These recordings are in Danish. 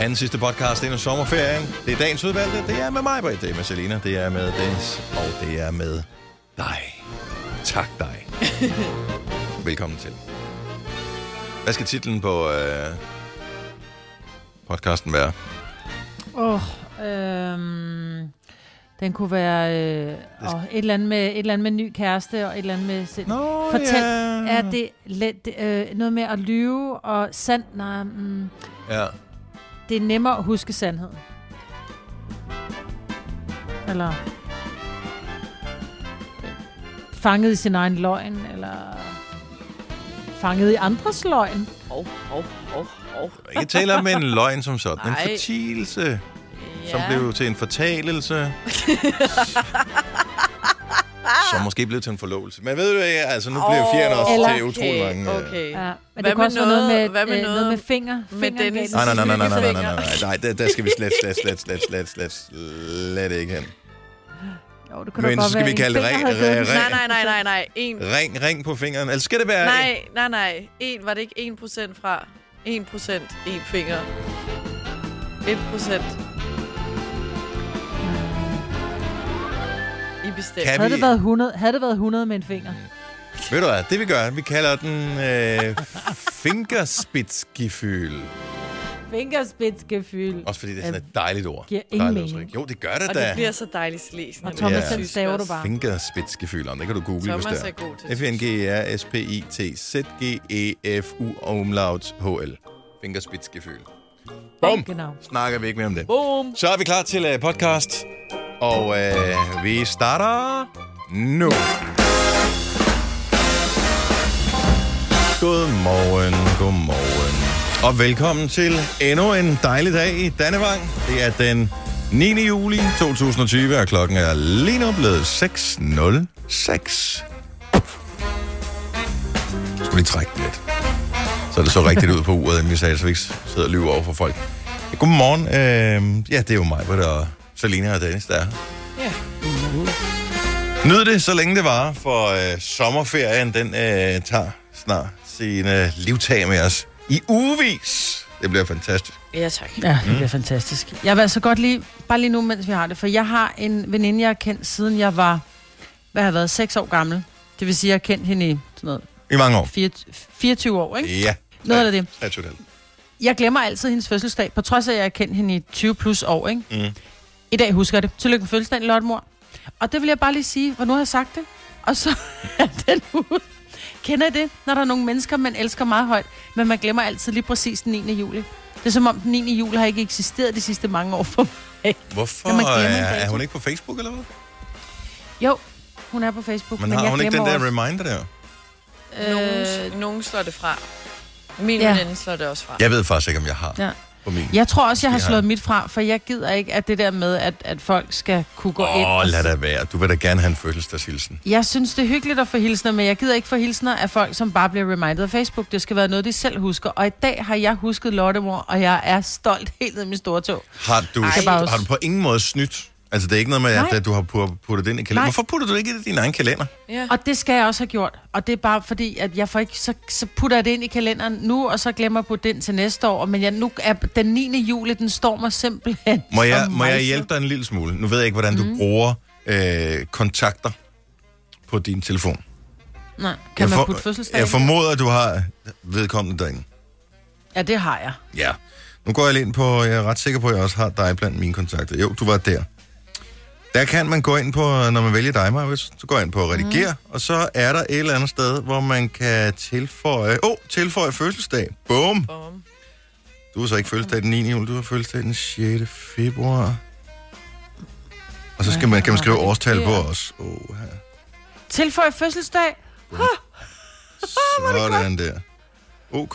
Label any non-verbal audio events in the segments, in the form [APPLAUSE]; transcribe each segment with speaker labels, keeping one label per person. Speaker 1: Anden sidste podcast inden sommerferien. Det er dagens udvalgte. Det er med mig, Britt. Det er med Selina. Det er med Dennis. Og det er med dig. Tak
Speaker 2: [LAUGHS]
Speaker 1: dig. Velkommen til. Hvad skal titlen på øh, podcasten være?
Speaker 3: Åh, oh, øhm, den kunne være øh, åh, et, eller andet med, et eller andet med ny kæreste, og et eller andet med... Se,
Speaker 1: Nå,
Speaker 3: fortæl,
Speaker 1: ja.
Speaker 3: er det let, øh, noget med at lyve og sand? Nej, mm,
Speaker 1: Ja.
Speaker 3: det er nemmere at huske sandheden. Eller... Fanget i sin egen løgn, eller... Fanget i andres løgn.
Speaker 2: Hov, hov, hov, hov.
Speaker 1: Ikke tale om en løgn som sådan. En
Speaker 2: Nej.
Speaker 1: fortielse,
Speaker 2: Ja.
Speaker 1: som blev til en
Speaker 2: [LAUGHS]
Speaker 1: fortalelse. som måske blev til en forlovelse. Men ved du hvad, altså nu bliver
Speaker 2: Åh,
Speaker 1: fjern også
Speaker 3: Eller-
Speaker 1: til utrolig mange... øh,
Speaker 2: Okay.
Speaker 3: Ja, men
Speaker 2: Hvad
Speaker 3: det kunne
Speaker 2: med
Speaker 3: også noget, være noget med,
Speaker 2: hvad med
Speaker 3: øh, noget
Speaker 2: noget
Speaker 3: med finger. Fingeren gav
Speaker 2: Dennis'
Speaker 3: den
Speaker 1: Nej, nej, nej, nej, nej,
Speaker 2: Sylvie
Speaker 1: nej, nej, nej,
Speaker 2: Finger.
Speaker 1: nej, nej, der, der skal vi slet, slet, slet, slet, slet, slet, slet, slet ikke hen.
Speaker 3: Jo, det kunne
Speaker 1: Men
Speaker 3: da godt
Speaker 1: så skal
Speaker 3: være,
Speaker 1: vi
Speaker 3: en
Speaker 1: kalde det
Speaker 3: finger
Speaker 1: re-
Speaker 3: havde gået.
Speaker 1: re- re-
Speaker 2: Nej, nej, nej, nej, nej. En.
Speaker 1: Ring, ring på fingeren. Eller skal det være...
Speaker 2: [LAUGHS] Nej, nej, nej. En, var det ikke 1 procent fra? 1 procent, en finger. 1 procent. I bestemt.
Speaker 1: Kan
Speaker 3: Havde
Speaker 1: vi-
Speaker 3: det, været 100, havde det været 100 med en finger?
Speaker 1: Ved du hvad, det vi gør, vi kalder den øh, fingerspitzgefühl.
Speaker 3: Fingerspidsgefyld.
Speaker 1: Også fordi det er
Speaker 3: Øh,
Speaker 1: sådan et dejligt ord.
Speaker 3: giver
Speaker 1: Dejligt
Speaker 3: ingen
Speaker 1: udtryk.
Speaker 3: mening.
Speaker 1: Jo, det gør det
Speaker 2: Og
Speaker 1: da.
Speaker 2: det bliver så dejligt slæsen.
Speaker 3: Og Thomas,
Speaker 1: Ja.
Speaker 3: den staver du bare.
Speaker 1: Fingerspitzgefühl, om det kan du google, hvis
Speaker 2: Thomas er
Speaker 1: det
Speaker 2: god til
Speaker 1: er.
Speaker 2: det.
Speaker 1: F-I-N-G-E-R-S-P-I-T-Z-G-E-F-U-Omlaut-H-L. Fingerspitzgefühl. Bum!
Speaker 3: Genau.
Speaker 1: Snakker vi ikke mere om det.
Speaker 2: Boom.
Speaker 1: Så er vi klar til øh, podcast, og øh, vi starter nu. Godmorgen, godmorgen. Og velkommen til endnu en dejlig dag i Dannevang. Det er den 9. juli 2020, og klokken er lige nu blevet 6.06. Så vi trække den lidt. Så det så rigtigt ud på uret, inden vi sagde, så vi ikke sidder og lyver over for folk. Godmorgen. Øh, ja, det er jo mig, hvor der Salina og Dennis, der er.
Speaker 2: Ja.
Speaker 1: Nyd det, så længe det varer, for øh, sommerferien, den øh, tager snart sine livtag med os i ugevis. Det bliver fantastisk. Mm.
Speaker 2: Ja, tak.
Speaker 3: Ja, det bliver fantastisk. Jeg vil altså godt lige, bare lige nu, mens vi har det, for jeg har en veninde, jeg har kendt, siden jeg var, hvad har jeg været, 6 år gammel. Det vil sige, jeg har kendt hende i sådan noget
Speaker 1: I mange år.
Speaker 3: 24, 24 år, ikke?
Speaker 1: Ja.
Speaker 3: Noget af det.
Speaker 1: Ja, totalt.
Speaker 3: Jeg glemmer altid hendes fødselsdag, på trods af, at jeg har kendt hende i 20 plus år, ikke? Mm. I dag husker jeg det. Tillykke med fødselsdagen, Lotte Mor. Og det vil jeg bare lige sige, hvor nu har jeg sagt det. Og så [LAUGHS] er den ude. Kender I det, når der er nogle mennesker, man elsker meget højt, men man glemmer altid lige præcis den 9. juli? Det er som om den 9. juli har ikke eksisteret de sidste mange år for mig.
Speaker 1: Hvorfor
Speaker 3: Jamen, glemmer
Speaker 1: øh,
Speaker 3: en
Speaker 1: er
Speaker 3: dato.
Speaker 1: hun ikke på Facebook eller hvad?
Speaker 3: Jo, hun er på Facebook, men,
Speaker 1: Men har
Speaker 3: jeg
Speaker 1: hun ikke den
Speaker 3: glemmer også.
Speaker 1: der reminder der?
Speaker 3: Øh,
Speaker 2: Nogen, nogen slår det fra. Min
Speaker 3: Ja.
Speaker 2: ja. veninde slår det også fra.
Speaker 1: Jeg ved faktisk ikke, om jeg har
Speaker 3: Ja.
Speaker 1: på min.
Speaker 3: Jeg tror også, jeg har
Speaker 1: Det har
Speaker 3: slået
Speaker 1: jeg.
Speaker 3: mit fra, for jeg gider ikke, at det der med, at, at folk skal kunne gå ind.
Speaker 1: Åh,
Speaker 3: og
Speaker 1: oh, lad da være. Du vil da gerne have en fødselsdagshilsen.
Speaker 3: Jeg synes, det er hyggeligt at få hilsner, men jeg gider ikke få hilsner af folk, som bare bliver reminded af Facebook. Det skal være noget, de selv husker. Og i dag har jeg husket Lottemor, og jeg er stolt helt ned i min store tog.
Speaker 1: Har du,
Speaker 3: Skal bare også-
Speaker 1: har du på ingen måde snydt? Altså, det er ikke noget med, at,
Speaker 3: Nej.
Speaker 1: at du har pu- puttet det ind i kalenderen.
Speaker 3: Nej.
Speaker 1: Hvorfor putter du det ikke i din egen kalender?
Speaker 2: Ja.
Speaker 3: Og det skal jeg også have gjort. Og det er bare fordi, at jeg får ikke, så, så putter jeg det ind i kalenderen nu, og så glemmer jeg på den til næste år. Men jeg, nu er den 9. juli, den står mig simpelthen.
Speaker 1: Må jeg,
Speaker 3: så
Speaker 1: må jeg
Speaker 3: meget.
Speaker 1: hjælpe dig en lille smule? Nu ved jeg ikke, hvordan
Speaker 3: Mhm.
Speaker 1: du bruger øh, kontakter på din telefon.
Speaker 3: Nej, kan
Speaker 1: jeg
Speaker 3: man
Speaker 1: for-
Speaker 3: putte fødselsdag?
Speaker 1: Jeg
Speaker 3: ind?
Speaker 1: formoder, at du har vedkommende derinde.
Speaker 3: Ja, det har jeg.
Speaker 1: Ja. Nu går jeg lige ind på, jeg er ret sikker på, at jeg også har dig blandt mine kontakter. Jo, du var der. Der kan man gå ind på, når man vælger dig, Maja, så går jeg ind på redigere, mm. og så er der et eller andet sted, hvor man kan tilføje, åh, oh, tilføje fødselsdag. Bum!
Speaker 2: Bum.
Speaker 1: Du har så ikke fødselsdag den 9. juli, du har fødselsdag den 6. februar. Og så skal man, kan man skrive årstal på os. Åh, oh, her.
Speaker 3: Tilføj fødselsdag.
Speaker 1: Sådan der. OK.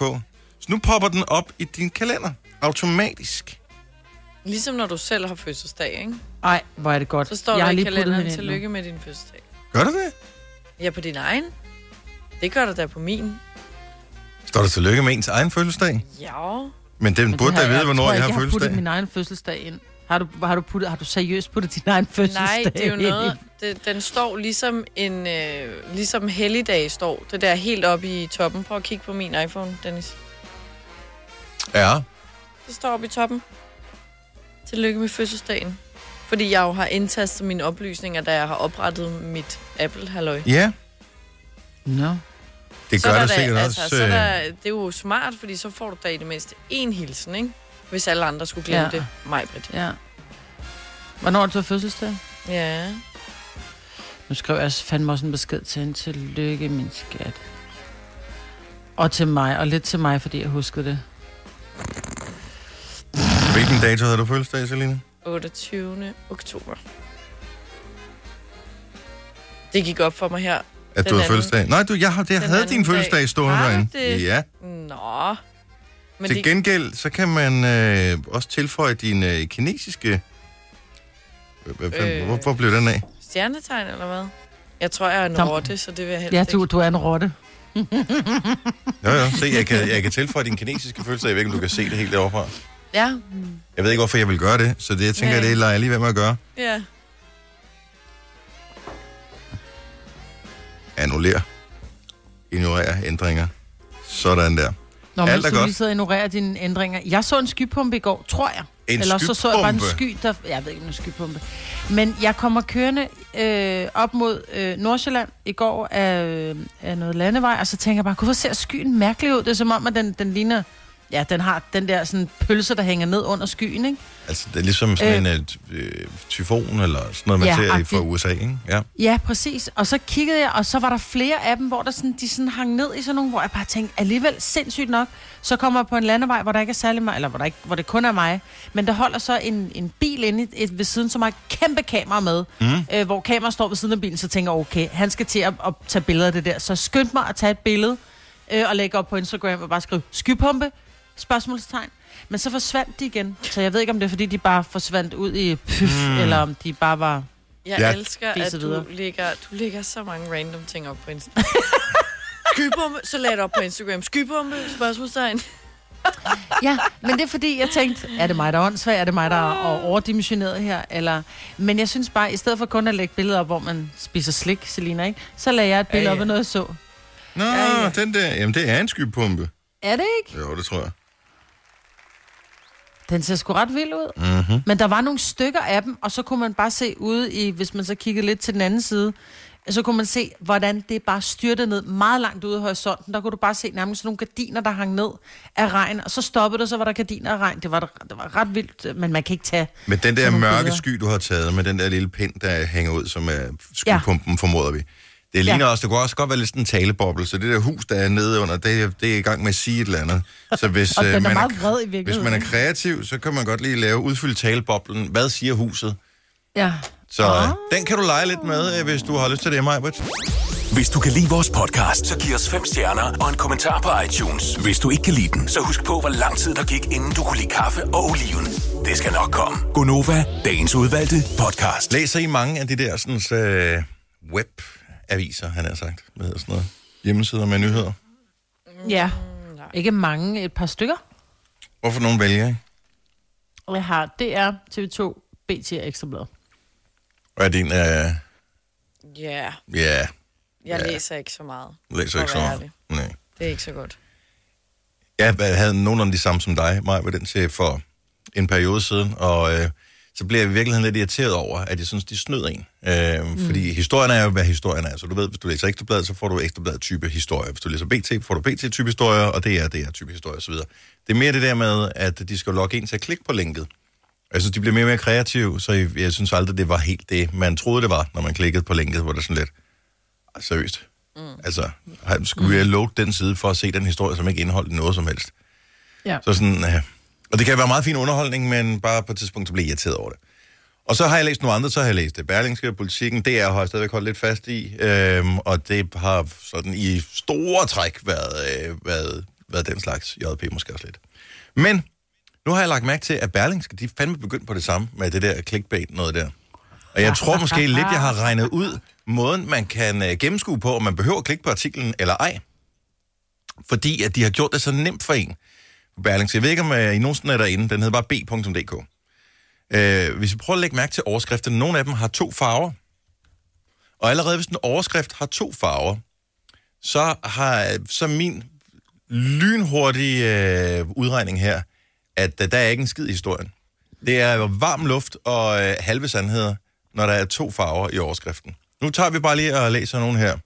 Speaker 1: Så nu popper den op i din kalender. Automatisk.
Speaker 2: Ligesom når du selv har fødselsdag, ikke?
Speaker 3: Ej, hvor er det godt.
Speaker 2: Så står
Speaker 3: jeg
Speaker 2: jeg
Speaker 3: har
Speaker 2: der i
Speaker 3: lige puttet
Speaker 2: kalenderen,
Speaker 3: hende ind nu.
Speaker 2: tillykke med din fødselsdag.
Speaker 1: Gør du det?
Speaker 2: Ja, på din egen. Det gør du da på min.
Speaker 1: Står der tillykke med ens egen fødselsdag?
Speaker 2: Ja.
Speaker 1: Men den
Speaker 3: Men
Speaker 1: burde
Speaker 3: det
Speaker 1: da
Speaker 3: har
Speaker 1: vide, hvornår
Speaker 3: tror
Speaker 1: jeg,
Speaker 3: ikke,
Speaker 1: har
Speaker 3: Jeg har puttet
Speaker 1: fødselsdag.
Speaker 3: min egen fødselsdag ind. Har du, har du, puttet, har du seriøst puttet din egen [LAUGHS] fødselsdag
Speaker 2: Nej, det er jo
Speaker 3: ind?
Speaker 2: noget... Det, den står ligesom en... Øh, ligesom helligdag står. Det der helt oppe i toppen. Prøv at kigge på min iPhone, Dennis.
Speaker 1: Ja.
Speaker 2: der står oppe i toppen. Tillykke med fødselsdagen. Fordi jeg jo har indtastet mine oplysninger, da jeg har oprettet mit Apple-halløj.
Speaker 1: Ja,
Speaker 3: Nå.
Speaker 1: det
Speaker 2: er
Speaker 1: gør det
Speaker 2: der-
Speaker 1: sikkert
Speaker 2: altså,
Speaker 1: også.
Speaker 2: Så er
Speaker 1: øh,
Speaker 2: der, det er jo smart, fordi så får du da i det mindste én hilsen, ikke? Hvis alle andre skulle glemme
Speaker 3: Ja.
Speaker 2: ja. det. Mig, Britt.
Speaker 3: Ja. Hvornår er det, du har fødselsdag?
Speaker 2: Ja.
Speaker 3: Nu skrev jeg også- fandme også en besked til hende. Tillykke, min skat. Og til mig, og lidt til mig, fordi jeg huskede det.
Speaker 1: Hvilken dato havde du fødselsdag, Selina?
Speaker 2: 28. oktober. Det gik op for mig her.
Speaker 1: At
Speaker 2: Den
Speaker 1: du havde
Speaker 2: anden.
Speaker 1: fødselsdag? Nej, du, jeg, har, jeg havde
Speaker 2: anden
Speaker 1: din
Speaker 2: dag.
Speaker 1: fødselsdag stående
Speaker 2: Har du
Speaker 1: derinde.
Speaker 2: det?
Speaker 1: Ja.
Speaker 2: Nå. Men
Speaker 1: Til gengæld, så kan man øh, også tilføje din øh, kinesiske... Hvad- hvad fanden-
Speaker 2: Øh.
Speaker 1: Hvorfor blev den af?
Speaker 2: stjernetegn, eller hvad? Jeg tror, jeg er en
Speaker 3: Tom.
Speaker 2: rotte, så det vil jeg helst
Speaker 3: Ja, du,
Speaker 2: ikke.
Speaker 3: du er en rotte. [LAUGHS]
Speaker 1: Jo, jo, se, jeg kan, jeg kan tilføje din kinesiske fødselsdag. Jeg ved ikke, om du kan se det helt derovre.
Speaker 2: Ja,
Speaker 1: Jeg ved ikke, hvorfor jeg vil gøre det, så det, jeg tænker,
Speaker 3: Øh.
Speaker 2: Nej.
Speaker 1: det leger jeg lige ved med at gøre.
Speaker 2: ja.
Speaker 1: Annuller. Ignorere ændringer. Sådan der.
Speaker 3: Nå,
Speaker 1: Alt
Speaker 3: men
Speaker 1: er
Speaker 3: du
Speaker 1: godt.
Speaker 3: lige sidder og ignorerer dine ændringer. Jeg så en skypumpe i går, tror jeg.
Speaker 1: En
Speaker 3: Eller så så jeg bare en
Speaker 1: skypumpe?
Speaker 3: sky, der... Jeg ved ikke, om det er en skypumpe. Men jeg kommer kørende øh, op mod øh, Nordsjælland i går af, af noget landevej, og så tænker jeg bare, hvorfor ser skyen mærkelig ud? Det er som om, at den, den ligner... Ja, den har den der sådan pølse, der hænger ned under skyen, ikke?
Speaker 1: Altså, det er ligesom sådan øh. en øh, tyfon eller sådan noget, man
Speaker 3: Ja,
Speaker 1: ja, ser i- fra
Speaker 3: agtigt.
Speaker 1: USA, ikke? Ja.
Speaker 3: Ja, præcis. Og så kiggede jeg, og så var der flere af dem, hvor der sådan, de sådan hang ned i sådan nogle, hvor jeg bare tænkte, alligevel sindssygt nok, så kommer jeg på en landevej, hvor der ikke er særlig meget, eller hvor, der ikke, hvor det kun er mig, men der holder så en, en bil inde i, et, ved siden, som har et kæmpe kamera med,
Speaker 4: Mhm.
Speaker 3: mm. øh, hvor kameraet står ved siden af bilen, så tænker jeg, okay, han skal til at, at tage billeder af det der. Så skynd mig at tage et billede øh, og lægge op på Instagram og bare skrive, skypumpe, spørgsmålstegn. Men så forsvandt de igen, så jeg ved ikke, om det er, fordi de bare forsvandt ud i pyf, mm. eller om de bare var...
Speaker 2: Jeg
Speaker 1: Ja.
Speaker 2: Hmm. ja. elsker,
Speaker 3: Fisse
Speaker 2: at du [LAUGHS]
Speaker 3: videre.
Speaker 2: lægger, du lægger så mange random ting op
Speaker 3: [LAUGHS]
Speaker 2: på Instagram. Skybombe, så lagde det op på Instagram. Skybombe, spørgsmålstegn.
Speaker 3: Ja, men det er fordi, jeg tænkte, er det mig, der er åndssvag? Er det mig, der
Speaker 2: Ah.
Speaker 3: er overdimensioneret her? Eller... Men jeg synes bare, i stedet for kun at lægge billeder op, hvor man spiser slik, Selina, ikke? så lagde jeg et billede
Speaker 2: Ja,
Speaker 3: op
Speaker 2: ja.
Speaker 3: af noget, jeg så.
Speaker 1: Nå,
Speaker 2: Ja, ja.
Speaker 1: den der, jamen det er en skypumpe.
Speaker 3: Er det ikke?
Speaker 1: Jo, det tror jeg.
Speaker 3: Den ser sgu ret vild ud. Mm-hmm. Men der var nogle stykker af dem, og så kunne man bare se ude i, hvis man så kiggede lidt til den anden side, så kunne man se, hvordan det bare styrtede ned meget langt ude i horisonten. Der kunne du bare se nærmest sådan nogle gardiner, der hang ned af regn, og så stoppede det, og så var der gardiner af regn. Det var, det var ret vildt, men man kan ikke tage
Speaker 1: Men den der
Speaker 3: Sådan nogle
Speaker 1: mørke
Speaker 3: billeder.
Speaker 1: sky, du har taget, med den der lille pind, der hænger ud, som er skypumpen, ja. formoder vi. Det ligner
Speaker 3: Ja.
Speaker 1: også, det kunne også godt være lidt sådan en taleboble, så det der hus, der er nede under, det, er- det er i gang med at sige et eller andet.
Speaker 3: [LAUGHS]
Speaker 1: Så hvis,
Speaker 3: Og den
Speaker 1: øh,
Speaker 3: er
Speaker 1: man
Speaker 3: meget vred i
Speaker 1: hvis
Speaker 3: virkeligheden,
Speaker 1: man er
Speaker 3: ikke?
Speaker 1: kreativ, så kan man godt lige lave, udfylde taleboblen. Hvad siger huset?
Speaker 3: Ja.
Speaker 1: Så øh, den kan du lege lidt med, øh, hvis du har lyst til det, Majbert.
Speaker 5: øh, Hvis du kan lide vores podcast, så giv os fem stjerner og en kommentar på iTunes. Hvis du ikke kan lide den, så husk på, hvor lang tid der gik, inden du kunne lide kaffe og oliven. Det skal nok komme. Gonova, dagens udvalgte podcast.
Speaker 1: Læser I mange af de der sådan, øh, webaviser, han har sagt? Hvad hedder sådan noget? Hjemmesider med nyheder.
Speaker 3: Ja. Ikke mange, et par stykker.
Speaker 1: Hvorfor nogen vælger I?
Speaker 3: Jeg har DR, TV2, BT og Ekstrablad.
Speaker 1: Og er din... Øh,
Speaker 2: Ja, yeah,
Speaker 1: ja,
Speaker 2: jeg
Speaker 1: Ja.
Speaker 2: ja. læser ikke så meget.
Speaker 1: læser
Speaker 2: For
Speaker 1: ikke så
Speaker 2: at være
Speaker 1: meget.
Speaker 2: ærlig.
Speaker 1: Nej.
Speaker 2: Det er ikke så godt.
Speaker 1: Jeg hva- havde nogenlunde de samme som dig, mig ved den til for en periode siden, og øh, så blev jeg i virkeligheden lidt irriteret over, at jeg synes, de snød en. Øh, mm. Fordi historien er jo, hvad historien er. Så du ved, hvis du læser Ekstrabladet, så får du Ekstrabladet type historie. Hvis du læser BT, får du BT type historier, og det er det er type historie osv. Det er mere det der med, at de skal logge ind til at klikke på linket. Jeg synes, de bliver mere og mere kreative, så jeg, jeg synes aldrig, det var helt det, man troede, det var, når man klikkede på linket, hvor det er sådan lidt, "Ej, seriøst. Mm. Altså, har- skulle jeg lukke den side for at se den historie, som ikke indeholdt noget som helst?
Speaker 3: Ja.
Speaker 1: Så sådan, øh, og det kan være meget fin underholdning, men bare på et tidspunkt så bliver jeg irriteret over det. Og så har jeg læst nogle andre, så har jeg læst det. Berlingske Politikken, det har jeg stadigvæk holdt lidt fast i, øhm, og det har sådan i store træk været, øh, været, været den slags JP måske også lidt. Men nu har jeg lagt mærke til, at Berlingske, de er fandme begyndt på det samme med det der clickbait noget der. Og jeg tror måske lidt, jeg har regnet ud måden, man kan øh, gennemskue på, om man behøver at klikke på artiklen eller ej. Fordi at de har gjort det så nemt for en på Berlingske. Jeg ved ikke, om øh, I nogensinde er derinde. Den hedder bare b.dk. Øh, hvis vi prøver at lægge mærke til overskrifterne, nogle af dem har to farver. Og allerede hvis en overskrift har to farver, så har så er min lynhurtige øh, udregning her, at øh, der er ikke en skid i historien. Det er jo varm luft og øh, halve sandheder, når der er to farver i overskriften. Nu tager vi bare lige og læser nogle her.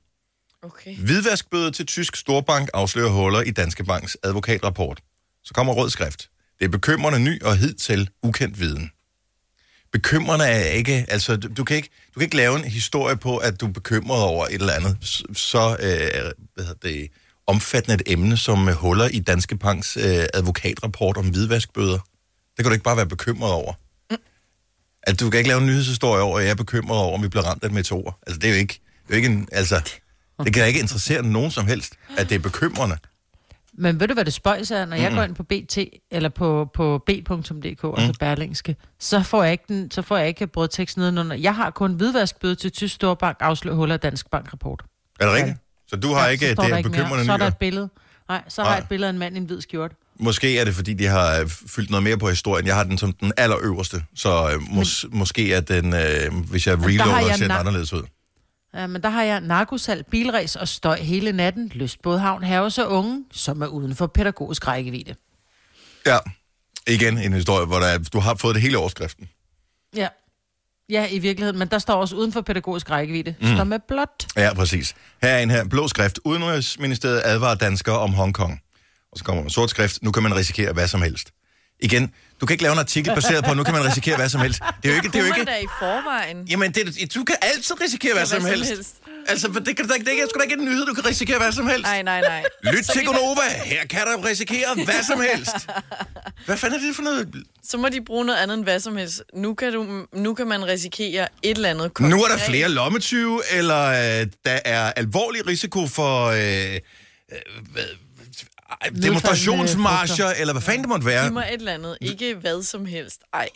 Speaker 2: Okay.
Speaker 1: Hvidvaskbøde til tysk storbank afslører huller i Danske Banks advokatrapport. Så kommer rød skrift. Det er bekymrende ny og hidtil ukendt viden. Bekymrende er ikke, altså du, du, kan ikke, du kan ikke lave en historie på, at du er bekymret over et eller andet, s- så øh, hvad hedder det, omfattende et emne som øh, huller i Danske Banks øh, advokatrapport om hvidvaskbøder. Det kan du ikke bare være bekymret over. Altså, du kan ikke lave en nyhedshistorie over, at jeg er bekymret over, om vi bliver ramt af et meteor. Altså, det er jo ikke, det er jo ikke en, altså, det kan ikke interessere nogen som helst, at det er bekymrende.
Speaker 3: Men ved du, hvad det spøjs er, når mm. jeg går ind på BT, eller på, på b.dk, mm. altså Berlingske, så får jeg ikke, den, så får jeg ikke brødtekst nedenunder. Jeg har kun hvidvaskbøde til tysk storbank, afslør huller af dansk bankrapport.
Speaker 1: Er det rigtigt? Så du har ja, ikke,
Speaker 3: så
Speaker 1: det
Speaker 3: står der
Speaker 1: er
Speaker 3: ikke mere.
Speaker 1: bekymrende
Speaker 3: Så er der
Speaker 1: nyheder?
Speaker 3: et billede. Nej, så har jeg
Speaker 1: Nej.
Speaker 3: et billede af en mand i en hvid skjorte.
Speaker 1: Måske er det, fordi de har øh, fyldt noget mere på historien. Jeg har den som den allerøverste, så øh, mås- måske er den, øh, hvis jeg reloader,
Speaker 3: jeg
Speaker 1: ser den
Speaker 3: na-
Speaker 1: anderledes ud.
Speaker 3: Ja, men der har jeg narkosal, bilræs og støj hele natten, lyst både havn, herres og unge, som er uden for pædagogisk rækkevidde.
Speaker 1: Ja, igen en historie, hvor der, er- du har fået det hele overskriften.
Speaker 3: Ja. Ja, i virkeligheden, men der står også uden for pædagogisk rækkevidde. Mm. Står med blot.
Speaker 1: Ja, præcis. Her er en her, blå skrift. Udenrigsministeriet advarer danskere om Hongkong. Og så kommer en sort skrift. Nu kan man risikere hvad som helst. Igen, du kan ikke lave en artikel baseret på, nu kan man risikere hvad som helst. Det er jo ikke... Det er jo
Speaker 2: Kunne
Speaker 1: ikke
Speaker 2: man da i forvejen?
Speaker 1: Jamen, det, du kan altid risikere hvad,
Speaker 2: Ja,
Speaker 1: som, helst. Altså, for det, kan, det, det er sgu da ikke en nyhed, du kan risikere hvad som helst.
Speaker 2: Nej, nej, nej.
Speaker 1: Lyt til Gonova, her kan der risikere hvad som [LAUGHS] helst. Hvad fanden er det for noget?
Speaker 2: Så må de bruge noget andet end hvad som helst. Nu kan, du, nu kan man risikere et eller andet.
Speaker 1: Nu er der
Speaker 2: konkret.
Speaker 1: flere lommetyve, eller øh, der er alvorlig risiko for øh, øh, hvad- ej, demonstrationsmarcher, eller hvad fanden det måtte være.
Speaker 2: Giv mig et eller andet. Ikke hvad som helst. Ej.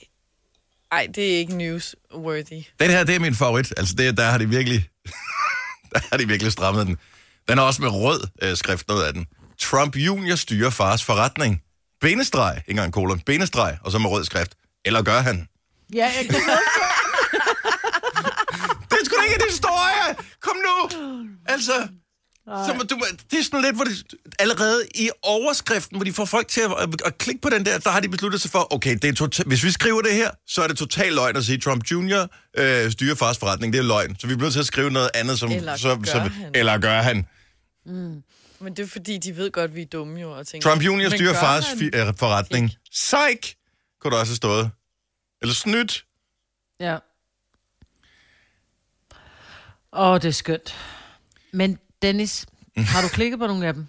Speaker 2: Ej, det er ikke newsworthy.
Speaker 1: Den her, det er min favorit. Altså, det, der har de virkelig... [LAUGHS] der har de virkelig strammet den. Den er også med rød øh, skrift, noget af den. Trump junior styrer fars forretning. Benestreg, ikke engang kolon, benestreg, og så med rød skrift. Eller gør han?
Speaker 3: Ja, jeg kan
Speaker 1: [LAUGHS] Det er sgu da ikke en historie! Kom nu! Altså, så må du, det er sådan lidt, hvor det, allerede i overskriften, hvor de får folk til at, at, at klikke på den der, der har de besluttet sig for, okay, det er total, hvis vi skriver det her, så er det total løgn at sige, Trump Jr. Øh, styrer fars forretning, det er løgn. Så vi bliver nødt til at skrive noget andet, som,
Speaker 2: Eller
Speaker 1: så,
Speaker 2: gør
Speaker 1: så,
Speaker 2: han.
Speaker 1: eller gør han.
Speaker 3: Mm.
Speaker 2: Men det er fordi, de ved godt, vi er dumme jo. Og tænker,
Speaker 1: Trump Jr.
Speaker 2: men
Speaker 1: styrer
Speaker 2: gør
Speaker 1: fars
Speaker 2: han?
Speaker 1: fi, øh, forretning. Psych! Kunne der også have stået. Eller snydt.
Speaker 3: Ja. Åh, det er skønt. Men
Speaker 1: [LAUGHS]
Speaker 3: Dennis, har du klikket på nogle af dem?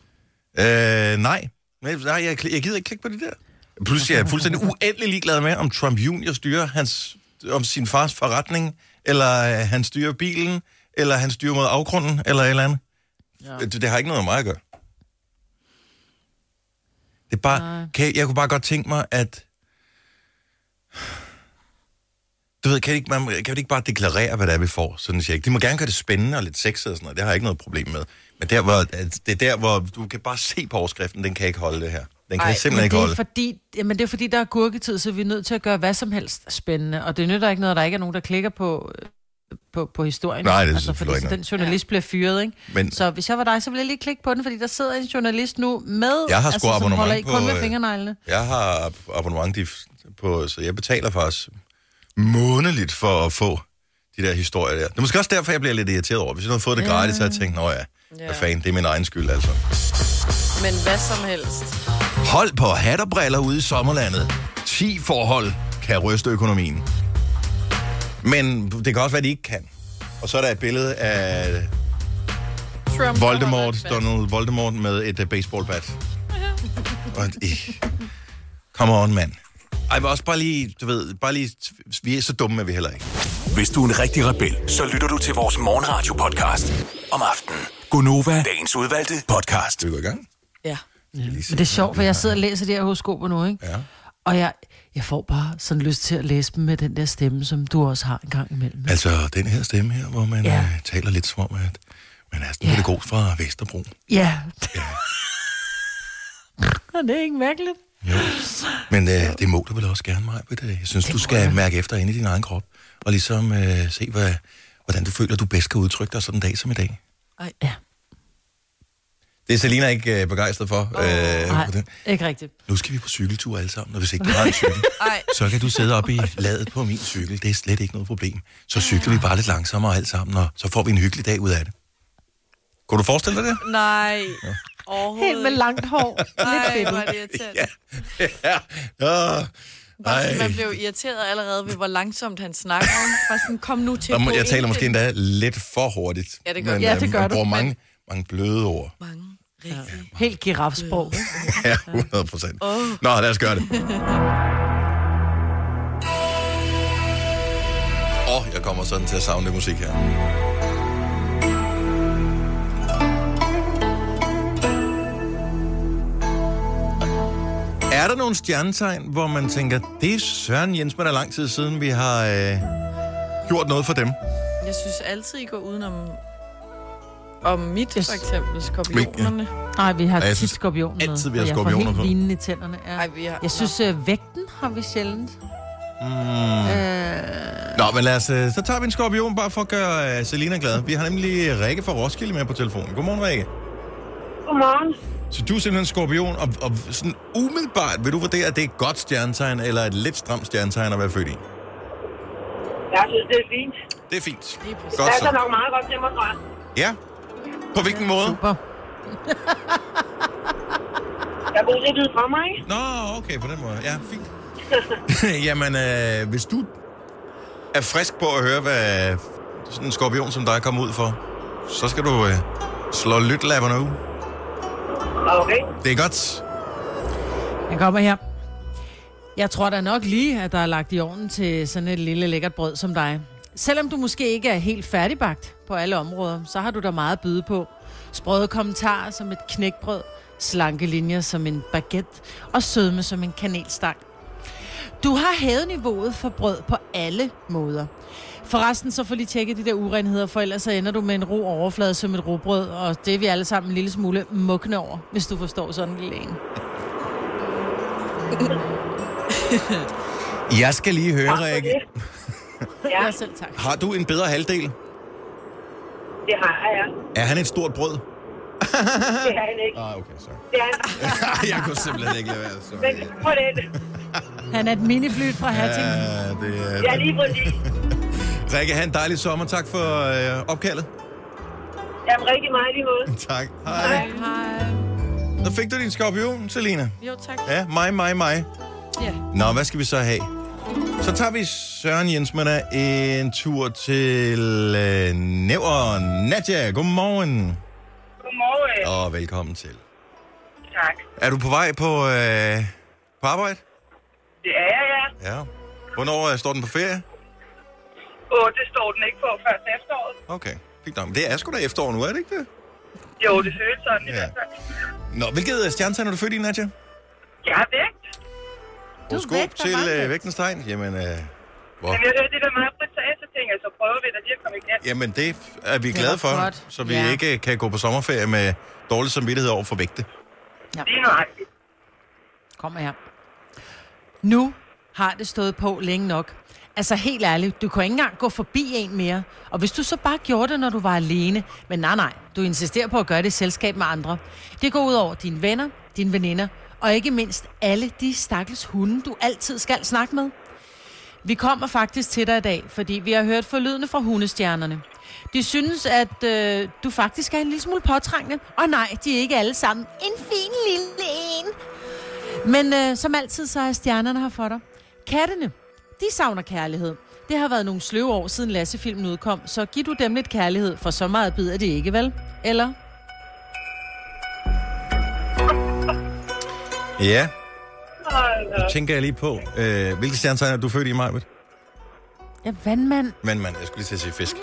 Speaker 1: Øh, nej. Men, nej, jeg, jeg gider ikke klikke på det der. Pludselig er jeg fuldstændig uendelig ligeglad med, om Trump Jr. styrer hans, om sin fars forretning, eller øh, han styrer bilen, eller han styrer mod afgrunden, eller et eller andet. Ja. Det, det har ikke noget med mig at gøre. Det er bare, kan jeg, jeg kunne bare godt tænke mig, at... Du ved, kan, det ikke, man, kan det ikke bare deklarere, hvad det er, vi får? Sådan siger jeg. De må gerne gøre det spændende og lidt sexet og sådan noget. Det har jeg ikke noget problem med. Men der, hvor, at det er der, hvor du kan bare se på overskriften, den kan ikke holde det her. Den kan
Speaker 2: Ej,
Speaker 1: Ej, simpelthen
Speaker 3: Men
Speaker 1: ikke
Speaker 3: det, er
Speaker 1: holde.
Speaker 3: fordi, jamen det er fordi, der er gurketid, så vi er nødt til at gøre hvad som helst spændende. Og det nytter ikke noget, at der ikke er nogen, der klikker på, på, på historien.
Speaker 1: Nej, det er
Speaker 3: altså, fordi
Speaker 1: selvfølgelig
Speaker 3: så
Speaker 1: ikke
Speaker 3: den journalist bliver fyret, ikke?
Speaker 1: Men-
Speaker 3: Så hvis jeg var dig, så ville jeg lige klikke på den, fordi der sidder en journalist nu med...
Speaker 1: Jeg har sgu
Speaker 3: altså, som
Speaker 1: abonnement
Speaker 3: holder i kun
Speaker 1: på,
Speaker 3: med
Speaker 1: øh,
Speaker 3: fingerneglene.
Speaker 1: Jeg har ab- abonnement i f- på, så jeg betaler faktisk månedligt for at få de der historier der. Det er måske også derfor, jeg bliver lidt irriteret over. Hvis jeg nu havde fået det gratis, så havde jeg tænkt, nå ja, hvad fanden, det er min egen skyld altså.
Speaker 2: Men hvad som helst.
Speaker 1: Hold på hat og briller ude i sommerlandet. 10 forhold kan ryste økonomien. Men det kan også være, de ikke kan. Og så er der et billede af
Speaker 2: Trump
Speaker 1: Voldemort, Donald Voldemort med et uh, baseballbat. Og et, eh. Come on, mand. Ej, men også bare lige, du ved, bare lige, vi er så dumme, at vi heller ikke.
Speaker 5: Hvis du er en rigtig [LAUGHS] rebel, så lytter du til vores morgenradio-podcast om aftenen. Gonova, dagens udvalgte podcast.
Speaker 1: Skal vi gå i gang?
Speaker 2: Ja.
Speaker 3: Men det er sjovt, for jeg sidder og læser de her horoskoper nu, ikke?
Speaker 1: Ja.
Speaker 3: Og jeg, jeg får bare sådan lyst til at læse dem med den der stemme, som du også har en gang imellem.
Speaker 1: Altså, den her stemme her, hvor man
Speaker 3: Ja.
Speaker 1: ja. øh, taler lidt som om, at man er sådan
Speaker 3: Ja.
Speaker 1: ja. pædagog fra Vesterbro.
Speaker 3: Ja. ja. det [LAUGHS] er ikke mærkeligt.
Speaker 1: Jo. Men øh, det må du vel også gerne, mig. Jeg synes, du skal mærke efter inde i din egen krop, og ligesom øh, se, hvad, hvordan du føler, du bedst kan udtrykke dig sådan en dag som i dag.
Speaker 2: Ej.
Speaker 3: Ja.
Speaker 1: Det er Selina ikke øh, begejstret for. Øh,
Speaker 3: Nej,
Speaker 1: for det.
Speaker 3: ikke rigtigt.
Speaker 1: nu skal vi på cykeltur alle sammen, og hvis ikke du har en cykel,
Speaker 6: Ej.
Speaker 1: så kan du sidde oppe i ladet på min cykel. Det er slet ikke noget problem. Så cykler vi bare lidt langsommere alt sammen, og så får vi en hyggelig dag ud af det. Kunne du forestille dig det?
Speaker 6: Nej.
Speaker 3: Helt med
Speaker 6: Overhovedet.
Speaker 3: langt
Speaker 2: [LAUGHS]
Speaker 3: hår. Lidt
Speaker 6: Ej,
Speaker 3: fedt.
Speaker 6: hvor er det irriterende.
Speaker 1: Ja. [LAUGHS]
Speaker 2: Bare sådan, man
Speaker 1: Ej.
Speaker 2: blev irriteret allerede ved, hvor langsomt han
Speaker 1: [LAUGHS]
Speaker 2: snakker. Bare sådan, kom nu til
Speaker 1: Nå, må- Jeg
Speaker 2: pointen.
Speaker 1: taler måske endda lidt for hurtigt.
Speaker 2: Ja, det gør
Speaker 1: men,
Speaker 2: du.
Speaker 3: Ja,
Speaker 1: øh,
Speaker 3: det gør
Speaker 1: man
Speaker 3: du,
Speaker 1: bruger
Speaker 3: men-
Speaker 1: mange, mange bløde ord.
Speaker 2: Mange rigtige.
Speaker 3: Helt girafsprog. ikke?
Speaker 1: Ja, 100 procent. Nå, lad os gøre det. Åh, oh, jeg kommer sådan til at savne det musik her. Er der nogle stjernetegn, hvor man tænker, det er Søren Jens, men det er lang tid siden, vi har øh, gjort noget for dem?
Speaker 2: Jeg synes altid, I går udenom om mit, for eksempel, skorpionerne.
Speaker 3: Nej, vi har
Speaker 1: Ja, jeg
Speaker 3: tit
Speaker 1: synes
Speaker 3: skorpioner med.
Speaker 1: altid, vi har
Speaker 3: og
Speaker 1: skorpioner
Speaker 3: Jeg får
Speaker 1: på.
Speaker 3: helt vinende i tænderne. Ja.
Speaker 2: Ej, vi har...
Speaker 3: Jeg synes, øh, vægten har vi sjældent.
Speaker 1: Nå, men lad os, øh, så tager vi en skorpion bare for at gøre øh, Selina glad. Vi har nemlig Rikke fra Roskilde med på telefonen. Godmorgen, Rikke.
Speaker 7: Godmorgen.
Speaker 1: Så du er simpelthen skorpion, og, og sådan umiddelbart vil du vurdere, at det er et godt stjernetegn, eller et lidt stramt stjernetegn at være født i?
Speaker 7: Jeg synes, det er fint.
Speaker 1: Det er fint.
Speaker 2: Lige præcis.
Speaker 1: Godt
Speaker 7: Det passer
Speaker 1: så.
Speaker 7: nok meget godt til mig, tror jeg.
Speaker 1: Ja. På hvilken måde?
Speaker 3: Super.
Speaker 7: Jeg bor lidt ud fra mig, ikke? [LAUGHS]
Speaker 1: Nå, okay, på den måde. Ja, fint. [LAUGHS] Jamen, øh, hvis du er frisk på at høre, hvad sådan en skorpion som dig kommer ud for, så skal du øh, slå lytlapperne ud.
Speaker 7: Okay.
Speaker 1: Det er godt.
Speaker 3: Jeg kommer her. Jeg tror da nok lige, at der er lagt i ovnen til sådan et lille lækkert brød som dig. Selvom du måske ikke er helt færdigbagt på alle områder, så har du der meget at byde på. Sprøde kommentarer som et knækbrød, slanke linjer som en baguette og sødme som en kanelstang. Du har hævet niveauet for brød på alle måder. Forresten, så får lige tjekket de der urenheder, for ellers så ender du med en ro overflade som et robrød, og det er vi alle sammen en lille smule mugne over, hvis du forstår sådan en lille en.
Speaker 1: Jeg skal lige høre,
Speaker 7: Tak for
Speaker 1: Rikke.
Speaker 7: det. Ja,
Speaker 3: Ja, selv tak.
Speaker 1: Har du en bedre halvdel?
Speaker 7: det har jeg, ja.
Speaker 1: Er han et stort brød?
Speaker 7: Det har han ikke.
Speaker 1: Ah, [LAUGHS] okay, sorry.
Speaker 7: Det er han.
Speaker 1: Ah, [LAUGHS] jeg kunne simpelthen ikke lade være, sorry.
Speaker 7: Men på den.
Speaker 3: Han er et miniflyt fra Hatting. Ja.
Speaker 1: Ja, det
Speaker 7: Ja,
Speaker 1: er...
Speaker 7: lige præcis.
Speaker 1: Rikke, have en dejlig sommer. Tak for øh, opkaldet. [LAUGHS]
Speaker 7: Jamen, rigtig meget i lige måde.
Speaker 1: Tak. Hej.
Speaker 2: Hej.
Speaker 1: Så fik du din skorpion, Selina.
Speaker 2: Jo, tak.
Speaker 1: Ja, mig, mig, mig.
Speaker 2: Ja.
Speaker 1: Nå, hvad skal vi så have? Så tager vi Søren Jensmanna en tur til øh, Nævren. Nadja, godmorgen.
Speaker 7: Godmorgen.
Speaker 1: Og velkommen til.
Speaker 7: Tak.
Speaker 1: Er du på vej på, øh, på arbejde?
Speaker 7: Det er jeg, ja.
Speaker 1: Ja. Hvornår øh, står den på ferie?
Speaker 7: Åh, det står den ikke på før til efteråret.
Speaker 1: Okay, fint nok. Men Det er sgu da efterår nu, er det ikke det?
Speaker 7: Jo, det føles sådan i
Speaker 1: Ja.
Speaker 7: hvert fald.
Speaker 1: Nå, hvilket øh, stjernetegn er du født i, Nadja?
Speaker 7: Jeg er vægt.
Speaker 3: Du er
Speaker 1: Horoskop
Speaker 3: vægt, der
Speaker 1: til
Speaker 3: mangler.
Speaker 1: øh, vægtens tegn. Jamen, øh, hvor?
Speaker 7: Men jeg hørte det der meget Britt sagde, så tænker jeg, så prøver vi da lige at komme igen.
Speaker 1: Jamen, det er vi
Speaker 3: Det
Speaker 1: glade
Speaker 3: var
Speaker 1: for,
Speaker 3: flot.
Speaker 1: så vi
Speaker 3: Ja.
Speaker 1: ikke øh, kan gå på sommerferie med dårlig samvittighed over for vægte.
Speaker 7: Lige nøjagtigt.
Speaker 3: Kom her. Nu har det stået på længe nok. Altså helt ærligt, du kunne ikke engang gå forbi en mere. Og hvis du så bare gjorde det, når du var alene. Men nej, nej, du insisterer på at gøre det i selskab med andre. Det går ud over dine venner, dine veninder, og ikke mindst alle de stakkels hunde, du altid skal snakke med. Vi kommer faktisk til dig i dag, fordi vi har hørt forlydende fra hundestjernerne. De synes, at øh, du faktisk er en lille smule påtrængende. Og nej, de er ikke alle sammen en fin lille en. Men øh, som altid, så er stjernerne her for dig. Kattene, de savner kærlighed. Det har været nogle sløve år siden Lasse-filmen udkom, så giv du dem lidt kærlighed, for så meget bider det ikke, vel? Eller?
Speaker 1: Ja,
Speaker 7: Og, øh,
Speaker 1: tænker jeg lige på. Øh, hvilket stjernetegn er du født i, Majbet?
Speaker 3: Ja, vandmand.
Speaker 1: Men man, jeg skulle lige til at sige fisk.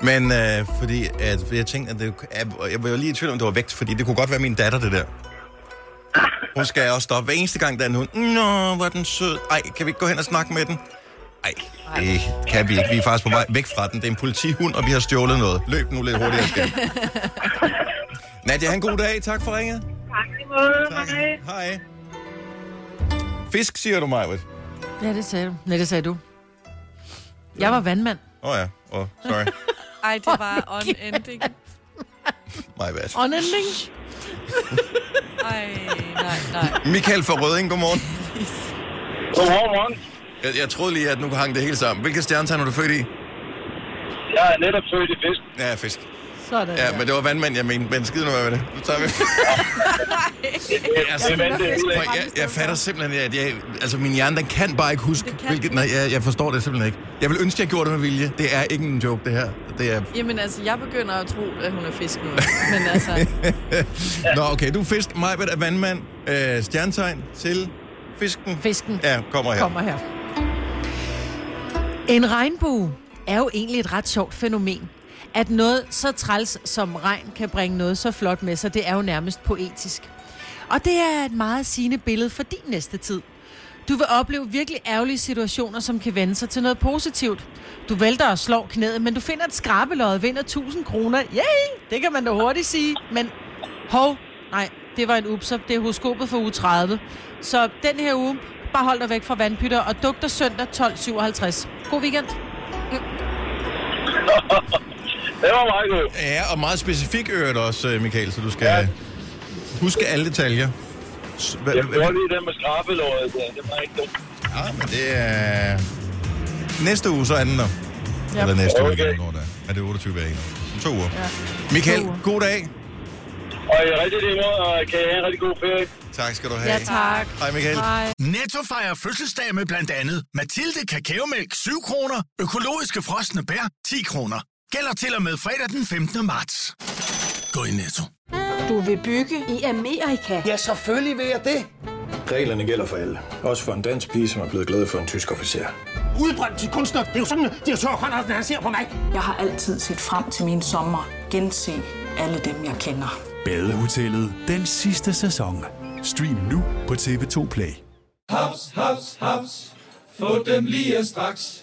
Speaker 1: Men øh, fordi, at jeg tænkte, at det, jeg, jeg var jo lige i tvivl om, det var vægt, fordi det kunne godt være min datter, det der. Hun skal også stoppe hver eneste gang, der er en hund. Nå, hvor er den sød. Ej, kan vi ikke gå hen og snakke med den? Ej, det kan vi ikke. Vi er faktisk på vej væk fra den. Det er en politihund, og vi har stjålet noget. Løb nu lidt hurtigere. Skal. Nadia, han god dag. Tak for ringet.
Speaker 7: tak i lige måde. Hej.
Speaker 1: Hej. Fisk, siger du, Majwit.
Speaker 3: Ja, det sagde du. Nej, det sagde du. Jeg var vandmand.
Speaker 1: Åh oh, ja, oh, sorry.
Speaker 2: Ej, det var on-ending.
Speaker 1: [LAUGHS] My bad.
Speaker 3: Unending.
Speaker 2: Ej, nej, nej.
Speaker 1: Michael fra Røding, godmorgen.
Speaker 6: Godmorgen.
Speaker 1: Jeg, jeg troede lige, at nu hang det hele sammen. Hvilke stjernetegn er du født i?
Speaker 6: Jeg er netop født i fisk.
Speaker 1: Ja, fisk.
Speaker 3: Sådan.
Speaker 1: [LAUGHS] Ja, men det var vandmand, jeg mente. Men skid nu med det. Nu tager vi. altså,
Speaker 6: vandt det hele.
Speaker 1: prøv, jeg, jeg fatter simpelthen, at jeg, altså, min hjerne, den kan bare ikke huske,
Speaker 2: Det kan
Speaker 1: hvilket... Nej, jeg, jeg forstår det simpelthen ikke. Jeg vil ønske, jeg gjorde det med vilje. Det er ikke en joke, det her. Det er...
Speaker 2: Jamen altså, jeg begynder at tro, at hun er fisk nu. Men
Speaker 1: [LAUGHS]
Speaker 2: altså,
Speaker 1: Nå, okay, du er fisk. Majbet er vandmand. Øh, stjernetegn til fisken.
Speaker 3: Fisken.
Speaker 1: Ja, kommer her.
Speaker 3: kommer her. En regnbue er jo egentlig et ret sjovt fænomen. At noget så træls som regn kan bringe noget så flot med sig, det er jo nærmest poetisk. Og det er et meget sigende billede for din næste tid. Du vil opleve virkelig ærgerlige situationer, som kan vende sig til noget positivt. Du vælter og slår knæet, men du finder et skrabelod og vinder 1000 kroner. Yay! Det kan man da hurtigt sige. Men hov, nej, det var en upser. Det er horoskopet for uge 30. Så den her uge, bare hold dig væk fra vandpytter og duk dig søndag 12.57. God weekend.
Speaker 6: Det var meget godt.
Speaker 1: Ja, og meget specifik øret også, øh, Michael, så du skal ja.
Speaker 6: Ja.
Speaker 1: huske alle detaljer. S- hva-
Speaker 6: Jeg
Speaker 1: hva-
Speaker 6: gjorde lige den med skrabelåret. der. Det var ikke dumt.
Speaker 1: Ja, men det er... Næste uge, så er den der. Ja. Eller næste uge,
Speaker 6: Okay.
Speaker 1: okay. når det er. Er det 28 dage? Om to uger. Ja. Michael,
Speaker 3: To uger.
Speaker 1: god dag.
Speaker 6: Og i rigtig lige måde, og kan I have en rigtig god ferie.
Speaker 1: Tak skal du have.
Speaker 3: tak.
Speaker 1: Hej, Michael.
Speaker 3: Hej.
Speaker 8: Netto fejrer fødselsdag med blandt andet Mathilde Kakaomælk 7 kroner, økologiske frosne bær 10 kroner. Gælder til og med fredag den 15. marts. Gå i Netto.
Speaker 9: Du vil bygge i Amerika?
Speaker 10: Ja, selvfølgelig vil jeg det.
Speaker 11: Reglerne gælder for alle. Også for en dansk pige, som er blevet glad for en tysk officer.
Speaker 10: Udbrøndt til kunstner. Det er jo sådan, at de har tørt, han ser på mig.
Speaker 9: Jeg har altid set frem til min sommer. Gense alle dem, jeg kender.
Speaker 8: Badehotellet den sidste sæson. Stream nu på TV2 Play.
Speaker 12: Haps, haps, haps. Få dem lige straks.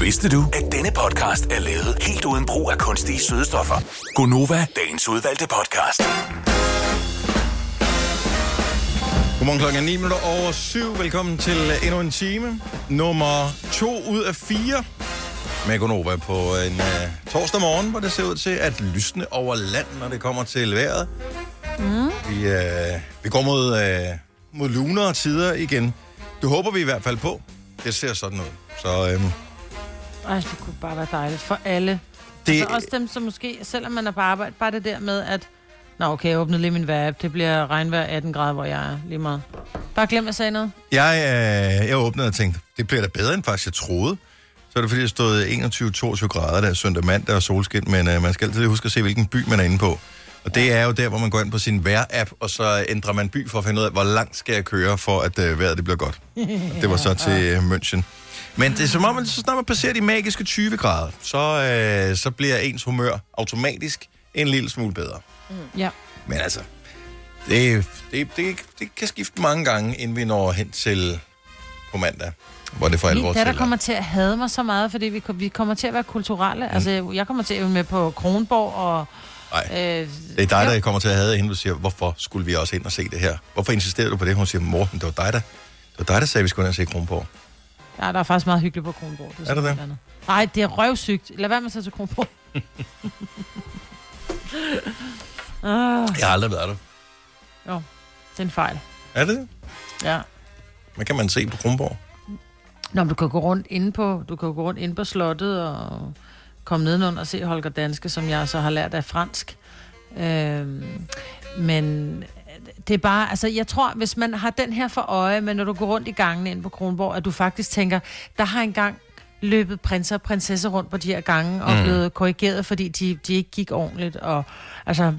Speaker 5: Vidste du, at denne podcast er lavet helt uden brug af kunstige sødestoffer? Gonova, dagens udvalgte podcast.
Speaker 1: Godmorgen klokken er 9 minutter over 7. Velkommen til øh, endnu en time. Nummer 2 ud af 4 med Gonova på en uh, torsdag morgen, hvor det ser ud til at lysne over land, når det kommer til vejret. Mm. Vi, uh, vi går mod, uh, mod lunere tider igen. Det håber vi i hvert fald på. Det ser sådan ud. Så um,
Speaker 3: Ej, det kunne bare være dejligt for alle. Det...
Speaker 1: det,
Speaker 3: Altså også dem, som måske, selvom man er på arbejde, bare det der med, at Nå, okay, jeg åbnede lige min vejr-app. Det bliver regnvejr 18 grader, hvor jeg er lige meget. Bare glem, at jeg sagde noget.
Speaker 1: Jeg, øh, jeg åbnede og tænkte, det bliver da bedre, end faktisk jeg troede. Så er det fordi, der stod 21-22 grader, der er søndag mandag og solskin, men øh, man skal altid huske at se, hvilken by man er inde på. Og det er jo der, hvor man går ind på sin vejr-app, og så ændrer man by for at finde ud af, hvor langt skal jeg køre, for at øh, vejret det bliver godt. Og [LAUGHS] Det var så til øh, München. Men det er som om, at så snart man passerer de magiske 20 grader, så, øh, så bliver ens humør automatisk en lille smule bedre.
Speaker 9: Mm.
Speaker 3: Ja.
Speaker 1: Men altså, det, det, det, det kan skifte mange gange, inden vi når hen til på mandag, hvor det for alvor
Speaker 3: Min datter
Speaker 1: tæller.
Speaker 3: kommer til at hade mig så meget, fordi vi, kom- vi kommer til at være kulturelle. Mm. Altså, jeg kommer til at være med på Kronborg og...
Speaker 1: Nej,
Speaker 3: Øh,
Speaker 1: det er dig, der kommer til at have hende, og siger, hvorfor skulle vi også ind og se det her? Hvorfor insisterer du på det? Hun siger, mor, men det var dig, der, det var dig, der sagde, at vi skulle ind og se Kronborg.
Speaker 3: ja, der er faktisk meget hyggeligt på Kronborg. Det
Speaker 1: Er der
Speaker 3: sådan
Speaker 1: det?
Speaker 3: et eller andet. Nej, det er røvsygt. Lad være med at tage til
Speaker 1: [LAUGHS]
Speaker 3: Kronborg. ah,
Speaker 1: Jeg har aldrig været der.
Speaker 3: jo, det er en fejl.
Speaker 1: Er det det?
Speaker 3: Ja.
Speaker 1: Hvad kan man se på Kronborg?
Speaker 3: Nå, men du kan gå rundt inde på, du kan jo gå rundt inde på slottet og komme nedenunder og se Holger Danske, som jeg så har lært af fransk. Øhm, men det er bare, altså jeg tror, hvis man har den her for øje, men når du går rundt i gangen inde på Kronborg, at du faktisk tænker, der har engang løbet prinser og prinsesser rundt på de her gange
Speaker 1: Mhm.
Speaker 3: og mm. blevet korrigeret, fordi de, de ikke gik ordentligt. Og, altså,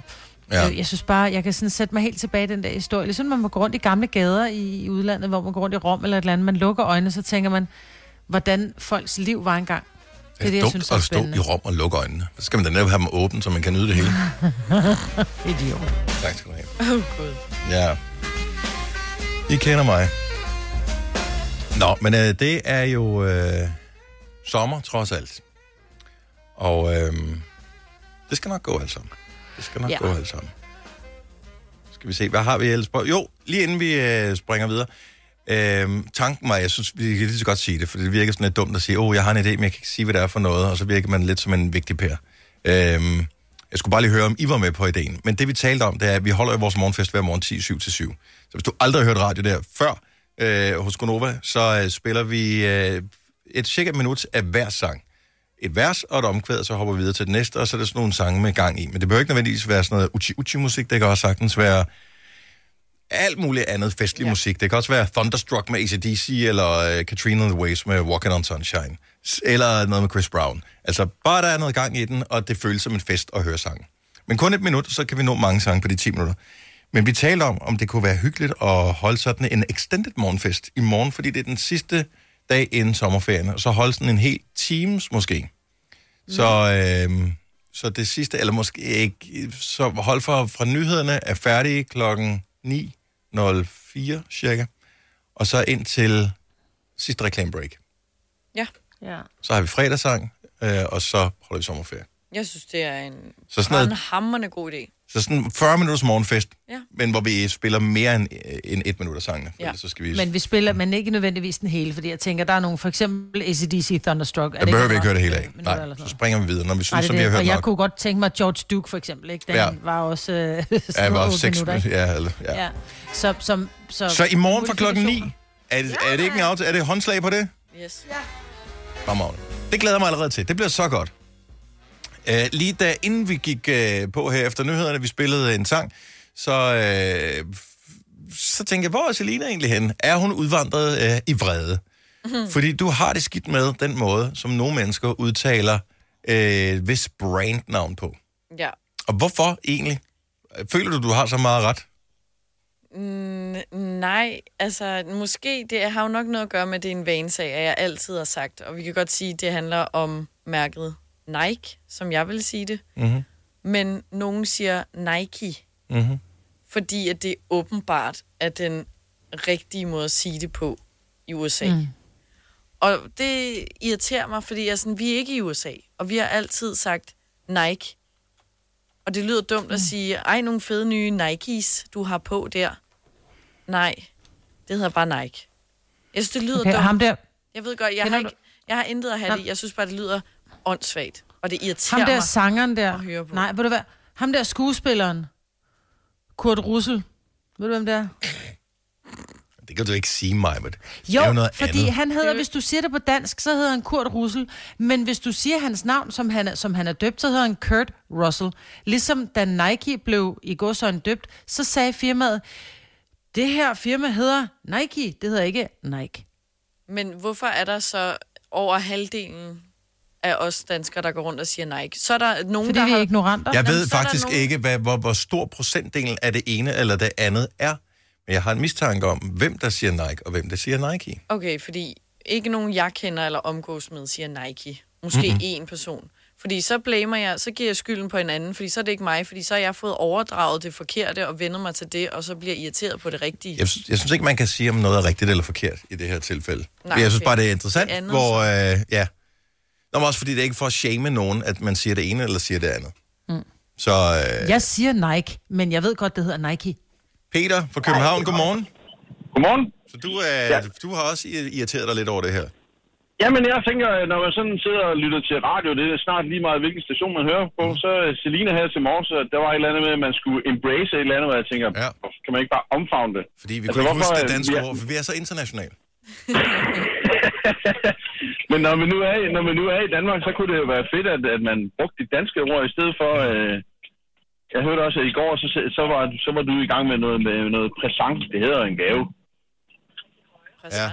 Speaker 1: Ja.
Speaker 3: ja. jeg, jeg synes bare, jeg kan sådan sætte mig helt tilbage i den der historie. Ligesom man må gå rundt i gamle gader i, i udlandet, hvor man går rundt i Rom eller et eller andet, man lukker øjnene, så tænker man, hvordan folks liv var engang. Det er det, jeg
Speaker 1: dumt
Speaker 3: synes er
Speaker 1: at stå
Speaker 3: spændende.
Speaker 1: i rum og lukke øjnene. Så skal man da netop have dem åbne, så man kan nyde det hele.
Speaker 3: [LAUGHS] Idiot.
Speaker 1: Tak skal du
Speaker 2: Åh,
Speaker 1: have.
Speaker 2: oh, Gud.
Speaker 1: Ja. I kender mig. Nå, men øh, det er jo øh, sommer trods alt. Og øh, det skal nok gå alt sammen. Det skal nok
Speaker 13: Ja.
Speaker 1: ja. gå alt sammen. Skal vi se, hvad har vi ellers på? Jo, lige inden vi øh, springer videre. Øh, tanken var, jeg synes, vi kan lige så godt sige det, for det virker sådan lidt dumt at sige, åh, oh, jeg har en idé, men jeg kan ikke sige, hvad det er for noget, og så virker man lidt som en vigtig pære. Øh, jeg skulle bare lige høre, om I var med på ideen. Men det vi talte om, det er, at vi holder jo vores morgenfest hver morgen 10, 7 til 7. Så hvis du aldrig har hørt radio der før øh, hos Gonova, så øh, spiller vi øh, et cirka minut af hver sang. Et vers og et omkvæd, og så hopper vi videre til det næste, og så er der sådan nogle sange med gang i. Men det behøver ikke nødvendigvis være sådan noget uchi-uchi-musik, det kan også sagtens være alt muligt andet festlig ja. musik. Det kan også være Thunderstruck med ACDC, eller øh, Katrina and the Waves med Walking on Sunshine, S- eller noget med Chris Brown. Altså, bare der er noget gang i den, og det føles som en fest at høre sangen. Men kun et minut, så kan vi nå mange sange på de 10 minutter. Men vi taler om, om det kunne være hyggeligt at holde sådan en extended morgenfest i morgen, fordi det er den sidste dag inden sommerferien, og så holde sådan en hel times måske. Så, øh, så det sidste, eller måske ikke, så hold fra, fra nyhederne er færdige klokken 9.04 cirka, og så ind til sidste reklamebreak.
Speaker 2: Ja.
Speaker 3: ja.
Speaker 1: Så har vi fredagssang, øh, og så holder vi sommerferie.
Speaker 2: Jeg synes, det er en,
Speaker 1: Så sådan noget-
Speaker 2: en hammerende god idé.
Speaker 1: Så sådan 40 minutters morgenfest,
Speaker 2: Ja.
Speaker 1: men hvor vi spiller mere end, øh, end et minut af sangene. Ja.
Speaker 3: Ja.
Speaker 1: Så skal vi...
Speaker 3: Men vi spiller, men ikke nødvendigvis den hele, fordi jeg tænker, der er nogen, for eksempel ACDC Thunderstruck.
Speaker 1: der behøver vi ikke høre det hele af.
Speaker 3: minutter
Speaker 1: Nej, så springer vi videre, når vi synes,
Speaker 3: Nej,
Speaker 1: Ej,
Speaker 3: altså- det er det.
Speaker 1: at vi har hørt
Speaker 3: Og jeg
Speaker 1: nok.
Speaker 3: kunne godt tænke mig George Duke, for eksempel. Ikke? Den
Speaker 1: Ja.
Speaker 3: ja. var også øh, [LAUGHS] sådan
Speaker 1: Ja,
Speaker 3: noget
Speaker 1: var
Speaker 3: otte
Speaker 1: seks
Speaker 3: minutter. Ikke?
Speaker 1: ja, eller, ja.
Speaker 3: ja. Så, som, så,
Speaker 1: Så i morgen fra klokken 9, er, det- er det ikke en aftale? Er det håndslag på det?
Speaker 2: Yes. Ja.
Speaker 1: Fremragende. Det glæder jeg mig allerede til. Det bliver så godt. Uh, lige da inden vi gik uh, på her efter nyhederne, vi spillede en sang, så, uh, så tænkte jeg, hvor er Selina egentlig henne? Er hun udvandret uh, i vrede? Mm. Fordi du har det skidt med den måde, som nogle mennesker udtaler uh, hvis brandnavn på.
Speaker 2: Ja.
Speaker 1: Og hvorfor egentlig? Føler du, du har så meget ret?
Speaker 2: Mm, nej, altså måske, det har jo nok noget at gøre med, at det er en vanesag, at jeg altid har sagt. Og vi kan godt sige, at det handler om mærket Nike, som jeg vil sige det.
Speaker 1: Mm-hmm.
Speaker 2: Men nogen siger Nike,
Speaker 1: Mm-hmm.
Speaker 2: fordi at det åbenbart er den rigtige måde at sige det på i USA. Mm.
Speaker 3: Mm.
Speaker 2: Og det irriterer mig, fordi jeg er sådan, vi er ikke i USA, og vi har altid sagt Nike. Og det lyder
Speaker 3: Mm.
Speaker 2: dumt at sige, ej, nogle fede nye Nikes, du har på der. Nej, det hedder bare Nike. Jeg synes, det lyder
Speaker 3: Okay,
Speaker 2: dumt.
Speaker 3: ham der,
Speaker 2: Jeg ved godt, jeg har,
Speaker 3: Kender
Speaker 2: ikke, jeg har intet at have det i. Jeg synes bare, det lyder åndssvagt, og det irriterer
Speaker 3: ham der
Speaker 2: mig.
Speaker 3: sangeren der. Nej, ved du hvad? Ham der skuespilleren. Kurt Russel. Ved du, hvem det er?
Speaker 1: Det kan du ikke sige mig, men det er jo
Speaker 3: Jo,
Speaker 1: noget
Speaker 3: fordi
Speaker 1: andet.
Speaker 3: han hedder, hvis du siger det på dansk, så hedder han Kurt Russell. Men hvis du siger hans navn, som han, er, som han er døbt, så hedder han Kurt Russell. Ligesom da Nike blev i går så døbt, så sagde firmaet, det her firma hedder Nike, det hedder ikke Nike.
Speaker 2: Men hvorfor er der så over halvdelen af os danskere, der går rundt og siger Nike? Så er der nogen,
Speaker 3: Fordi
Speaker 2: der
Speaker 3: vi
Speaker 2: har...
Speaker 3: er ignoranter.
Speaker 1: Jeg
Speaker 2: Jamen,
Speaker 1: ved
Speaker 2: så er der
Speaker 1: faktisk
Speaker 2: nogen-
Speaker 1: ikke, hvad, hvor, hvor stor procentdelen af det ene eller det andet er. Men jeg har en mistanke om, hvem der siger Nike, og hvem der siger Nike.
Speaker 2: Okay, fordi ikke nogen, jeg kender eller omgås med, siger Nike. Måske
Speaker 1: Mhm.
Speaker 2: én person. Fordi så blamer jeg, så giver jeg skylden på en anden, fordi så er det ikke mig, fordi så har jeg fået overdraget det forkerte og vender mig til det, og så bliver jeg irriteret på det rigtige.
Speaker 1: Jeg, sy- jeg synes ikke, man kan sige, om noget er rigtigt eller forkert i det her tilfælde.
Speaker 2: Nej,
Speaker 1: Nej, jeg synes
Speaker 2: okay.
Speaker 1: bare, det er interessant,
Speaker 2: Det er andet,
Speaker 1: hvor... Øh, ja. Nå, men også fordi det er ikke for at shame nogen, at man siger det ene eller siger det andet.
Speaker 3: Mm.
Speaker 1: Så øh,
Speaker 3: Jeg siger Nike, men jeg ved godt, det hedder Nike.
Speaker 1: Peter fra København, godmorgen.
Speaker 6: Godmorgen.
Speaker 1: Så du, øh, ja. du har også ir- irriteret dig lidt over det her.
Speaker 6: Jamen, jeg tænker, at når man sådan sidder og lytter til radio, det er snart lige meget, hvilken station man hører på, så øh, Selina her til morgen, så der var et eller andet med, at man skulle embrace et eller andet, og jeg tænker, ja. kan man ikke bare omfavne det?
Speaker 1: Fordi vi kunne ikke
Speaker 6: hvorfor,
Speaker 1: huske det
Speaker 6: øh,
Speaker 1: danske
Speaker 6: vi
Speaker 1: ja.
Speaker 6: er-
Speaker 1: ord, for vi er så internationale.
Speaker 6: Men når man, nu er, i- når man nu er i Danmark, så kunne det jo være fedt, at, at man brugte de danske ord i stedet for... Øh, jeg hørte også, at i går, så, så, var, så var du i gang med noget, med noget præsent. Det hedder en gave.
Speaker 1: Ja.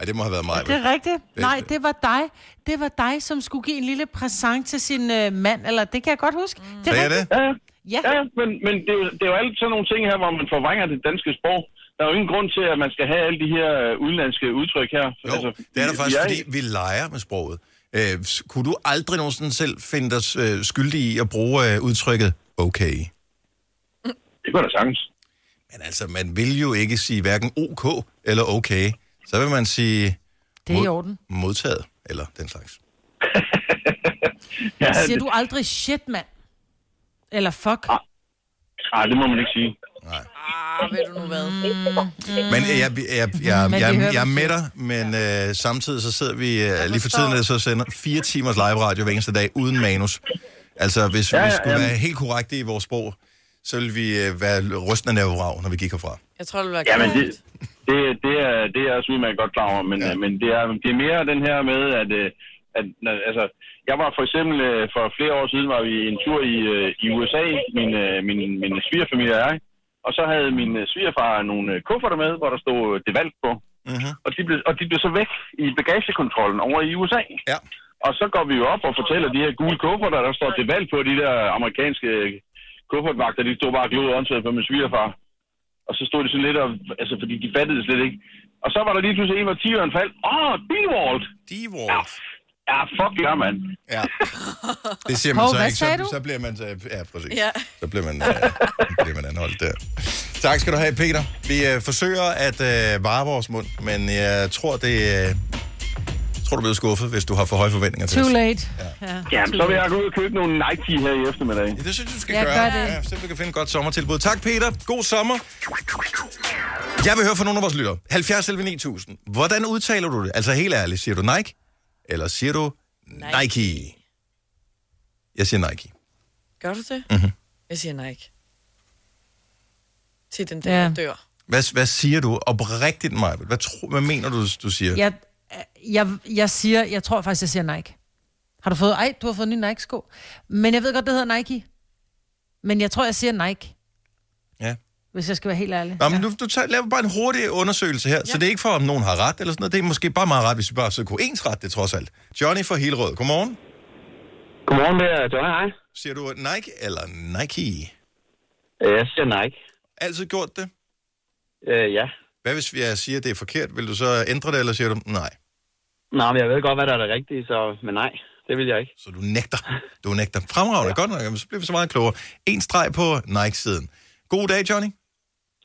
Speaker 1: Ej, det må have været mig.
Speaker 3: Det er rigtigt. Nej, det var dig. Det var dig, som skulle give en lille præsent til sin øh, mand, eller det kan jeg godt huske. Det
Speaker 1: Mm. Sagde jeg
Speaker 3: rigtigt.
Speaker 6: Ja,
Speaker 3: Ja.
Speaker 6: ja men, men det, er jo, det er jo alt sådan nogle ting her, hvor man forvrænger det danske sprog. Der er jo ingen grund til, at man skal have alle de her øh, udenlandske udtryk her. Jo, altså,
Speaker 1: Det er der
Speaker 6: vi-
Speaker 1: faktisk,
Speaker 6: vi
Speaker 1: fordi vi leger med sproget. Øh, s- kunne du aldrig nogensinde selv finde dig øh, skyldig i at bruge øh, udtrykket okay?
Speaker 6: Det kunne da sagtens.
Speaker 1: Men altså, man vil jo ikke sige hverken ok eller okay. Så vil man sige...
Speaker 3: Det er i
Speaker 1: mod-
Speaker 3: orden.
Speaker 1: Modtaget, eller den
Speaker 6: [LAUGHS]
Speaker 1: slags.
Speaker 3: Ja, Siger du aldrig shit, mand? Eller fuck?
Speaker 6: Nej, det må man ikke sige.
Speaker 2: Ah, ved du nu hvad?
Speaker 6: Mm.
Speaker 3: Mm.
Speaker 1: Men
Speaker 2: Mm.
Speaker 1: øh, jeg, jeg, jeg, jeg,
Speaker 2: Men vi hører
Speaker 1: jeg, jeg er
Speaker 2: dem
Speaker 1: med dig, men øh, samtidig så sidder vi øh, lige for tiden, at så sender fire timers live radio hver eneste dag uden manus. Altså, hvis
Speaker 6: Ja,
Speaker 1: ja,
Speaker 6: ja,
Speaker 1: vi skulle
Speaker 6: jamen.
Speaker 1: være helt korrekte i vores sprog, så ville vi øh, være rystende af vrag, når vi gik herfra.
Speaker 2: Jeg tror, det vil være
Speaker 6: Jamen, det,
Speaker 2: kedeligt.
Speaker 6: det, det, er, det er også udmærket godt klar over, men, ja. men det, er, det er mere den her med, at, øh, at når- altså, jeg var for eksempel, øh, for flere år siden var vi en tur i, øh, i USA, min, øh, min, min svigerfamilie og jeg, og så havde min øh, svigerfar nogle øh, kufferter med, hvor der stod øh, det valg på.
Speaker 1: Mm-hmm.
Speaker 6: Og de, blev, og de blev så væk i bagagekontrollen over i USA.
Speaker 1: Ja.
Speaker 6: Og så går vi jo op og fortæller de her gule kufferter, der står til valg på de der amerikanske øh, kuffertvagter, de stod bare og glodede åndssvagt på min svigerfar. Og så stod de sådan lidt, og, altså fordi de fattede det slet ikke. Og så var der lige pludselig en, hvor tigeren faldt. Åh, oh, Dewalt!
Speaker 1: Dewalt?
Speaker 6: Ja, ja fuck ja, mand.
Speaker 1: Ja. Det siger man
Speaker 6: Hov,
Speaker 1: så
Speaker 6: hvad
Speaker 1: ikke.
Speaker 6: sagde
Speaker 1: Så,
Speaker 6: du?
Speaker 1: så bliver man... Så, ja, præcis.
Speaker 6: Ja.
Speaker 1: Så bliver man, øh, bliver man anholdt der. Tak skal du have, Peter. Vi øh, forsøger at øh, vare vores mund, men jeg tror, det... Øh, jeg tror, du bliver skuffet, hvis du har for høje forventninger til
Speaker 3: Too
Speaker 1: os.
Speaker 3: late. Ja.
Speaker 6: Jamen, så vil jeg gå ud og købe nogle Nike her i eftermiddag.
Speaker 1: Ja, det synes jeg, du skal
Speaker 3: Ja,
Speaker 1: gøre.
Speaker 3: gør det.
Speaker 1: Ja, så vi kan finde et godt sommertilbud. Tak, Peter. God sommer. Jeg vil høre fra nogle af vores lyttere. 70 11 9000. Hvordan udtaler du det? Altså helt ærligt, siger du Nike? Eller siger du Nike? Nike. Jeg siger Nike.
Speaker 2: Gør du det?
Speaker 1: Mhm.
Speaker 2: Jeg siger nej ikke. Til den dag,
Speaker 3: Ja.
Speaker 2: ja. jeg dør.
Speaker 1: Hvad, hvad siger du oprigtigt, Maja? Hvad, tro, hvad mener du, du siger?
Speaker 3: Jeg, jeg, jeg siger, jeg tror faktisk, jeg siger Nike. Har du fået, ej, du har fået en ny Nike-sko. Men jeg ved godt, det hedder Nike. Men jeg tror, jeg siger Nike.
Speaker 1: Ja.
Speaker 3: Hvis jeg skal være helt ærlig.
Speaker 1: Nå, men du, du tager, laver bare en hurtig undersøgelse her, ja. så det er ikke for, om nogen har ret eller sådan noget. Det er måske bare meget ret, hvis vi bare så kunne ens ret det trods alt. Johnny fra Hillerød, godmorgen.
Speaker 8: Godmorgen, det er Johnny, hej.
Speaker 1: Siger du Nike eller Nike?
Speaker 8: Øh, Jeg siger Nike.
Speaker 1: Altid gjort det?
Speaker 8: Øh, ja.
Speaker 1: Hvad hvis jeg siger, det er forkert? Vil du så ændre det, eller siger du nej?
Speaker 8: Nå, men jeg ved godt, hvad der er det rigtige, så... men nej, det vil jeg ikke.
Speaker 1: Så du nægter. Du nægter. Fremragende, ja. godt nok. Jamen, så bliver vi så meget klogere. En streg på Nike-siden. God dag, Johnny.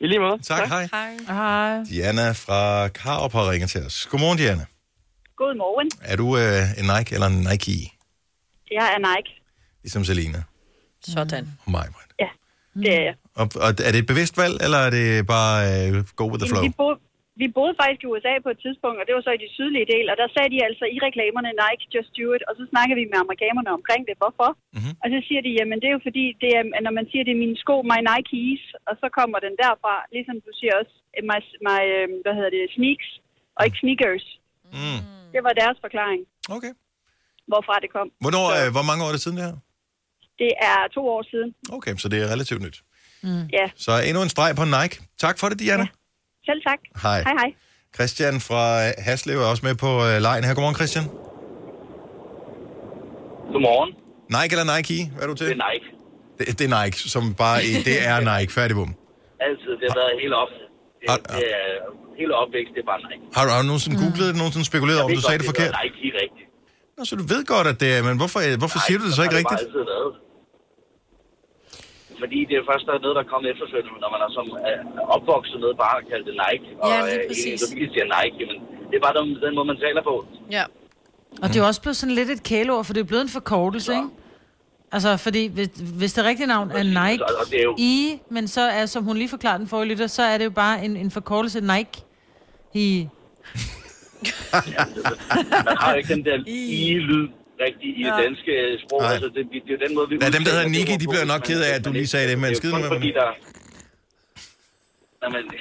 Speaker 8: I lige måde.
Speaker 1: Tak, tak. hej.
Speaker 3: Hej.
Speaker 1: Diana fra Karup har ringet til os. Godmorgen, Diana.
Speaker 11: Godmorgen.
Speaker 1: Er du øh, en Nike eller en Nike?
Speaker 11: Jeg er Nike.
Speaker 1: Ligesom Selina
Speaker 2: Sådan.
Speaker 1: og mig.
Speaker 11: Ja, Mm. det er jeg.
Speaker 1: Og, og er det et bevidst valg, eller er det bare øh, go with the
Speaker 11: Jamen,
Speaker 1: flow?
Speaker 11: Vi, boede, vi boede faktisk i USA på et tidspunkt, og det var så i de sydlige del, og der sagde de altså i reklamerne, Nike, just do it, og så snakkede vi med amerikanerne omkring det, hvorfor?
Speaker 1: Mhm.
Speaker 11: Mm-hmm. Og så siger de, jamen det er jo fordi, det er, når man siger, det er mine sko, my Nikes, og så kommer den derfra, ligesom du siger også, eh, my, my øh, hvad hedder det, sneaks, og ikke sneakers.
Speaker 1: Mm.
Speaker 11: Det var deres forklaring.
Speaker 1: Okay.
Speaker 11: Hvorfra det kom.
Speaker 1: Hvornår, øh, hvor mange år er det siden det her?
Speaker 11: Det er to år siden.
Speaker 1: Okay, så det er relativt nyt.
Speaker 11: Mm. Ja,
Speaker 1: Så endnu en streg på Nike. Tak for det, Diana.
Speaker 11: selv tak.
Speaker 1: Hej.
Speaker 11: Hej, hej.
Speaker 1: Christian fra øh, Haslev er også med på øh, lejen her. Godmorgen, Christian.
Speaker 13: Godmorgen.
Speaker 1: Nike eller Nike? Hvad er du til? Det
Speaker 13: er Nike.
Speaker 1: Det, det er Nike, som bare i, det er Nike. Færdig bum.
Speaker 13: Altid. Det har været hele op. Det, det er, hele opvækst, det er bare Nike.
Speaker 1: Ah, Har du, har du nogensinde googlet det, nogensinde spekuleret om,
Speaker 13: Mm. ved
Speaker 1: du sagde det
Speaker 13: godt,
Speaker 1: forkert?
Speaker 13: hedder Nike helt rigtigt.
Speaker 1: Nå, så du ved godt, at det er, men hvorfor, øh, hvorfor siger du det så ikke
Speaker 13: har det
Speaker 1: rigtigt?
Speaker 13: bare altid været. Fordi det er først der er noget, der er kommet efterfølgende, når man er som øh, opvokset med bare at kalde det Nike. Og
Speaker 3: Ja, lige
Speaker 13: øh,
Speaker 3: præcis.
Speaker 13: ens familie siger Nike, men det er bare den, den måde, man taler på.
Speaker 2: Ja.
Speaker 3: Og det er jo også blevet sådan lidt et kæleord, for det er blevet en forkortelse, ikke? Altså, fordi hvis, hvis det rigtige navn er Nike
Speaker 13: og det er jo-
Speaker 3: I, men så er, som hun lige forklarede den forrige lytter, så er det jo bare en, en forkortelse Nike I.
Speaker 13: Man har jo ikke den der i-lyd rigtig i det
Speaker 3: Ja.
Speaker 13: danske sprog.
Speaker 1: Nej.
Speaker 13: Altså, det, det, det er jo den måde, vi...
Speaker 1: Der er dem, der
Speaker 13: udtaler
Speaker 1: hedder
Speaker 13: det
Speaker 1: Nike,
Speaker 13: ord
Speaker 1: de
Speaker 13: på,
Speaker 1: bliver
Speaker 13: hvis
Speaker 1: nok
Speaker 13: man-
Speaker 1: kede af, at du lige sagde det, men skide
Speaker 13: kun
Speaker 1: med
Speaker 13: fordi
Speaker 1: mig.
Speaker 13: der... [LAUGHS] Jamen, det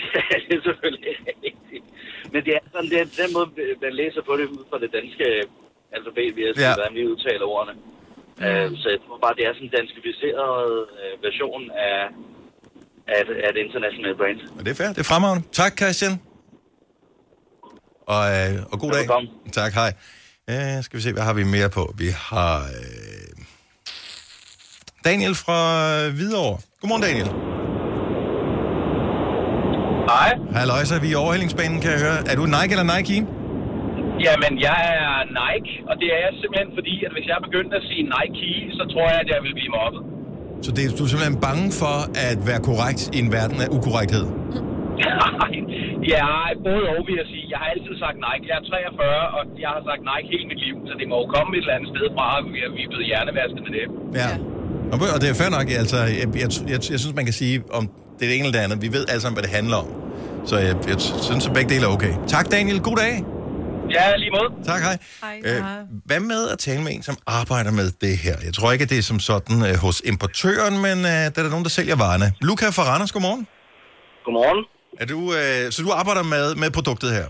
Speaker 13: er [LAUGHS] selvfølgelig rigtigt. Men det er sådan, det er den måde, man læser på det ud fra det danske alfabet, vi
Speaker 1: Ja.
Speaker 13: ja. hvordan vi udtaler ordene. Øh, så jeg tror bare, det er sådan en danskificeret øh, version af, af, et- af et international brand.
Speaker 1: Men det er fair, det er fremragende. Tak, Christian. Og, øh, og god dag. Tak, hej. Øh, skal vi se, hvad har vi mere på? Vi har øh, Daniel fra øh, Hvidovre. Godmorgen, Daniel.
Speaker 13: Hej.
Speaker 1: Halløjsa, vi er i overhældingsbanen, kan jeg høre. Er du Nike eller Nike?
Speaker 14: Jamen, jeg er Nike, og det er jeg simpelthen fordi, at hvis jeg begyndte at sige Nike, så tror jeg, at jeg vil blive mobbet.
Speaker 1: Så det, er- du er simpelthen bange for at være korrekt i en verden af ukorrekthed?
Speaker 14: [LAUGHS] ja, både og vil jeg sige. Jeg har altid sagt Nike. Jeg er 43, og jeg har sagt Nike hele mit liv, så det må jo komme et eller andet sted fra, at vi er- vi er blevet hjernevasket med det.
Speaker 1: Ja. Og, og det er fair nok, altså, jeg, jeg, jeg, jeg synes, man kan sige, om det er det ene eller det andet. Vi ved alle sammen, hvad det handler om. Så jeg, jeg synes, at begge dele er okay. Tak, Daniel. God dag.
Speaker 14: Ja, lige måde.
Speaker 1: Tak, hej. Øh, hvad med at tale med en, som arbejder med det her? Jeg tror ikke, at det er som sådan øh, hos importøren, men øh, der er der nogen, der sælger varerne. Luca fra Randers, godmorgen.
Speaker 13: Godmorgen.
Speaker 1: Er du, øh, så du arbejder med, med produktet her?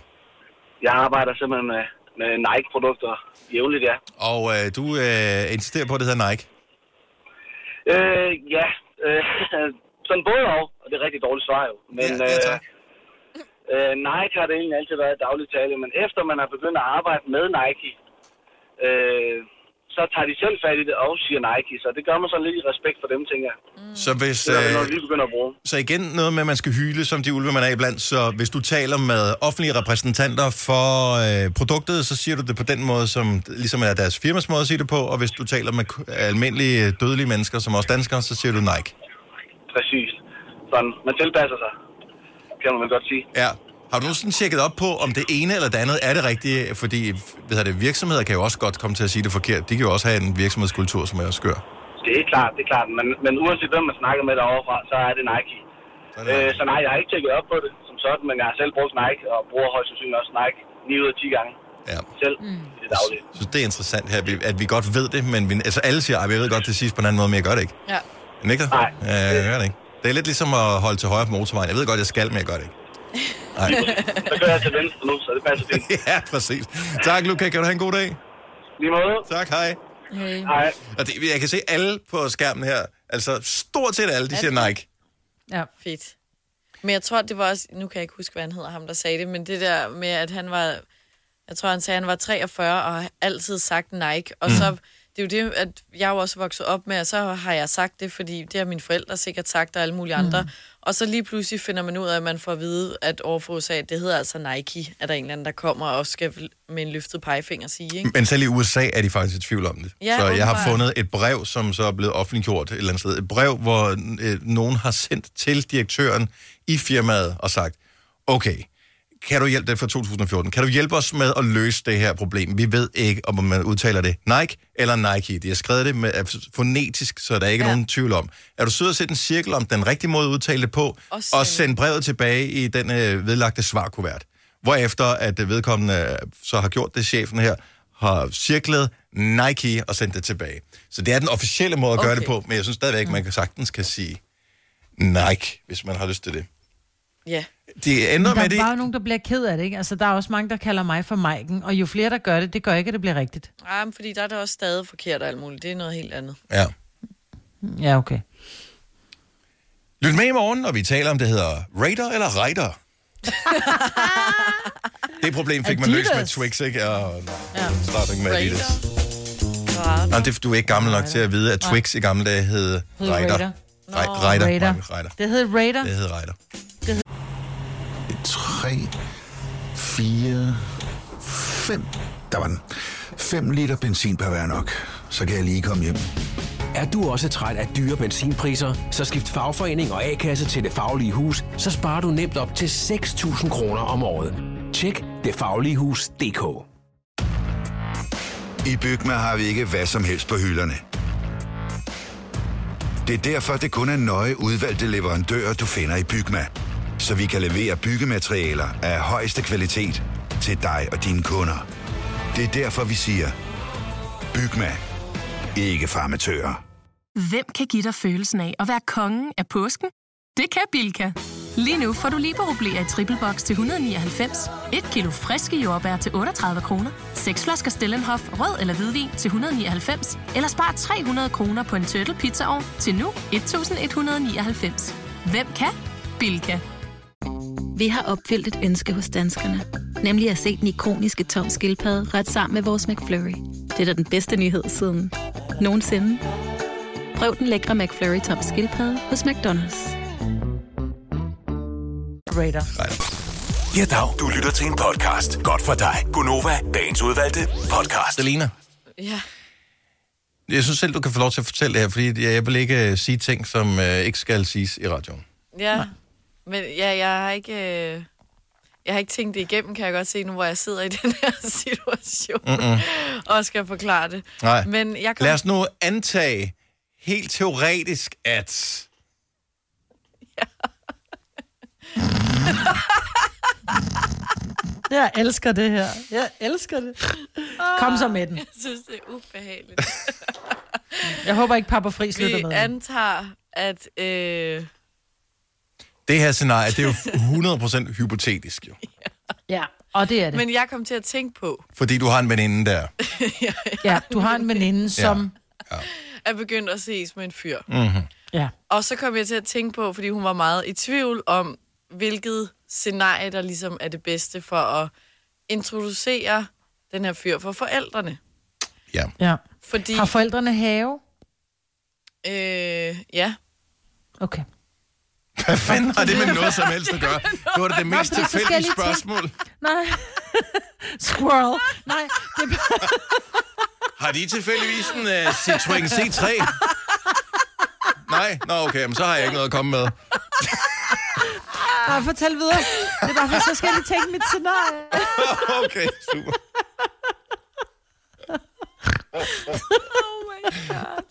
Speaker 13: Jeg arbejder simpelthen med, med Nike-produkter jævnligt, ja.
Speaker 1: Og øh, du øh, insisterer på, at det hedder Nike?
Speaker 13: Øh, ja. Øh, [LAUGHS] sådan både og, og det er rigtig dårligt svar jo. Men, ja, ja, øh, Nike har det egentlig altid været i daglig tale, men efter man har begyndt at arbejde med Nike, øh, så tager de selv fat i det og siger Nike, så det gør man sådan lidt i respekt for dem, tænker jeg.
Speaker 1: Så hvis...
Speaker 13: Det er der, når
Speaker 1: Øh,
Speaker 13: vi lige begynder at bruge.
Speaker 1: så igen noget med, at man skal hyle som de ulve, man er iblandt. Så hvis du taler med offentlige repræsentanter for øh, produktet, så siger du det på den måde, som ligesom er deres firmas måde at sige det på. Og hvis du taler med k- almindelige øh, dødelige mennesker, som også danskere, så siger du Nike.
Speaker 13: Præcis. Sådan, man tilpasser sig, kan man vel godt sige.
Speaker 1: Ja. Har du nogensinde tjekket op på, om det ene eller det andet er det rigtige? Fordi hvad hedder det, virksomheder kan jo også godt komme til at sige det forkert. De kan jo også have en virksomhedskultur, som er også skør.
Speaker 13: Det er klart, det er klart. Men, men uanset hvem man snakker med derovre fra, så er det Nike. Øh, så nej, jeg har ikke tjekket op på det som sådan, men jeg har selv brugt Nike, og bruger højst sandsynligt også Nike 9 ud af 10 gange.
Speaker 1: Ja.
Speaker 13: Selv i det daglige.
Speaker 1: Så det er interessant her, at vi- at vi godt ved det, men vi, altså alle siger, at jeg ved godt, det siges på en anden måde, men jeg gør det ikke.
Speaker 2: Ja.
Speaker 1: Jeg nægter. Nej. Jeg gør det ikke. Det er lidt ligesom at holde til højre på motorvejen. Jeg ved godt, jeg skal, men jeg gør det ikke. Nej.
Speaker 13: Så kører jeg til venstre nu, så det passer fint.
Speaker 1: [LAUGHS] ja, præcis. Tak, Luca. Kan du have en god dag?
Speaker 13: Lige måde.
Speaker 1: Tak, hej.
Speaker 3: Hey.
Speaker 13: Hej.
Speaker 1: Og det, jeg kan se alle på skærmen her. Altså, stort set alle, de siger Nike.
Speaker 3: Ja.
Speaker 2: Fedt. Men jeg tror, det var også... Nu kan jeg ikke huske, hvad han hedder, ham der sagde det, men det der med, at han var... Jeg tror, han sagde, at han var 43 og har altid sagt Nike. Og mm. så... Det er jo det, at jeg er jo også vokset op med, og så har jeg sagt det, fordi det har mine forældre sikkert sagt, og alle mulige andre.
Speaker 3: Mm.
Speaker 2: Og så lige pludselig finder man ud af, at man får at vide, at overfor USA, det hedder altså Nike, at der er en eller anden, der kommer og skal med en løftet pegefinger sige, ikke?
Speaker 1: Men selv i USA er de faktisk i tvivl om det.
Speaker 2: Ja,
Speaker 1: så jeg har
Speaker 2: åbenbart.
Speaker 1: fundet et brev, som så er blevet offentliggjort et eller andet sted. Et brev, hvor øh, nogen har sendt til direktøren i firmaet og sagt, okay, kan du hjælpe det er fra 2014? Kan du hjælpe os med at løse det her problem? Vi ved ikke, om man udtaler det Nike eller Nike. De har skrevet det med, fonetisk, så der er ikke ja. nogen tvivl om. Er du sød at sætte en cirkel om den rigtige måde at udtale det på, og sende, og sende brevet tilbage i den øh, vedlagte svarkuvert? Hvorefter at øh, vedkommende øh, så har gjort det, chefen her, har cirklet Nike og sendt det tilbage. Så det er den officielle måde at gøre okay. Mm. det på, men jeg synes stadigvæk, man kan sagtens kan sige Nike, hvis man har lyst til det.
Speaker 2: Ja.
Speaker 1: Det
Speaker 3: Men
Speaker 1: ender
Speaker 3: der
Speaker 1: med
Speaker 3: er
Speaker 1: det
Speaker 3: bare nogen, der bliver ked af det, ikke? Altså, der er også mange, der kalder mig for Maiken, og jo flere, der gør det, det gør ikke, at det bliver rigtigt.
Speaker 2: Ej, Ah, men fordi der er det også stadig forkert og alt muligt. Det er noget helt andet.
Speaker 1: Ja.
Speaker 3: Ja, okay.
Speaker 1: Lyt med i morgen, når vi taler om, det hedder Raider eller Raider. Det problem fik man løst med
Speaker 3: Adidas.
Speaker 1: Twix, ikke? Og ja. starting med
Speaker 3: Raider.
Speaker 1: Adidas. Nej, det, er, du er ikke gammel nok til at vide, at Twix i gamle dage hed
Speaker 3: Hed Raider.
Speaker 1: Raider.
Speaker 3: Raider.
Speaker 1: Raider. Raider. Raider. Raider.
Speaker 3: Det hed Raider.
Speaker 1: Det hed Raider.
Speaker 8: 3, 4, 5. Der var den. 5 liter benzin per hver nok. Så kan jeg lige komme hjem.
Speaker 15: Er du også træt af dyre benzinpriser, så skift fagforening og A-kasse til Det Faglige Hus, så sparer du nemt op til 6.000 kroner om året. Tjek detfagligehus.dk
Speaker 16: I Bygma har vi ikke hvad som helst på hylderne. Det er derfor, det kun er nøje udvalgte leverandører, du finder i Bygma. Så vi kan levere byggematerialer af højeste kvalitet til dig og dine kunder. Det er derfor, vi siger, Bygma. Ikke farmatører.
Speaker 4: Hvem kan give dig følelsen af at være kongen af påsken? Det kan Bilka! Lige nu får du liberobleer i triple box til 199, et kilo friske jordbær til 38 kroner, seks flasker Stellenhof rød eller hvidvin til 199, eller spar 300 kroner på en turtle pizzaovn til nu 1199. Hvem kan? Bilka!
Speaker 17: Vi har opfyldt et ønske hos danskerne. Nemlig at se den ikoniske tom skildpadde ret sammen med vores McFlurry. Det er da den bedste nyhed siden nogensinde. Prøv den lækre McFlurry tom skildpadde hos McDonald's.
Speaker 3: Raider.
Speaker 1: Raider.
Speaker 5: Ja, dag. Du lytter til en podcast. Godt for dig. Gunova, dagens udvalgte podcast.
Speaker 1: Selina,
Speaker 2: Ja.
Speaker 1: jeg synes selv, du kan få lov til at fortælle det her, fordi jeg jeg vil ikke øh, sige ting, som øh, ikke skal siges i radioen.
Speaker 2: Ja, Nej. men ja, jeg har ikke... Øh, jeg har ikke tænkt det igennem, kan jeg godt se nu, hvor jeg sidder i [LAUGHS] den her situation
Speaker 1: Mm-mm.
Speaker 2: [LAUGHS] og skal forklare det.
Speaker 1: Nej.
Speaker 2: Men jeg kom...
Speaker 1: Lad os nu antage helt teoretisk, at...
Speaker 3: Jeg elsker det her. Jeg elsker det. Kom så med den.
Speaker 2: Ah, Jeg synes, det er
Speaker 3: [LAUGHS]
Speaker 2: ubehageligt.
Speaker 3: Jeg håber ikke, Papa Fri
Speaker 2: Vi
Speaker 3: slutter med an...
Speaker 2: antager, at... Øh,
Speaker 1: Det her scenarie, det er jo 100% hypotetisk, jo.
Speaker 3: Ja, og det er det.
Speaker 2: Men jeg kom til at tænke på, [LAUGHS]
Speaker 1: Fordi du har en veninde der.
Speaker 3: Ja, du har en veninde, som...
Speaker 2: at begynde at ses med en fyr.
Speaker 1: Mm-hmm.
Speaker 3: Ja.
Speaker 2: Og så kom jeg til at tænke på, fordi hun var meget i tvivl om, hvilket scenarie, der ligesom er det bedste for at introducere den her fyr for forældrene.
Speaker 3: ja.
Speaker 2: Fordi,
Speaker 3: Har forældrene have?
Speaker 2: øh, ja,
Speaker 3: Okay.
Speaker 1: Hvad fanden har det med noget som helst at gøre? Det var da det
Speaker 3: Nå,
Speaker 1: mest
Speaker 3: fordi så skal jeg
Speaker 1: tilfældige
Speaker 3: lige tænke-
Speaker 1: spørgsmål.
Speaker 3: Nej. [LAUGHS] Squirrel. Nej, det er bare...
Speaker 1: Har de tilfældigvis en uh, Citroën C3? Nej? Nå, okay, men så har jeg ikke noget at komme med. [LAUGHS]
Speaker 3: Nej, fortæl videre. Det er derfor, så skal jeg lige tænke mit scenarie.
Speaker 1: okay, super.
Speaker 2: Oh my god.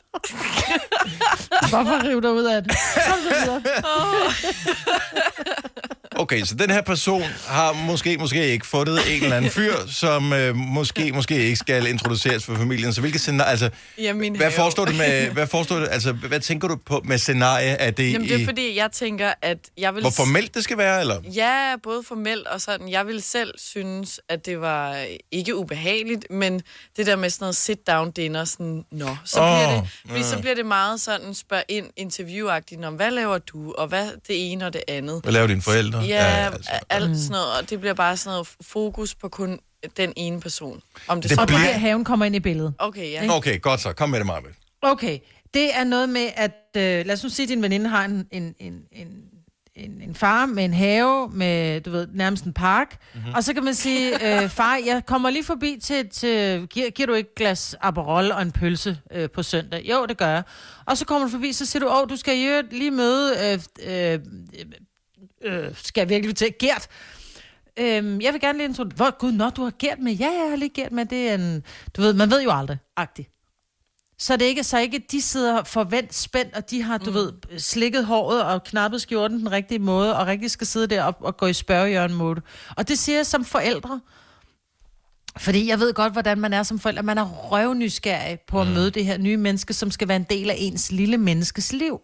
Speaker 3: Hvorfor rive dig ud af den? Kom så videre.
Speaker 2: Oh.
Speaker 1: Okay, så den her person har måske, måske ikke fundet en eller anden fyr, som øh, måske, måske ikke skal introduceres for familien. Så hvilke scenarie, altså,
Speaker 2: Ja, min
Speaker 1: hvad
Speaker 2: have.
Speaker 1: forstår du
Speaker 2: [LAUGHS]
Speaker 1: med, hvad forstår du, altså, hvad tænker du på med scenarie? Er det,
Speaker 2: Jamen, det er
Speaker 1: i,
Speaker 2: fordi, jeg tænker, at jeg vil...
Speaker 1: hvor formelt det skal være, eller?
Speaker 2: Ja, både formelt og sådan. Jeg ville selv synes, at det var ikke ubehageligt, men det der med sådan noget sit-down dinner, sådan, nå, så, oh, bliver
Speaker 1: Åh,
Speaker 2: det, fordi
Speaker 1: ja.
Speaker 2: så bliver det meget sådan spørg ind interviewagtigt, om hvad laver du, og hvad det ene og det andet.
Speaker 1: Hvad laver dine forældre?
Speaker 2: Ja,
Speaker 1: Ja,
Speaker 2: ja
Speaker 1: ja,
Speaker 2: altså. alt sådan noget, og det bliver bare sådan noget fokus på kun den ene person. Om det,
Speaker 1: Det
Speaker 2: så
Speaker 3: Og det
Speaker 1: bliver-
Speaker 3: er der, haven kommer ind i billedet.
Speaker 2: Okay, ja.
Speaker 1: Okay, godt så. Kom med det, Marvind.
Speaker 3: Okay, det er noget med, at øh, lad os nu sige, at din veninde har en, en, en, en, en, en far med en have, med du ved, nærmest en park, mm-hmm. og så kan man sige, øh, far, jeg kommer lige forbi til, til giver, giver du ikke et glas Aperol og en pølse øh, på søndag? Jo, det gør jeg. Og så kommer du forbi, så siger du, åh, du skal i øvrigt lige møde, øh, øh, øh, skal jeg virkelig til, Gert. Øhm, jeg vil gerne lige introducere, hvor gud, nå, du har Gert med, ja, jeg har lige Gert med, det er en, du ved, man ved jo aldrig, agtigt. Så det ikke, så ikke de sidder forvent spændt, og de har, du mm. ved, slikket håret og knappet skjorten den rigtige måde, og rigtig skal sidde der og, og gå i spørgehjørn mode. Og det siger jeg som forældre. Fordi jeg ved godt, hvordan man er som forældre. Man er røvnysgerrig på at møde det her nye menneske, som skal være en del af ens lille menneskes liv.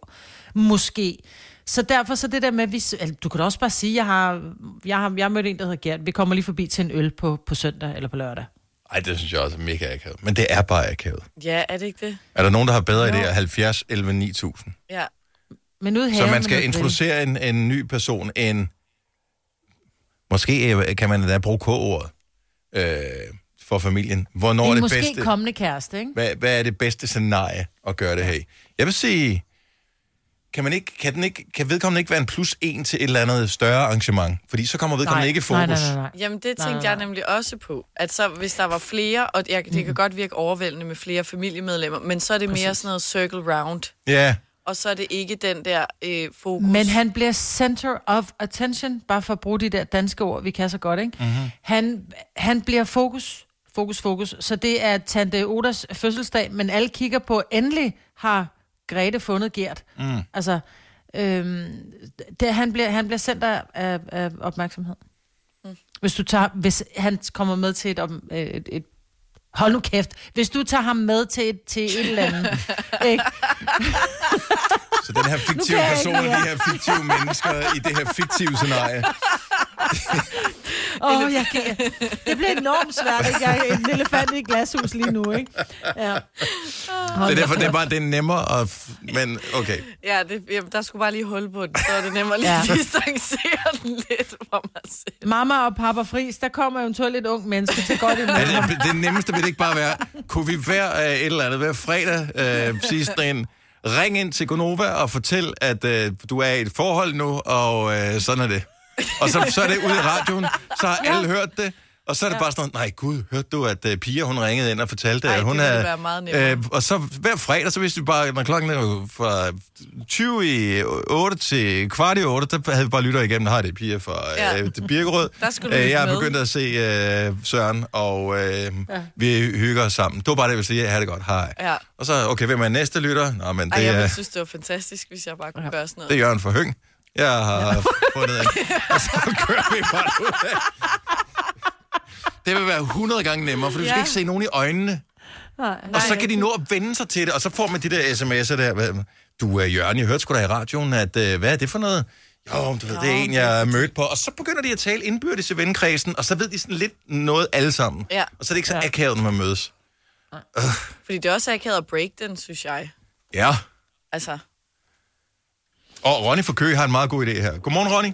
Speaker 3: Måske. Så derfor så det der med, at vi, s- altså, du kan da også bare sige, jeg har, jeg har jeg har mødt en, der hedder Gert. Vi kommer lige forbi til en øl på, på søndag eller på lørdag.
Speaker 1: Ej, det synes jeg også er mega akavet. Men det er bare akavet.
Speaker 2: Ja, er det ikke det?
Speaker 1: Er der nogen, der har bedre idéer? 70, 11, 9000.
Speaker 2: Ja.
Speaker 3: Men ud
Speaker 1: Så man skal introducere en, en ny person, en... Måske øh, kan man da bruge K-ordet øh, for familien. Hvornår er
Speaker 3: en
Speaker 1: det
Speaker 3: måske
Speaker 1: bedste...
Speaker 3: kommende kæreste, ikke?
Speaker 1: Hvad, hvad er det bedste scenarie at gøre det her i? Jeg vil sige, kan, man ikke, kan, den ikke, kan vedkommende ikke være en plus en til et eller andet større arrangement? Fordi så kommer vedkommende ikke i fokus.
Speaker 2: Jamen, det
Speaker 3: Nej,
Speaker 2: tænkte
Speaker 3: nej, Mm.
Speaker 2: jeg nemlig også på. At så, hvis der var flere, og jeg, det kan godt virke overvældende med flere familiemedlemmer, men så er det mere
Speaker 3: Præcis.
Speaker 2: sådan noget circle round.
Speaker 1: Ja,
Speaker 2: Og så er det ikke den der øh, fokus.
Speaker 3: Men han bliver center of attention, bare for at bruge de der danske ord, vi kan så godt,
Speaker 4: Mm.
Speaker 3: ikke?
Speaker 1: Mm-hmm.
Speaker 2: Mhm.
Speaker 3: Han, han bliver fokus, fokus, fokus. Så det er Tante Odas fødselsdag, men alle kigger på, endelig har Grete fundet Gert.
Speaker 1: Mm.
Speaker 3: Altså, øhm, det, han, bliver, han bliver center af, af opmærksomhed. Hvis du tager, hvis han kommer med til et, om- øh, et, et Hold nu kæft. Hvis du tager ham med til et, til et eller andet, ikke?
Speaker 1: så den her fiktive
Speaker 3: kan jeg
Speaker 1: person
Speaker 3: ikke
Speaker 1: og de
Speaker 3: mere.
Speaker 1: her fiktive mennesker i det her fiktive scenarie.
Speaker 3: Åh, oh, jeg kan... Det bliver enormt svært, ikke? Jeg er en elefant i et glashus lige nu, ikke? Ja.
Speaker 1: Det er derfor, det er bare det er nemmere at... f- Men okay.
Speaker 2: Ja, det, jamen, der skulle bare lige hul på den, så er det nemmere lige [LAUGHS]
Speaker 3: Ja.
Speaker 2: at distancere den lidt fra mig selv.
Speaker 3: Mamma og pappa fris, der kommer eventuelt et ung menneske til godt i
Speaker 1: Er
Speaker 3: morgen.
Speaker 1: det, det nemmeste vil det ikke bare være, kunne vi hver øh, et eller andet, hver fredag øh, sidste ind, ring ind til Gonova og fortæl, at øh, du er i et forhold nu, og øh, sådan er det. Og så, så er det ude i radioen, så har alle hørt det. Og så er det bare sådan noget, nej gud, hørte du, at uh, Pia, hun ringede ind og fortalte,
Speaker 2: Ej,
Speaker 1: at
Speaker 2: det
Speaker 1: hun
Speaker 2: ville
Speaker 1: havde...
Speaker 2: være meget nemmere.
Speaker 1: øh, og så hver fredag, så vidste vi bare, når klokken er fra 20 i 8 til kvart i 8, der havde vi bare lytter igennem, har det er Pia fra
Speaker 2: Ja.
Speaker 1: ja. øh, Birkerød.
Speaker 2: Der skulle du
Speaker 1: Øh,
Speaker 2: lytte
Speaker 1: jeg er
Speaker 2: med.
Speaker 1: begyndt at se øh, Søren, og øh, ja.
Speaker 2: Ja.
Speaker 1: vi hygger os sammen. Det var bare det, jeg ville sige, ha' det godt, hej.
Speaker 2: Ja.
Speaker 1: Og så, okay, hvem er næste lytter? Nå, men det,
Speaker 2: Ej, jeg
Speaker 1: er,
Speaker 2: ville synes, det var fantastisk, hvis jeg bare kunne gøre sådan noget.
Speaker 1: det er
Speaker 2: [LAUGHS]
Speaker 1: Jørgen for Høng. Jeg har [LAUGHS] fundet en. Og så kører vi bare ud af. Det vil være 100 gange nemmere, for du skal
Speaker 2: Ja.
Speaker 1: ikke se nogen i øjnene.
Speaker 3: Nej.
Speaker 1: Og så kan de nå at vende sig til det, og så får man de der sms'er der. hvad- Du er Jørgen, jeg hørte sgu da i radioen, at øh, hvad er det for noget? Jo, du ved, det er en, jeg mødte på. Og så begynder de at tale indbyrdes i vennekredsen, og så ved de sådan lidt noget alle sammen.
Speaker 2: Ja.
Speaker 1: Og så er det ikke så akavet, når man mødes.
Speaker 2: Fordi det er også akavet at break den, synes jeg.
Speaker 1: Ja.
Speaker 2: Altså,
Speaker 1: Og Ronny fra Køge har en meget god idé her. Godmorgen, Ronny.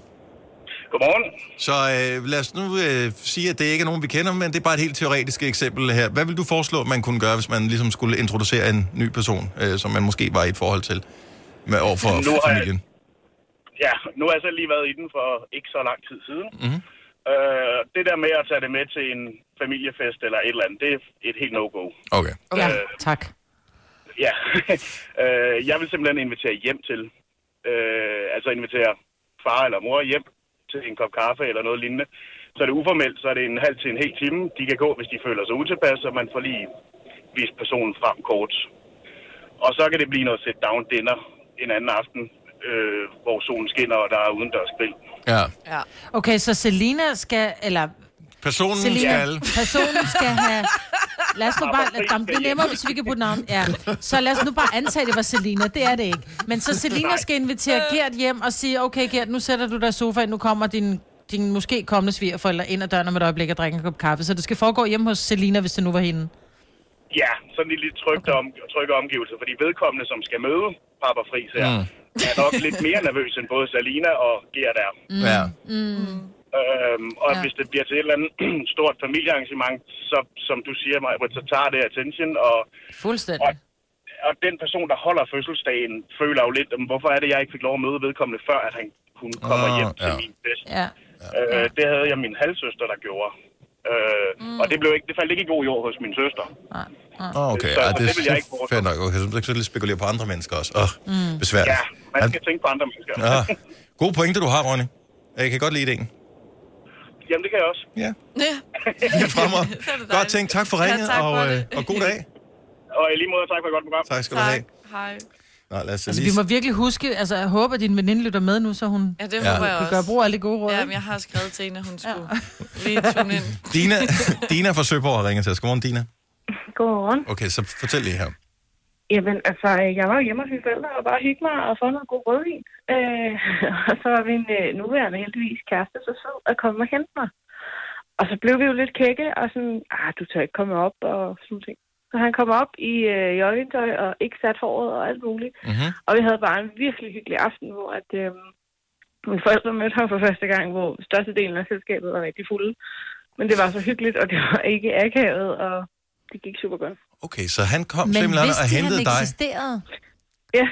Speaker 18: Godmorgen.
Speaker 1: Så øh, lad os nu øh, sige, at det ikke er nogen, vi kender, men det er bare et helt teoretisk eksempel her. Hvad vil du foreslå, man kunne gøre, hvis man ligesom skulle introducere en ny person, øh, som man måske var i et forhold til, med over for
Speaker 18: Nu har jeg-
Speaker 1: familien?
Speaker 18: Ja, nu har jeg selv lige været i den for ikke så lang tid siden.
Speaker 1: Mhm.
Speaker 18: Øh, det der med at tage det med til en familiefest eller et eller andet, det er et helt no-go.
Speaker 1: Okay.
Speaker 3: Ja,
Speaker 18: Øh,
Speaker 3: tak.
Speaker 18: ja. [LAUGHS] øh, jeg vil simpelthen invitere hjem til. Øh, altså invitere far eller mor hjem til en kop kaffe eller noget lignende. Så er det uformelt, så er det en halv til en hel time. De kan gå, hvis de føler sig utilpas, og man får lige vist personen frem kort. Og så kan det blive noget sit-down dinner en anden aften, øh, hvor solen skinner, og der er udendørs grill.
Speaker 1: Ja.
Speaker 3: ja. Okay, så Selina skal, eller
Speaker 1: Personen skal...
Speaker 3: Personen skal
Speaker 1: [LAUGHS]
Speaker 3: have... Lad os nu bare... Jamen, det er nemmere, hvis vi kan putte navn. Ja. Så lad os nu bare antage, det var Selina. Det er det ikke. Men så Selina skal invitere Gert hjem og sige, okay Gert, nu sætter du dig i sofaen, nu kommer din, din måske kommende svigerforældre ind ad døren om et øjeblik og drikker en kop kaffe. Så det skal foregå hjemme hos Selina, hvis det nu var hende.
Speaker 18: Ja, sådan en lidt trygte, om, trygge omgivelser, fordi vedkommende, som skal møde Papa Friis her,
Speaker 1: Mm.
Speaker 18: er nok lidt mere nervøs end både Salina og Gert er.
Speaker 1: Mm. Ja.
Speaker 18: Mm. Øhm, og ja. hvis det bliver til et eller andet [CLEARS THROAT] stort familiearrangement, så, som du siger, Maja, så tager det attention, og,
Speaker 3: Fuldstændig.
Speaker 18: og, og den person, der holder fødselsdagen, føler jo lidt, "Jamen, hvorfor er det, jeg ikke fik lov at møde vedkommende, før at han kunne komme
Speaker 1: Ah,
Speaker 18: hjem til
Speaker 1: ja.
Speaker 18: min fest.
Speaker 3: Ja.
Speaker 18: Øh, det havde jeg min halvsøster, der gjorde. Øh, mm. Og det, blev ikke, det faldt ikke i god jord hos min søster.
Speaker 1: Oh, okay,
Speaker 18: Så-
Speaker 1: ja,
Speaker 18: og
Speaker 1: det,
Speaker 18: det vil jeg ikke
Speaker 1: er fair nok. Okay, så kan du lige spekulere på andre mennesker også. Åh, oh,
Speaker 18: Mm.
Speaker 1: besværligt.
Speaker 18: Ja, man skal tænke på andre mennesker.
Speaker 1: Ja. Gode pointe, du har, Ronny. Jeg kan godt lide ideen.
Speaker 18: Jamen, det kan jeg også.
Speaker 1: Ja.
Speaker 2: Ja.
Speaker 1: Fremad. Godt tænkt. Tak for
Speaker 18: Ja,
Speaker 1: ringet,
Speaker 18: tak for
Speaker 1: og, øh,
Speaker 18: det.
Speaker 1: og god dag.
Speaker 18: [LAUGHS] Og i lige måde, tak for et godt program.
Speaker 1: Tak skal du have.
Speaker 2: hej.
Speaker 1: Nå, lad os
Speaker 3: Altså,
Speaker 1: lige...
Speaker 3: vi må virkelig huske, altså jeg håber, at din veninde lytter med nu, så hun
Speaker 2: Ja, det
Speaker 1: Ja.
Speaker 2: håber jeg
Speaker 1: Kan
Speaker 2: også.
Speaker 3: gør brug af alle gode råd.
Speaker 2: Jamen, jeg har skrevet til hende, at hun skulle lige tune ind.
Speaker 1: [LAUGHS] Dina, Dina fra Søborg har ringet til os. Godmorgen, Dina.
Speaker 19: Godmorgen.
Speaker 1: Okay, så fortæl lige her.
Speaker 19: Jamen, altså, øh, jeg var jo hjemme hos mine forældre og bare hyggede mig og få noget god rødvin. Øh, [LAUGHS] og så var min øh, nuværende heldigvis kæreste så sød at komme og hente mig. Og så blev vi jo lidt kække og sådan, ah, du tør ikke komme op og sådan nogle ting. Så han kom op i øh, joggingtøj og ikke sat håret og alt muligt.
Speaker 1: Mm-hmm.
Speaker 19: Og vi havde bare en virkelig hyggelig aften, hvor at, øh, mine forældre mødte ham for første gang, hvor størstedelen af selskabet var rigtig fulde. Men det var så hyggeligt, og det var ikke akavet, og det gik super godt.
Speaker 1: Okay, så han kom Men simpelthen og hentede dig.
Speaker 3: eksisterede?
Speaker 19: Ja.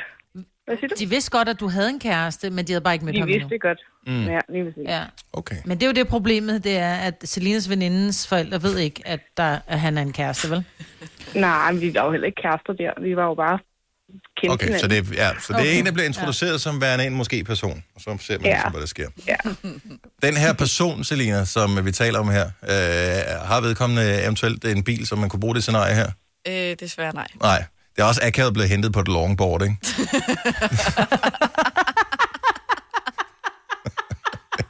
Speaker 3: De vidste godt, at du havde en kæreste, men de havde bare ikke mødt
Speaker 19: De
Speaker 3: ham
Speaker 19: vidste
Speaker 3: endnu.
Speaker 19: det godt.
Speaker 1: Mm.
Speaker 19: Ja, lige præcis.
Speaker 3: Ja.
Speaker 1: Okay.
Speaker 3: Men det er jo det problemet, det er, at Selinas venindens forældre ved ikke, at, der, at han er en kæreste, vel?
Speaker 19: Nej, men vi var jo heller ikke kærester der. Vi var jo bare kendt
Speaker 1: Okay, så det, er- ja, så det okay.
Speaker 19: Okay.
Speaker 1: er en, der bliver introduceret ja. som værende en måske person. Og så ser man,
Speaker 19: Ja.
Speaker 1: ja. hvad der sker.
Speaker 19: Ja.
Speaker 1: Den her person, Selina, som vi taler om her, øh, har vedkommende eventuelt en bil, som man kunne bruge det scenarie her?
Speaker 2: Øh, desværre nej.
Speaker 1: Nej. Det er også akavet blevet hentet på et longboard, ikke?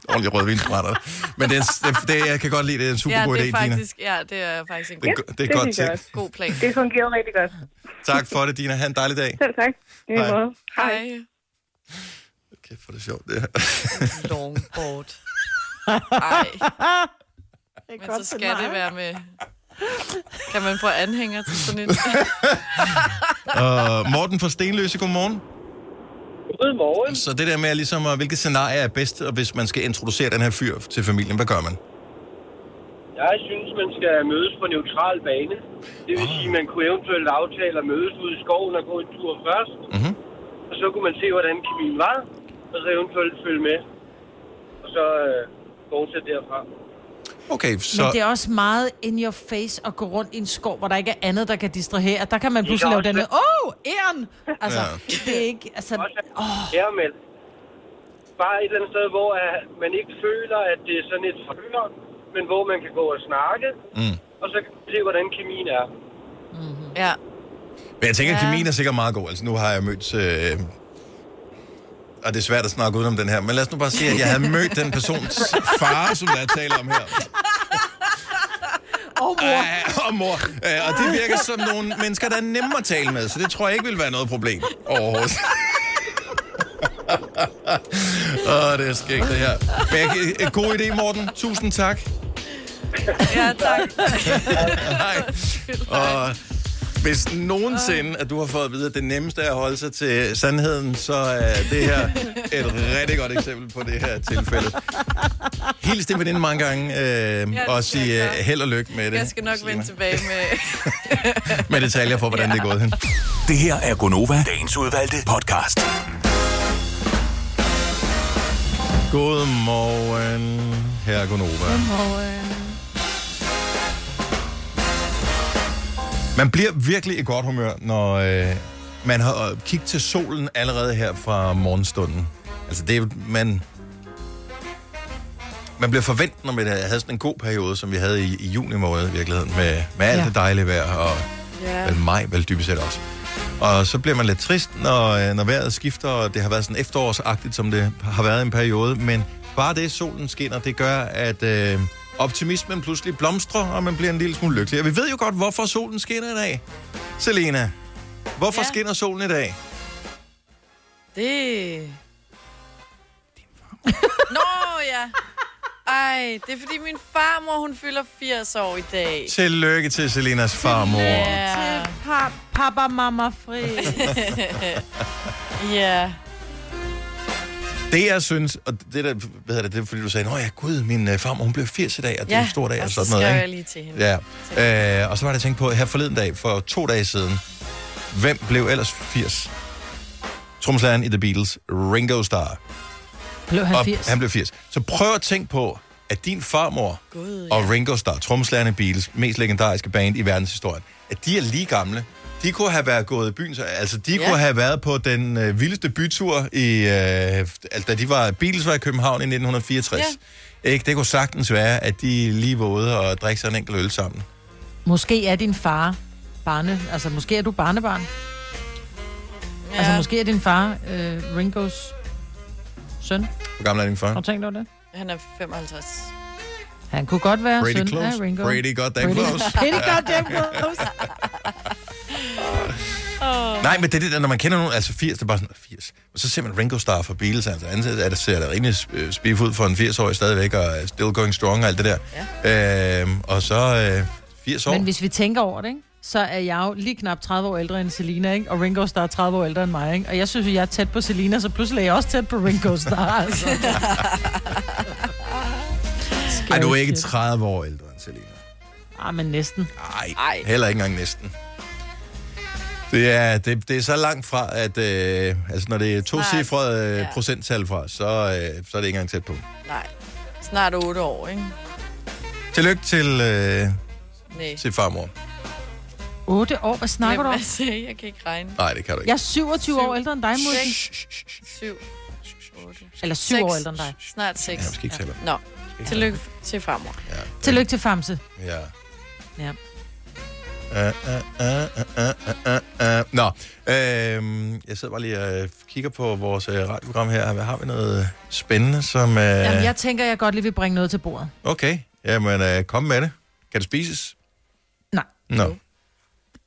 Speaker 1: Ordentlig rødvinsbrænder. Men det, er, det, det, jeg kan godt lide, det er en super
Speaker 2: ja,
Speaker 1: god
Speaker 2: det
Speaker 1: idé,
Speaker 2: er
Speaker 1: Dina.
Speaker 2: faktisk, Ja, det er faktisk en
Speaker 1: Det er go- det er godt
Speaker 19: synes jeg
Speaker 1: tænkt.
Speaker 19: også.
Speaker 2: god plan.
Speaker 19: Det fungerede rigtig godt.
Speaker 1: Tak for det, Dina. Ha' en dejlig dag.
Speaker 19: Selv tak. I lige
Speaker 1: Hej.
Speaker 19: måde. Hej.
Speaker 1: Kæft, for det er sjovt, det her.
Speaker 2: [LAUGHS] Longboard. Ej. Men
Speaker 7: godt
Speaker 2: så skal
Speaker 7: scenarie.
Speaker 2: det være med... Kan man få anhænger til sådan en?
Speaker 1: [LAUGHS] [LAUGHS] Og Morten fra Stenløse, godmorgen.
Speaker 20: Godmorgen.
Speaker 1: Så det der med, at ligesom, at hvilket scenarie er bedst, og hvis man skal introducere den her fyr til familien, hvad gør man?
Speaker 20: Jeg synes, man skal mødes på neutral bane. Det
Speaker 1: Ah.
Speaker 20: vil sige, man kunne eventuelt aftale at mødes ude i skoven og gå en tur først.
Speaker 1: Mm-hmm.
Speaker 20: Og så kunne man se, hvordan kemien var, og så eventuelt følge med. Og og så øh, fortsætte derfra.
Speaker 1: Okay,
Speaker 3: Så... Men det er også meget in your face at gå rundt i en skov, hvor der ikke er andet, der kan distrahere. Der kan man
Speaker 20: Ja,
Speaker 3: pludselig lave
Speaker 20: også
Speaker 3: den med,
Speaker 20: det.
Speaker 3: åh, oh, æren! Altså,
Speaker 20: Ja.
Speaker 3: ja. det er ikke, altså, åh,
Speaker 20: Kærmel. Bare et eller andet sted, hvor øh, man ikke føler, at det er sådan et forhør, men hvor man kan gå og snakke,
Speaker 1: Mm.
Speaker 20: og så kan man se, hvordan kemien er.
Speaker 2: Ja.
Speaker 1: Men jeg tænker, at
Speaker 20: Ja.
Speaker 1: kemien er sikkert meget god. Altså, nu har jeg mødt... Øh... Og det er svært at snakke udenom den her, men lad os nu bare sige, at jeg havde mødt den persons far, som jeg taler om her.
Speaker 3: Og mor.
Speaker 1: Æh, og mor. Æh, Øh, og det virker som nogle mennesker, der er nemme at tale med, så det tror jeg ikke vil være noget problem overhovedet. [LAUGHS] Åh, det er skægt, det her. Men jeg- øh, god idé, Morten. Tusind tak.
Speaker 2: Ja, [LAUGHS] tak.
Speaker 1: Nej. Og hvis nogensinde, at du har fået at vide, at det nemmeste er at holde sig til sandheden, så er det her et rigtig godt eksempel på det her tilfælde. Hils din veninde mange gange, øh,
Speaker 2: det
Speaker 1: og
Speaker 2: skal
Speaker 1: sige
Speaker 2: jeg
Speaker 1: øh,
Speaker 2: gøre.
Speaker 1: held og lykke med
Speaker 2: Jeg
Speaker 1: det.
Speaker 2: skal nok vende tilbage med...
Speaker 1: [LAUGHS] Med detaljer for, hvordan det er gået hen.
Speaker 5: Det her er Gonova, dagens udvalgte podcast.
Speaker 1: Godmorgen, herre Gonova. Man bliver virkelig i godt humør, når øh, man har øh, kigget til solen allerede her fra morgenstunden. Altså, det er, man, man bliver forventet, når man havde sådan en god periode, som vi havde i, i juni måned i virkeligheden, med, med alt
Speaker 9: Ja.
Speaker 1: ja. det dejlige vejr, og
Speaker 9: Ja.
Speaker 1: vel maj, vel dybest set også. Og så bliver man lidt trist, når, øh, når vejret skifter, og det har været sådan efterårsagtigt, som det har været i en periode. Men bare det, solen skinner, det gør, at øh, optimismen pludselig blomstrer, og man bliver en lille smule lykkelig. Og vi ved jo godt, hvorfor solen skinner i dag. Selena, hvorfor ja. skinner solen i dag?
Speaker 2: Det... Nå, ja. Ej, det er fordi min farmor, hun fylder 80 år i dag.
Speaker 1: Tillykke til Selenas farmor.
Speaker 2: Ja.
Speaker 3: til pap, pappa, mamma, fri. [LAUGHS]
Speaker 1: [LAUGHS]
Speaker 2: ja.
Speaker 1: Det, jeg synes, og det der, hvad hedder det, det er, fordi du sagde, Nå ja, gud, min øh, farmor, hun blev 80 i dag, og det er
Speaker 2: Ja,
Speaker 1: en stor dag,
Speaker 2: og
Speaker 1: og
Speaker 2: så
Speaker 1: sådan noget,
Speaker 2: skrev
Speaker 1: ikke?
Speaker 2: jeg lige til hende.
Speaker 1: Ja, øh, og så var det, jeg tænkte på, her forleden dag, for to dage siden, hvem blev ellers 80? Tromslæren i The Beatles, Ringo Starr.
Speaker 3: Blev han
Speaker 1: Og
Speaker 3: 80?
Speaker 1: han blev 80. Så prøv at tænke på, at din farmor God, ja. og Ringo Starr, tromslæren i Beatles, mest legendariske band i verdenshistorien, at de er lige gamle. De kunne have været gået i byen, så- altså de
Speaker 9: Ja.
Speaker 1: ja. kunne have været på den øh, vildeste bytur, i, øh, altså, da de var, Beatles var i København i 1964. Ja. Ikke? Det kunne sagtens være, at de lige var ude og drikke sig en enkelt øl sammen.
Speaker 3: Måske er din far barne, altså måske er du barnebarn. Ja. Altså måske er din far øh, Ringos søn.
Speaker 1: Hvor gammel er din far?
Speaker 3: Har du tænkt over det?
Speaker 2: Han er 55.
Speaker 3: Han kunne godt være
Speaker 1: Pretty
Speaker 3: søn
Speaker 1: close.
Speaker 3: af Ringo.
Speaker 1: Pretty goddamn close.
Speaker 3: [LAUGHS] Pretty goddamn close.
Speaker 2: Oh.
Speaker 1: Nej, men det er det der, når man kender nogen, altså 80, det er bare sådan, 80. Og så ser man Ringo Starr fra Beatles, altså andet er det, ser det rimelig øh, spiff ud for en 80-årig stadigvæk, og er still going strong og alt det der. Ja. Øhm, og så øh, 80 år.
Speaker 3: Men hvis vi tænker over det, ikke? så er jeg jo lige knap 30 år ældre end Selina, ikke? og Ringo Starr er 30 år ældre end mig. Ikke? Og jeg synes, at jeg er tæt på Selina, så pludselig er jeg også tæt på Ringo Starr.
Speaker 2: [LAUGHS]
Speaker 3: Altså.
Speaker 1: Ej, du er ikke 30 år ældre end Selina.
Speaker 3: Ah, men næsten.
Speaker 1: Nej, heller ikke engang næsten. Det er, det, det er så langt fra, at øh, altså, når det er to cifrede øh, procenttal fra, så, øh, så er det ikke engang tæt på.
Speaker 2: [LAUGHS] Nej. Snart 8 år, ikke?
Speaker 1: Tillykke til, øh,
Speaker 2: Nej.
Speaker 1: til farmor.
Speaker 3: 8 år, hvad snakker du om?
Speaker 2: Jamen, altså, Jeg kan ikke regne.
Speaker 1: Nej, det kan du ikke.
Speaker 3: Jeg er 27 år ældre end dig, Mutti.
Speaker 2: 7.
Speaker 3: Eller 7 år ældre end dig.
Speaker 2: Snart 6.
Speaker 1: Ja, vi skal ikke tælle.
Speaker 2: Nå,
Speaker 1: ikke
Speaker 2: tillykke til farmor.
Speaker 1: Ja.
Speaker 3: Tillykke til Famse.
Speaker 1: Ja.
Speaker 3: Ja.
Speaker 1: Uh, uh, uh, uh, uh, uh. Nå, øhm, jeg sidder bare lige og øh, kigger på vores øh, radioprogram her. Hvad har vi noget spændende, som... Øh...
Speaker 3: Jamen, jeg tænker, jeg godt lige vil bringe noget til bordet.
Speaker 1: Okay, jamen øh, kom med det. Kan det spises?
Speaker 3: Nej.
Speaker 1: Nå.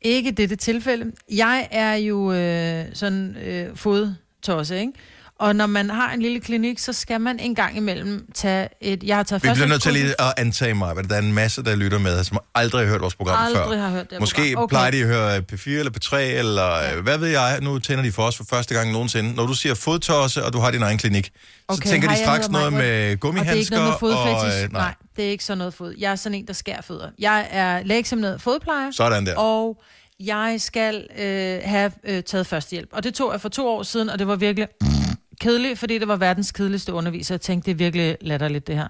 Speaker 3: Ikke i dette tilfælde. Jeg er jo øh, sådan øh, fodtosse, ikke? Og når man har en lille klinik, så skal man en gang imellem tage et... Jeg har taget
Speaker 1: Vi bliver nødt til
Speaker 3: førstehjælpskursus.
Speaker 1: lige at antage mig, at der er en masse, der lytter med, som aldrig har hørt vores program
Speaker 3: Aldrig
Speaker 1: før.
Speaker 3: har hørt det her
Speaker 1: Måske
Speaker 3: program. Okay.
Speaker 1: plejer de at høre øh, P4 eller P3, eller ja. hvad ved jeg. Nu tænder de for os for første gang nogensinde. Når du siger fodtosse, og du har din egen klinik,
Speaker 3: Okay,
Speaker 1: så tænker
Speaker 3: hej,
Speaker 1: de
Speaker 3: jeg
Speaker 1: straks
Speaker 3: hedder
Speaker 1: noget
Speaker 3: Maj-Brit.
Speaker 1: med
Speaker 3: Og det er ikke
Speaker 1: gummihandsker.
Speaker 3: noget med fodfetish.
Speaker 1: og, øh,
Speaker 3: nej. nej, det er ikke sådan noget fod. Jeg er sådan en, der skærer fødder. Jeg er lægeeksamineret fodplejer.
Speaker 1: Sådan der.
Speaker 3: Og jeg skal øh, have øh, taget førstehjælp. Og det tog jeg for to år siden, og det var virkelig kedelig, fordi det var verdens kedeligste underviser. Jeg tænkte, det er virkelig latterligt, det her.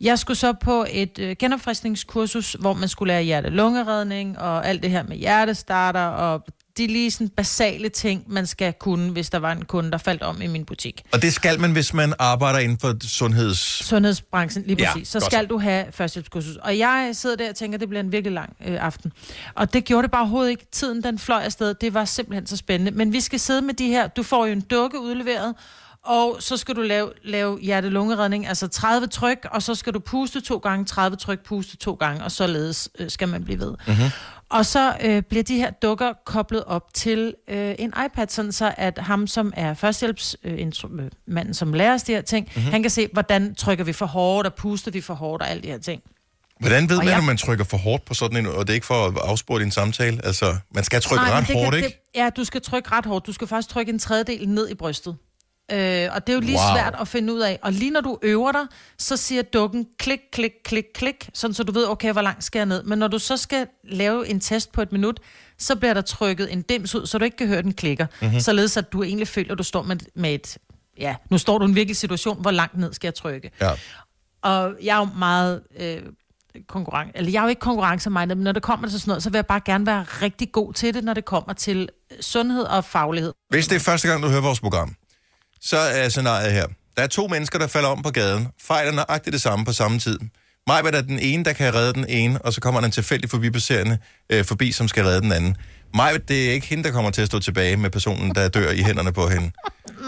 Speaker 3: Jeg skulle så på et øh, genopfriskningskursus, hvor man skulle lære hjerte-lungeredning og alt det her med hjertestarter og de lige sådan basale ting, man skal kunne, hvis der var en kunde, der faldt om i min butik.
Speaker 1: Og det skal man, hvis man arbejder inden for sundheds...
Speaker 3: Sundhedsbranchen, lige
Speaker 1: Ja,
Speaker 3: præcis. Ja, så
Speaker 1: godt
Speaker 3: skal
Speaker 1: så.
Speaker 3: du have førstehjælpskursus. Og jeg sidder der og tænker, det bliver en virkelig lang øh, aften. Og det gjorde det bare overhovedet ikke. Tiden den fløj afsted. Det var simpelthen så spændende. Men vi skal sidde med de her. Du får jo en dukke udleveret, og så skal du lave, lave hjerte-lungeredning, altså 30 tryk, og så skal du puste to gange, 30 tryk, puste to gange, og således øh, skal man blive ved.
Speaker 9: Mm-hmm.
Speaker 1: Mhm.
Speaker 3: Og så øh, bliver de her dukker koblet op til øh, en iPad, sådan så at ham, som er førstehjælpsmanden, øh, intro- øh, manden, som lærer os de her ting,
Speaker 1: Mhm.
Speaker 3: mm-hmm. han kan se, hvordan trykker vi for hårdt, og puster vi for hårdt, og alle de her ting.
Speaker 1: Hvordan ved
Speaker 3: Og
Speaker 1: man,
Speaker 3: jeg-
Speaker 1: om man trykker for hårdt på sådan en... Og det er ikke for at afspore din samtale. Altså, man skal trykke
Speaker 3: Nej, men
Speaker 1: ret
Speaker 3: det
Speaker 1: hårdt,
Speaker 3: kan,
Speaker 1: ikke?
Speaker 3: Det, ja, du skal trykke ret hårdt. Du skal faktisk trykke en tredjedel ned i brystet. Øh, og det er jo lige
Speaker 1: Wow.
Speaker 3: wow. svært at finde ud af. Og lige når du øver dig, så siger dukken klik, klik, klik, klik, sådan så du ved, okay, hvor langt skal jeg ned. Men når du så skal lave en test på et minut, så bliver der trykket en dims ud, så du ikke kan høre, den klikker.
Speaker 9: Mhm.
Speaker 3: Mm-hmm. Således at du egentlig føler, at du står med, med et... Ja, nu står du i en virkelig situation, hvor langt ned skal jeg trykke.
Speaker 1: Ja.
Speaker 3: Og jeg er jo meget øh, konkurrence, eller jeg er jo ikke konkurrencemindet, men når det kommer til sådan noget, så vil jeg bare gerne være rigtig god til det, når det kommer til øh, sundhed og faglighed.
Speaker 1: Hvis det er første gang, du hører vores program, så er scenariet her. Der er to mennesker, der falder om på gaden, fejler nøjagtigt det samme på samme tid. Majbert er den ene, der kan redde den ene, og så kommer der en tilfældig forbipasserende øh, forbi, som skal redde den anden. Majbert, det er ikke hende, der kommer til at stå tilbage med personen, der dør i hænderne på hende.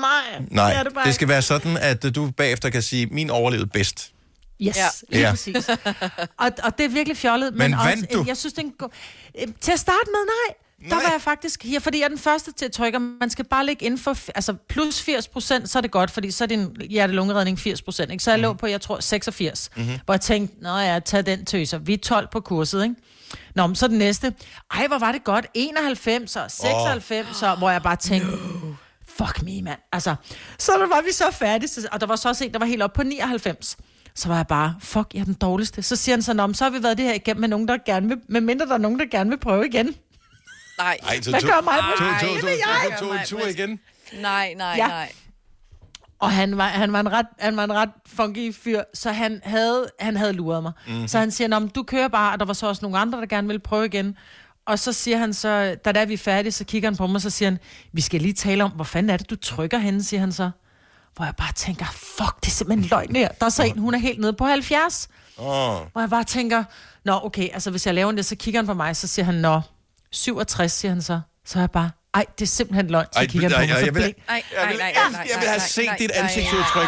Speaker 3: Nej,
Speaker 1: Nej,
Speaker 3: det er
Speaker 1: det,
Speaker 3: det bare
Speaker 1: det skal være sådan, at øh, du bagefter kan sige, min overlevede bedst.
Speaker 3: Yes,
Speaker 1: Ja.
Speaker 3: ja. lige
Speaker 1: Ja.
Speaker 3: ja. præcis. Og, og det er virkelig fjollet. Men,
Speaker 1: Men
Speaker 3: også,
Speaker 1: vandt du?
Speaker 3: Jeg synes, det er en god... Øh, Til at starte med, nej. Der var jeg faktisk her, fordi jeg er den første til at trykke, og man skal bare ligge inden for, f- altså plus 80 procent, så er det godt, fordi så er din hjerte-lungeredning 80 procent, ikke? Så
Speaker 1: Mm.
Speaker 3: jeg lå på, jeg tror, 86,
Speaker 9: Mhm.
Speaker 3: mm-hmm. hvor jeg tænkte, nå ja, tag den tøser, vi er 12 på kurset, ikke? Nå, men så den næste, ej, hvor var det godt, 91 og 96, oh. hvor jeg bare tænkte, no. fuck me, mand, altså, så der var vi så færdige, så- og der var så også en, der var helt oppe på 99, så var jeg bare, fuck, jeg er den dårligste. Så siger han sådan, om, så har vi været det her igennem med nogen, der gerne vil, med mindre der er nogen, der gerne vil prøve igen.
Speaker 2: Nej.
Speaker 1: Ej, så
Speaker 3: Hvad
Speaker 1: to-
Speaker 3: gør mig?
Speaker 1: to- to- to-
Speaker 3: Hvad vil jeg?
Speaker 1: to- to- en tur igen.
Speaker 2: Nej, nej,
Speaker 3: Ja.
Speaker 2: nej.
Speaker 3: Og han var, han, var en ret, han var en ret funky fyr, så han havde, han havde luret mig.
Speaker 9: Mhm.
Speaker 3: Mm-hmm. Så han siger, "Nå, men du kører bare, og der var så også nogle andre, der gerne ville prøve igen. Og så siger han så, da der er vi er færdige, så kigger han på mig, så siger han, vi skal lige tale om, hvor fanden er det, du trykker henne, siger han så. Hvor jeg bare tænker, fuck, det er simpelthen løgn her. Der er så en, hun er helt nede på 70.
Speaker 1: Oh.
Speaker 3: Hvor jeg bare tænker, nå okay, altså hvis jeg laver det, så kigger han på mig, så siger han, nå, 67, siger han så. Så er jeg bare, ej, det er simpelthen løgn, så
Speaker 1: Ej,
Speaker 3: kigger han på
Speaker 1: ej,
Speaker 3: mig,
Speaker 1: ej,
Speaker 3: så
Speaker 1: jeg vil-
Speaker 3: blik.
Speaker 2: Nej,
Speaker 1: Jeg
Speaker 2: nej,
Speaker 1: vil-
Speaker 2: nej,
Speaker 1: jeg-
Speaker 2: nej,
Speaker 1: jeg vil have
Speaker 2: nej,
Speaker 1: set
Speaker 2: nej,
Speaker 1: dit
Speaker 2: nej,
Speaker 1: ansigtsudtryk.
Speaker 2: nej,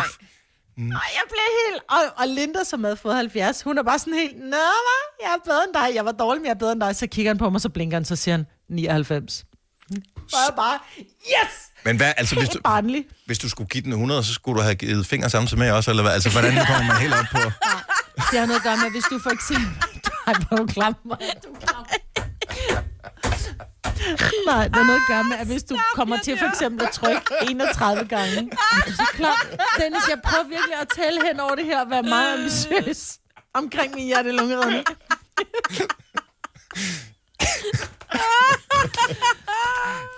Speaker 2: nej.
Speaker 3: Og jeg blev helt... Og, og Linda, som havde fået 70, hun er bare sådan helt... Nå, hvad? Jeg er bedre end dig. Jeg var dårlig, men jeg er bedre end dig. Så kigger han på mig, så blinker han, så siger han 99. Så er jeg bare... Yes!
Speaker 1: Men hvad, altså, hvis du,
Speaker 3: Barnlig.
Speaker 1: hvis du skulle give den 100, så skulle du have givet fingre samtidig med også, eller hvad? Altså, hvordan kommer man helt op på...
Speaker 3: Det har noget at gøre med, hvis du for eksempel... Nej, hvor er du klam. Hvor er du klam. Nej, det har noget at gøre med, at hvis du kommer til for eksempel at trykke 31 gange. [LAUGHS] Er du Så klam. Dennis, jeg prøver virkelig at tale hen over det her og være meget ambitiøs omkring min hjertelungeredning.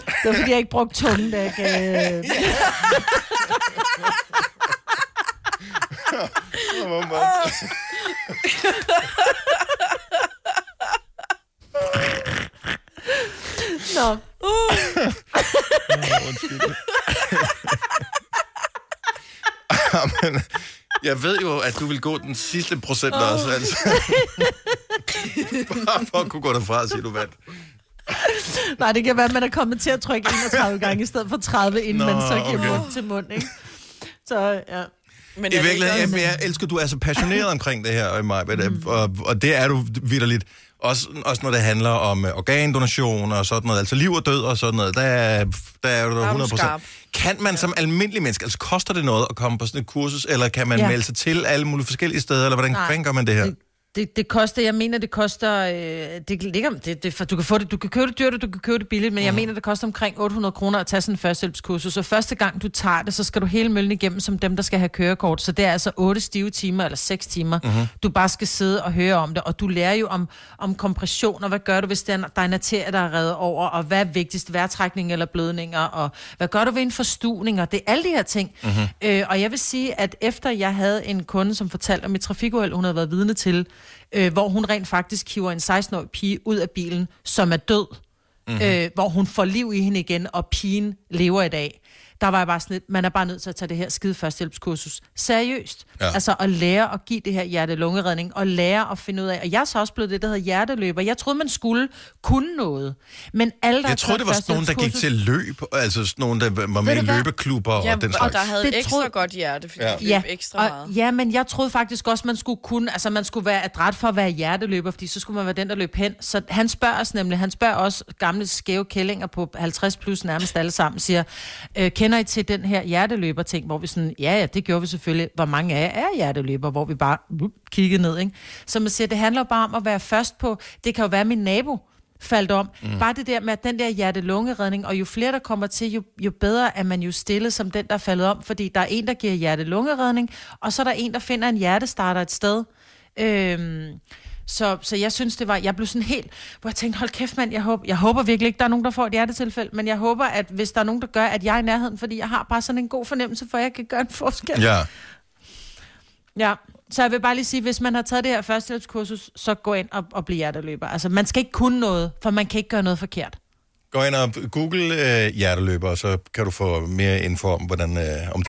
Speaker 3: Det var, fordi jeg ikke brugte tungen, da jeg gav... [LAUGHS] Nå.
Speaker 1: Jamen, jeg ved jo, at du vil gå den sidste procent oh. også, altså. Bare for at kunne gå derfra og sige, du vandt.
Speaker 3: [LAUGHS] Nej, det kan være, at man er kommet til at trykke 31 gange i stedet for 30, inden
Speaker 1: Nå,
Speaker 3: Nå, man så giver
Speaker 1: okay.
Speaker 3: okay. mund til mund, ikke? Så, ja.
Speaker 1: Men I virkeligheden, jeg, jeg elsker, at du er så passioneret omkring det her, Maja, mm. og, og det er du vidderligt. Også, også når det handler om øh, organdonation og sådan noget, altså liv og død og sådan noget, der, er- der er du
Speaker 10: er du
Speaker 1: 100
Speaker 10: skarp.
Speaker 1: Kan man som almindelig menneske, altså koster det noget at komme på sådan et kursus, eller kan man ja.
Speaker 3: Ja.
Speaker 1: melde sig til alle mulige forskellige steder, eller hvordan
Speaker 3: Nej.
Speaker 1: fanden gør man det her?
Speaker 3: Det, det koster, jeg mener, det koster, øh, det ligger, det, det, for du kan få det, du kan købe det dyrt, og du kan købe det billigt, men jeg mener, det koster omkring 800 kroner at tage sådan en førstehjælpskursus. Så første gang du tager det, så skal du hele møllen igennem som dem, der skal have kørekort. Så det er altså 8 stive timer eller 6 timer,
Speaker 9: Mhm.
Speaker 3: du bare skal sidde og høre om det, og du lærer jo om, om kompression, og hvad gør du, hvis der er en- der er en arterie, der er reddet over, og hvad er vigtigst, vejrtrækning eller blødninger, og hvad gør du ved en forstuning, og det er alle de her ting.
Speaker 9: Mhm.
Speaker 3: Øh, og jeg vil sige, at efter jeg havde en kunde, som fortalte om et trafikuheld, hun havde været vidne til, øh, hvor hun rent faktisk hiver en 16-årig pige ud af bilen, som er død,
Speaker 9: Mhm.
Speaker 3: mm-hmm. øh, hvor hun får liv i hende igen, og pigen lever i dag. Der var jeg bare sådan lidt, man er bare nødt til at tage det her skide førstehjælpskursus seriøst.
Speaker 9: Ja.
Speaker 3: Ja. Altså at lære at give det her hjerte-lungeredning, og lære at finde ud af, og jeg er så også blevet det, der hedder hjerteløber. Jeg troede, man skulle kunne noget. Men alle, der har
Speaker 1: Jeg troede, det var
Speaker 3: taget
Speaker 1: sådan nogen, der gik til
Speaker 3: førstehjælpskursus-
Speaker 1: løb, altså sådan nogen, der var med
Speaker 3: Ved
Speaker 1: i
Speaker 3: du hvad?
Speaker 1: løbeklubber og den
Speaker 2: og
Speaker 1: slags.
Speaker 2: der havde
Speaker 3: Det
Speaker 2: det ekstra
Speaker 3: troede-
Speaker 2: godt hjerte, fordi
Speaker 1: Ja.
Speaker 2: ja. de løb ja. ekstra
Speaker 3: og,
Speaker 2: meget.
Speaker 3: Ja, men jeg troede faktisk også, man skulle kunne, altså man skulle være adræt for at være hjerteløber, fordi så skulle man være den, der løb hen. Så han spørger os nemlig, han spørger også gamle skæve kællinger på 50 plus nærmest alle sammen, siger, øh, kender I til den her hjerteløber-ting, hvor vi sådan, ja ja, det gjorde vi selvfølgelig, hvor mange af jer er hjerteløber, hvor vi bare vup, kiggede ned, ikke? Så man siger, det handler jo bare om at være først på, det kan jo være min nabo, faldt om.
Speaker 9: Mm.
Speaker 3: Mm. Bare det der med, at den der hjerte-lungeredning, og jo flere der kommer til, jo, jo bedre er man jo stille som den, der er faldet om, fordi der er en, der giver hjerte-lungeredning, og så er der en, der finder en hjertestarter et sted. Øhm, så, så jeg synes, det var, jeg blev sådan helt, hvor jeg tænkte, hold kæft mand, jeg håber, jeg håber virkelig ikke, der er nogen, der får et hjertetilfælde, men jeg håber, at hvis der er nogen, der gør, at jeg er i nærheden, fordi jeg har bare sådan en god fornemmelse for, at jeg kan gøre en forskel.
Speaker 1: Ja.
Speaker 3: Ja, så jeg vil bare lige sige, hvis man har taget det her førstehjælpskursus, så gå ind og, og bliv hjerteløber. Altså, man skal ikke kunne noget, for man kan ikke gøre noget forkert.
Speaker 1: Gå ind og google øh, hjerteløber, og så kan du få mere info om, hvordan... Øh, om...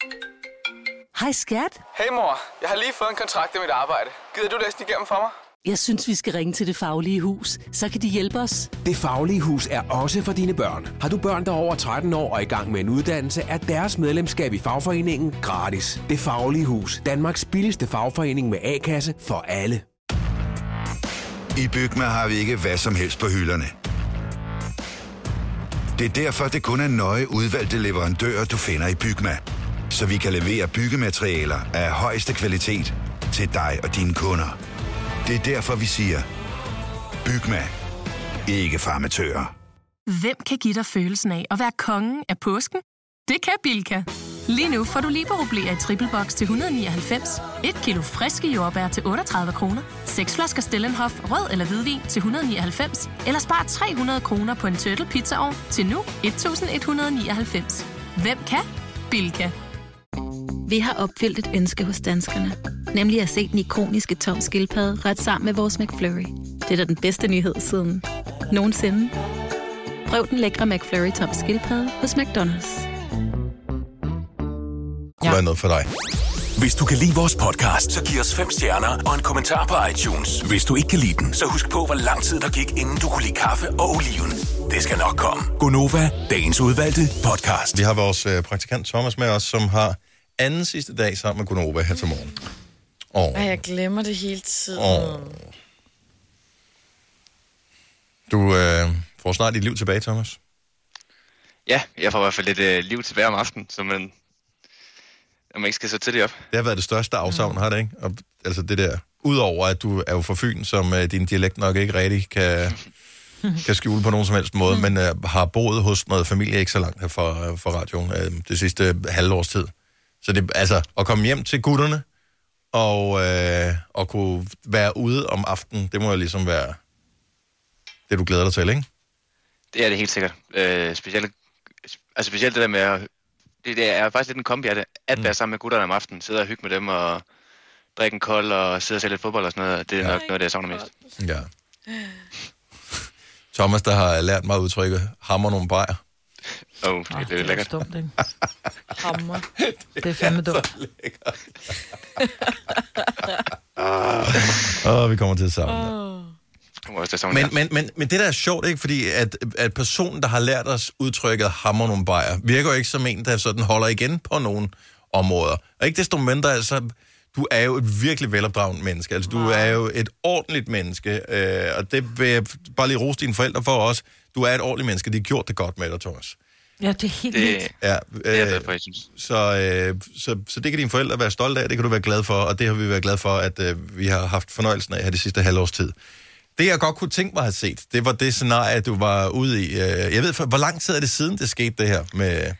Speaker 10: Hej skat.
Speaker 21: Hey mor, jeg har lige fået en kontrakt med mit arbejde. Gider du læse den igennem for mig?
Speaker 10: Jeg synes, vi skal ringe til Det Faglige Hus. Så kan de hjælpe os.
Speaker 15: Det Faglige Hus er også for dine børn. Har du børn, der er over 13 år og i gang med en uddannelse, er deres medlemskab i fagforeningen gratis. Det Faglige Hus. Danmarks billigste fagforening med A-kasse for alle.
Speaker 16: I Bygma har vi ikke hvad som helst på hylderne. Det er derfor, det kun er nøje udvalgte leverandører, du finder i Bygma. Så vi kan levere byggematerialer af højeste kvalitet til dig og dine kunder. Det er derfor, vi siger, Bygma. Ikke farmatører.
Speaker 4: Hvem kan give dig følelsen af at være kongen af påsken? Det kan Bilka! Lige nu får du liberobleer i triple box til 199, et kilo friske jordbær til 38 kroner, seks flasker Stellenhof rød eller hvidvin til 199, eller spar 300 kroner på en turtle pizzaovn til nu 1199. Hvem kan? Bilka.
Speaker 17: Vi har opfyldt et ønske hos danskerne. Nemlig at se den ikoniske tom skildpadde ret sammen med vores McFlurry. Det er da den bedste nyhed siden nogensinde. Prøv den lækre McFlurry tom skildpadde hos McDonald's.
Speaker 1: kunne være noget for dig.
Speaker 5: Hvis du kan lide vores podcast, så giv os fem stjerner og en kommentar på iTunes. Hvis du ikke kan lide den, så husk på, hvor lang tid der gik, inden du kunne lide kaffe og oliven. Det skal nok komme.
Speaker 1: Gonova, dagens udvalgte podcast. Vi har vores øh, praktikant Thomas med os, som har anden sidste dag sammen med Gonova her til morgen. Og
Speaker 2: Ej, jeg glemmer det hele tiden.
Speaker 1: Åh. du øh, får snart dit liv tilbage, Thomas.
Speaker 22: Ja, jeg får i hvert fald lidt øh, liv tilbage om aftenen, så man, at man ikke skal så tidligt op.
Speaker 1: Det har været det største afsavn, har det ikke? Og, altså det der, udover at du er jo fra Fyn, som øh, din dialekt nok ikke rigtig kan, kan skjule på nogen som helst
Speaker 22: Hmm.
Speaker 1: måde, men øh, har boet hos noget familie ikke så langt her fra, øh, fra radioen øh, det sidste halve års tid. Så det, altså, at komme hjem til gutterne, og, øh, og kunne være ude om aftenen, det må jo ligesom være det, du glæder dig til, ikke?
Speaker 22: Det er det helt sikkert. Øh, specielt, altså specielt det der med at... Det, det er faktisk lidt en kombi af det, at
Speaker 1: Mm.
Speaker 22: være sammen med gutterne om aftenen, sidde og hygge med dem og drikke en kold og sidde og se lidt fodbold og sådan noget. Det er nok noget, det jeg savner mest.
Speaker 1: Ja.
Speaker 22: Øh.
Speaker 1: Thomas, der har lært mig udtrykket, hammer nogle bajer.
Speaker 22: Åh, oh, det, det er lækkert.
Speaker 3: Dumt, ikke? Hammer. [LAUGHS] Det er altså fandme dumt.
Speaker 13: [LAUGHS]
Speaker 1: Åh, oh, vi kommer til at savne
Speaker 22: Men,
Speaker 1: dig. Men, men, men, men det der er sjovt, ikke? Fordi at, at personen, der har lært os udtrykket hammer nogle bajer, virker jo ikke som en, der sådan holder igen på nogle områder. Og ikke desto mindre, altså, du er jo et virkelig velopdragende menneske. Altså, du er jo et ordentligt menneske. Øh, og det vil jeg bare lige rose dine forældre for også. Du er et ordentligt menneske. De har gjort det godt med dig, Thomas.
Speaker 3: Ja, det er helt
Speaker 22: Det,
Speaker 3: vildt.
Speaker 1: Ja,
Speaker 22: jeg
Speaker 1: øh,
Speaker 22: glad for, jeg synes.
Speaker 1: så, øh, så, så det kan dine forældre være stolte af, det kan du være glad for, og det har vi været glade for, at øh, vi har haft fornøjelsen af her det sidste halvårs tid. Det, jeg godt kunne tænke mig at have set, det var det scenarie, du var ude i. Øh, Jeg ved, for, hvor lang tid er det siden, det skete det her med...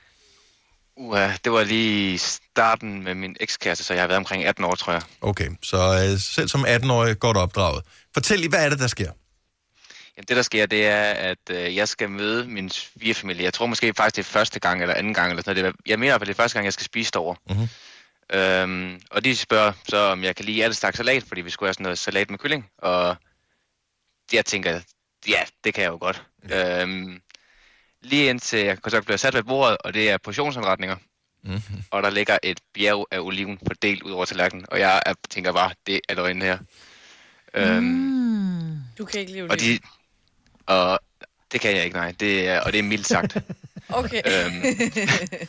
Speaker 22: Uha, det var lige starten med min ekskæreste, så jeg har været omkring 18 år, tror jeg.
Speaker 1: Okay, så øh, selv som 18-årig godt opdraget. Fortæl lige, hvad er det, der sker?
Speaker 22: Jamen, det, der sker, det er, at øh, jeg skal møde min svigerfamilie. Jeg tror måske faktisk, det er første gang eller anden gang. Eller sådan noget. Det er- Jeg mener i hvert fald, det er første gang, jeg skal spise derovre.
Speaker 1: Mhm.
Speaker 22: Øhm, og de spørger så, om jeg kan lide alle slags salat, fordi vi skulle have sådan noget salat med kylling. Og jeg tænker, ja, det kan jeg jo godt. Øhm, lige indtil jeg så bliver sat ved bordet, og det er portionsanretninger.
Speaker 1: Mhm.
Speaker 22: Og der ligger et bjerg af oliven fordelt ud over tallerkenen. Og jeg er, tænker bare, det er løgn det her. Øhm,
Speaker 2: Du kan ikke leve
Speaker 22: og de... Og det kan jeg ikke, nej. Det er, og det er mildt sagt.
Speaker 2: Okay.
Speaker 22: Øhm.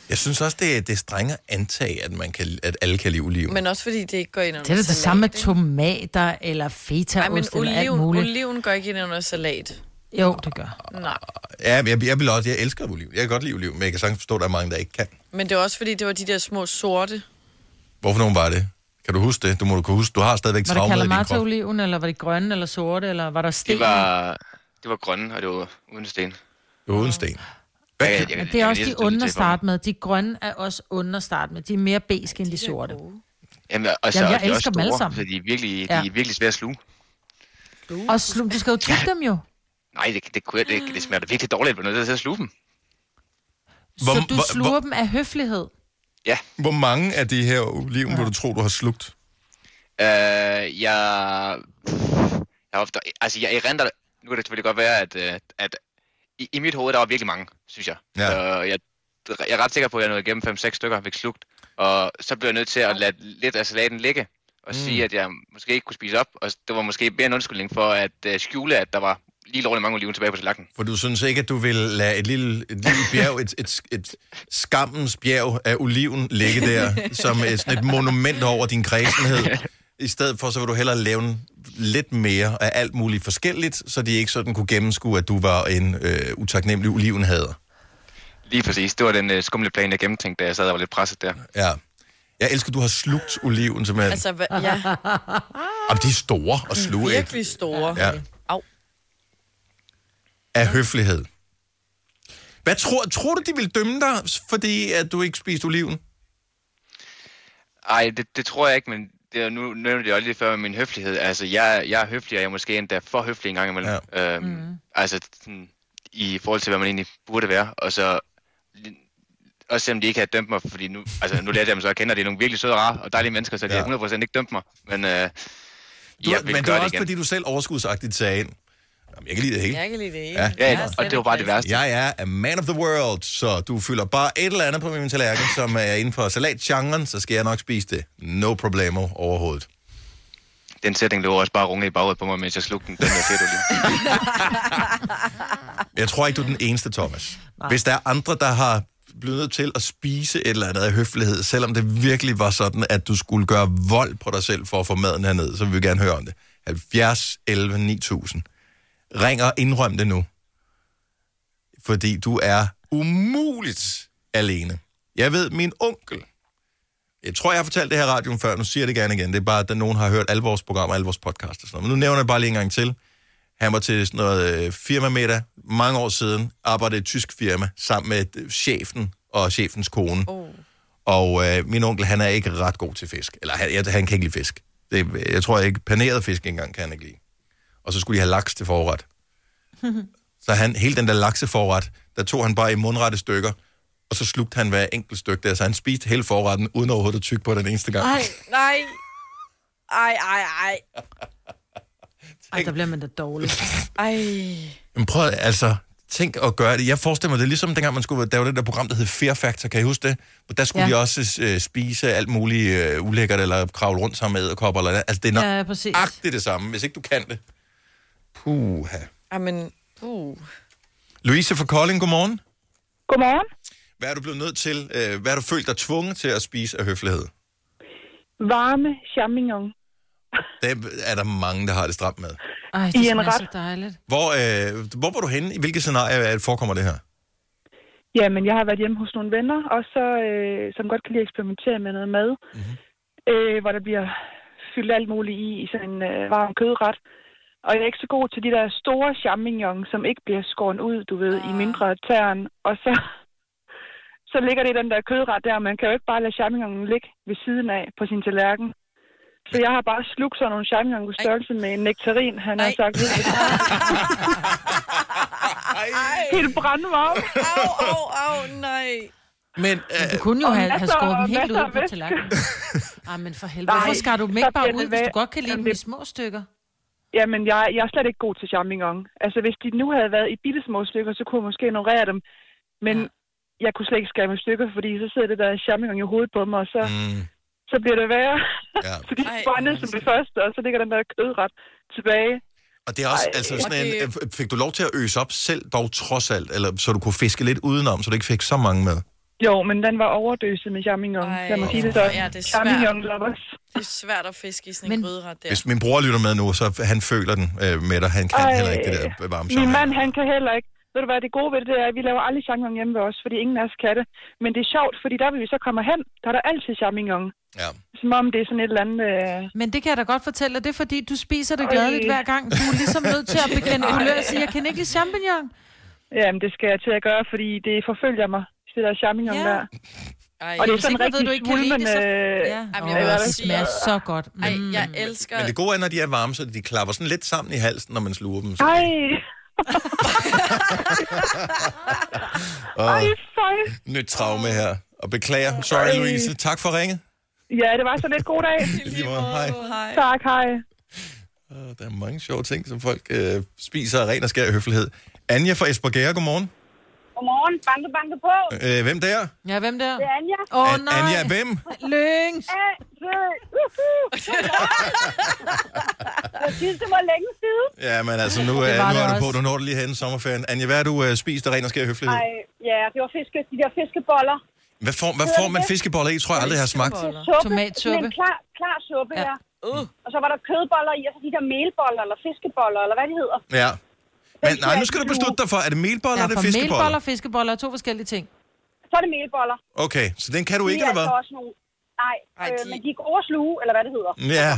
Speaker 1: Jeg synes også, det er, det er strenge at antage, at, man kan, at alle kan lide
Speaker 2: [LAUGHS]
Speaker 1: oliven.
Speaker 2: Men også fordi det ikke går ind under
Speaker 3: Det er da det
Speaker 2: salat,
Speaker 3: samme med
Speaker 2: ikke?
Speaker 3: tomater eller
Speaker 2: Nej, men
Speaker 3: fetaost eller alt
Speaker 2: oliven,
Speaker 3: muligt.
Speaker 2: oliven går ikke ind under salat.
Speaker 3: Jo, det gør.
Speaker 2: Nej.
Speaker 1: Ja, men jeg, jeg, vil også, jeg elsker oliven. Jeg kan godt lide oliven, men jeg kan sagtens forstå, at der er mange, der ikke kan.
Speaker 2: Men det er også fordi, det var de der små sorte.
Speaker 1: Hvorfor nogen var det? Kan du huske det? Du må du kunne huske, du har stadigvæk
Speaker 3: Var det
Speaker 1: traumet i din krop.
Speaker 3: Kalamata-oliven, eller var det grønne eller sorte, eller var der sten?
Speaker 22: Det var, det var grønne, og det var uden sten.
Speaker 1: Det var uden sten.
Speaker 22: Ja, jeg,
Speaker 3: Men det er også de onde at starte med. De grønne er også onde at starte med. De er mere beske end de sorte.
Speaker 22: Jamen, og så,
Speaker 3: Jamen, jeg
Speaker 22: er de også
Speaker 3: elsker dem alle
Speaker 22: store,
Speaker 3: sammen.
Speaker 22: Så de er virkelig,
Speaker 3: Ja.
Speaker 22: de er virkelig svære at sluge.
Speaker 3: Og slu- du skal jo tygge dem jo.
Speaker 22: Nej, det, det, kunne jeg, det, det smager da virkelig dårligt, at man er nødt til at sluge dem.
Speaker 3: Så du sluger dem af høflighed. [LAUGHS]
Speaker 22: Ja.
Speaker 1: Hvor mange af de her oliven, ja. hvor du tror, du har slugt?
Speaker 22: Øh, jeg, jeg, ofte, altså, jeg erindrer, nu kan det selvfølgelig godt være, at, øh, at i, i, mit hoved, der var virkelig mange, synes jeg.
Speaker 1: Ja.
Speaker 22: Så jeg, jeg er ret sikker på, at jeg nåede igennem 5-6 stykker ved slugt. Og så blev jeg nødt til at lade lidt af salaten ligge, og
Speaker 1: Mm.
Speaker 22: mm. sige, at jeg måske ikke kunne spise op. Og det var måske mere en undskyldning for at øh, skjule, at der var lige lovlig mange oliven tilbage på salaten.
Speaker 1: For du synes ikke, at du vil lade et lille, et lille bjerg, et, et, et skammens bjerg af oliven ligge der, som et, sådan et monument over din kredsenhed. I stedet for, så vil du hellere lave lidt mere af alt muligt forskelligt, så de ikke sådan kunne gennemskue, at du var en øh, utaknemmelig olivenhader.
Speaker 22: Lige præcis. Det var den øh, skumle plan, jeg gennemtænkte, da jeg sad og var lidt presset der.
Speaker 1: Ja. Jeg elsker, at du har slugt oliven, simpelthen. Altså,
Speaker 2: Altså, hva- ja.
Speaker 1: Jamen, de er store [LAUGHS] og sluge ikke.
Speaker 2: Virkelig store.
Speaker 1: Ja.
Speaker 2: Au.
Speaker 1: Af høflighed. Hvad tror, tror du, de vil dømme dig, fordi at du ikke spiste oliven?
Speaker 22: Ej, det, det tror jeg ikke, men det, er- nu nævnte jeg også lige før med min høflighed. Altså, jeg, jeg er høflig, og jeg er måske endda for høflig en gang imellem. Ja. Øhm, mm. Altså, sådan, i forhold til, hvad man egentlig burde være. Og så, også selvom de ikke havde dømt mig, fordi nu, altså, nu lærte jeg dem så at kende, og det er nogle virkelig søde, rare og dejlige mennesker, så de
Speaker 1: Ja.
Speaker 22: ja. har 100% ikke dømt mig. Men øh, jeg
Speaker 1: Du,
Speaker 22: vil gøre
Speaker 1: men det var
Speaker 22: det,
Speaker 1: også,
Speaker 22: igen.
Speaker 1: fordi du selv overskudsagtigt sagde, Jamen, jeg kan lide det hele.
Speaker 2: Jeg kan lide det hele.
Speaker 1: Ja,
Speaker 22: Ja, ja, og det var bare det værste.
Speaker 1: Jeg er a man of the world, så du fylder bare et eller andet på min tallerken, som er inden for salatgenren, så skal jeg nok spise det. No problemo overhovedet.
Speaker 22: Den sætning lå også bare runge i baghovedet på mig, mens jeg slugte den, den der fedt olie.
Speaker 1: Jeg tror ikke, du er den eneste, Thomas. Nej.
Speaker 22: Nej.
Speaker 1: Hvis der er andre, der har blevet nødt til at spise et eller andet af høflighed, selvom det virkelig var sådan, at du skulle gøre vold på dig selv for at få maden herned, så vil vi gerne høre om det. 70 11 9000. Ring og indrøm det nu. Fordi du er umuligt alene. Jeg ved, min onkel, jeg tror, jeg har fortalt det her i radioen før, nu siger jeg det gerne igen, det er bare, at nogen har hørt alle vores programmer, alle vores podcasts og sådan noget. Men nu nævner jeg det bare lige en gang til. Han var til sådan noget øh, firmamiddag mange år siden, arbejdede i et tysk firma sammen med øh, chefen og chefens kone.
Speaker 2: Oh.
Speaker 1: Og øh, min onkel, han er ikke ret god til fisk. Eller han, jeg, han kan ikke lide fisk. Det, jeg tror ikke, paneret fisk engang kan han ikke lide. Og så skulle de have laks til forret. Så han, hele den der lakseforret, der tog han bare i mundrette stykker, og så slugte han hver enkelt stykke der, så han spiste hele forretten, uden overhovedet at tygge på den eneste gang.
Speaker 3: Ej,
Speaker 2: nej. Ej, ej, ej.
Speaker 3: Ej, der bliver man da dårlig.
Speaker 2: Ej.
Speaker 1: Men prøv altså, tænk at gøre det. Jeg forestiller mig, det er ligesom dengang, man skulle, der var det der program, der hed Fear Factor, kan I huske det? Og der skulle ja.
Speaker 3: Ja.
Speaker 1: de også øh, spise alt muligt øh, ulækkert, eller kravle rundt sammen med æderkopper, eller altså det er
Speaker 3: Ja,
Speaker 1: nøjagtigt
Speaker 3: præcis.
Speaker 1: ja, det samme, hvis ikke du kan det. Puha.
Speaker 2: Ej, men... Uh.
Speaker 1: Louise fra Kolding, godmorgen.
Speaker 6: Godmorgen.
Speaker 1: Hvad er du blevet nødt til, øh, hvad har du følt dig tvunget til at spise af høflighed?
Speaker 6: Varme champignon.
Speaker 1: Det er der mange, der har det stramt med.
Speaker 3: Ej,
Speaker 6: I
Speaker 3: det
Speaker 6: en
Speaker 3: smager
Speaker 6: ret.
Speaker 3: så dejligt.
Speaker 1: Hvor, øh, hvor var du henne? I hvilket scenarie øh, forekommer det her?
Speaker 19: Jamen, jeg har været hjemme hos nogle venner, og så, øh, som godt kan lide at eksperimentere med noget mad,
Speaker 3: Mhm.
Speaker 19: mm-hmm. øh, hvor der bliver fyldt alt muligt i, i sådan en øh, varm kødret. Og jeg er ikke så god til de der store champignon, som ikke bliver skåret ud, du ved,
Speaker 3: Ah.
Speaker 19: i mindre tern. Og så, [LAUGHS] så ligger det i den der kødret der, man kan jo ikke bare lade champignonen ligge ved siden af på sin tallerken. Så jeg har bare slugt sådan nogle champignon på størrelse med en nektarin, han har sagt. Helt brandvarm.
Speaker 2: Au, au, au, nej.
Speaker 23: Men, øh,
Speaker 3: Du kunne jo
Speaker 19: Og
Speaker 3: have, have
Speaker 19: masser-
Speaker 3: skåret dem helt
Speaker 19: masser
Speaker 3: ud
Speaker 19: af
Speaker 3: på
Speaker 19: væske.
Speaker 3: tallerkenen.
Speaker 19: [LAUGHS]
Speaker 3: Ah, men for helvede.
Speaker 19: Nej,
Speaker 3: Hvorfor skar du dem ikke
Speaker 19: så
Speaker 3: bare
Speaker 19: bliver
Speaker 3: ud,
Speaker 19: det
Speaker 3: hvis du
Speaker 19: væ-
Speaker 3: godt kan lide
Speaker 19: Jamen,
Speaker 3: dem i
Speaker 19: det-
Speaker 3: små stykker?
Speaker 19: Jamen, jeg, jeg er slet ikke god til champignon. Altså, hvis de nu havde været i bitte små stykker, så kunne jeg måske ignorere dem. Men ja. jeg kunne slet ikke skære dem i stykker, fordi så sidder det der champignon i hovedet på mig, og så,
Speaker 23: mm.
Speaker 19: så bliver det værre.
Speaker 13: [LAUGHS]
Speaker 19: Ja. så de skal bare ned som det første, og så ligger den der kødret tilbage.
Speaker 1: Og det er også,
Speaker 19: Ej.
Speaker 1: altså
Speaker 19: Og
Speaker 1: sådan en,
Speaker 19: det-
Speaker 1: øh, fik du lov til at øse op selv, dog trods alt, eller så du kunne fiske lidt udenom, så du ikke fik så mange med?
Speaker 19: Jo, men den var overdøset med champignon. Lad mig sige det så.
Speaker 2: Ja, det er
Speaker 19: champignon
Speaker 2: svært.
Speaker 19: lovers.
Speaker 2: Det er svært at fiske i sådan en gryderet der.
Speaker 1: Hvis min bror lytter med nu, så han føler den øh, med dig. Han kan Ej, heller ikke det der varme
Speaker 19: Min
Speaker 1: champagne.
Speaker 19: mand, han kan heller ikke. Ved du hvad, det gode ved det, det er, at vi laver aldrig champignon hjemme ved os, fordi ingen af os kan det. Men det er sjovt, fordi der vil vi så komme hen, der er der altid champignon.
Speaker 1: Ja.
Speaker 19: Som om det er sådan et eller andet... Øh...
Speaker 3: Men det kan jeg da godt fortælle dig, det er fordi, du spiser det
Speaker 19: Ej.
Speaker 3: gladeligt hver gang. Du er
Speaker 19: [LAUGHS]
Speaker 3: ligesom nødt til at bekende kulør og sige, jeg kan ikke lide champignon.
Speaker 19: Jamen, det skal jeg til at gøre, fordi det forfølger mig, det der champignon
Speaker 3: Ja.
Speaker 19: der.
Speaker 2: Ej,
Speaker 19: og det er
Speaker 3: hvis
Speaker 19: sådan
Speaker 3: ikke man ved,
Speaker 19: rigtig
Speaker 3: du ikke kan lide det,
Speaker 19: svulmende...
Speaker 3: så-
Speaker 19: Ja.
Speaker 3: Jamen, jeg vil også sige- smager så godt. Mm.
Speaker 2: Ej, jeg elsker...
Speaker 1: Men det gode er, når de er varme, så de klapper sådan lidt sammen i halsen, når man sluger dem. Så.
Speaker 19: Ej,
Speaker 1: Og
Speaker 19: ej, fej.
Speaker 1: nyt traume her. Og beklager. Sorry,
Speaker 19: Ej.
Speaker 1: Louise. Tak for ringet.
Speaker 19: Ja, det var så lidt god dag.
Speaker 1: Lige måde. Hej.
Speaker 19: tak, hej.
Speaker 1: Og Der er mange sjove ting, som folk øh, spiser af ren og skær høflighed. Anja fra Esbjerg, godmorgen.
Speaker 11: Godmorgen. Banke, banke på.
Speaker 1: Øh, hvem der?
Speaker 3: Ja, hvem der?
Speaker 11: Det er Anja.
Speaker 3: Åh,
Speaker 1: An-
Speaker 3: nej.
Speaker 1: Anja, hvem?
Speaker 3: Lyngs.
Speaker 11: Jeg synes, det var længe siden.
Speaker 1: Ja, men altså, nu,
Speaker 11: Det
Speaker 1: er,
Speaker 11: var
Speaker 1: nu
Speaker 11: det
Speaker 1: er du på.
Speaker 11: også.
Speaker 1: Du når det lige hen i sommerferien. Anja, hvad har du øh, spist af ren og skær høflighed?
Speaker 11: Ej, ja, det var fiske, de der fiskeboller.
Speaker 1: Hvad får, hvad får man fiskeboller i? Tror jeg aldrig, jeg har smagt.
Speaker 11: Suppe, Tomatsuppe. En klar, klar suppe, ja. ja. Uh. Og så var der kødboller i, og så de der melboller, eller fiskeboller, eller hvad de hedder.
Speaker 1: Ja. Men nej, nu skal du beslutte dig for, er det melboller
Speaker 3: Ja,
Speaker 1: eller er
Speaker 3: for
Speaker 1: det
Speaker 3: melboller
Speaker 1: fiskeboller?
Speaker 3: og fiskeboller er to forskellige ting.
Speaker 11: Så er det melboller.
Speaker 1: Okay, så den kan du
Speaker 11: De
Speaker 1: ikke,
Speaker 11: er
Speaker 1: eller hvad?
Speaker 11: altså også nogle... Nej, øh, men de er gode at sluge, eller hvad det hedder.
Speaker 1: Ja.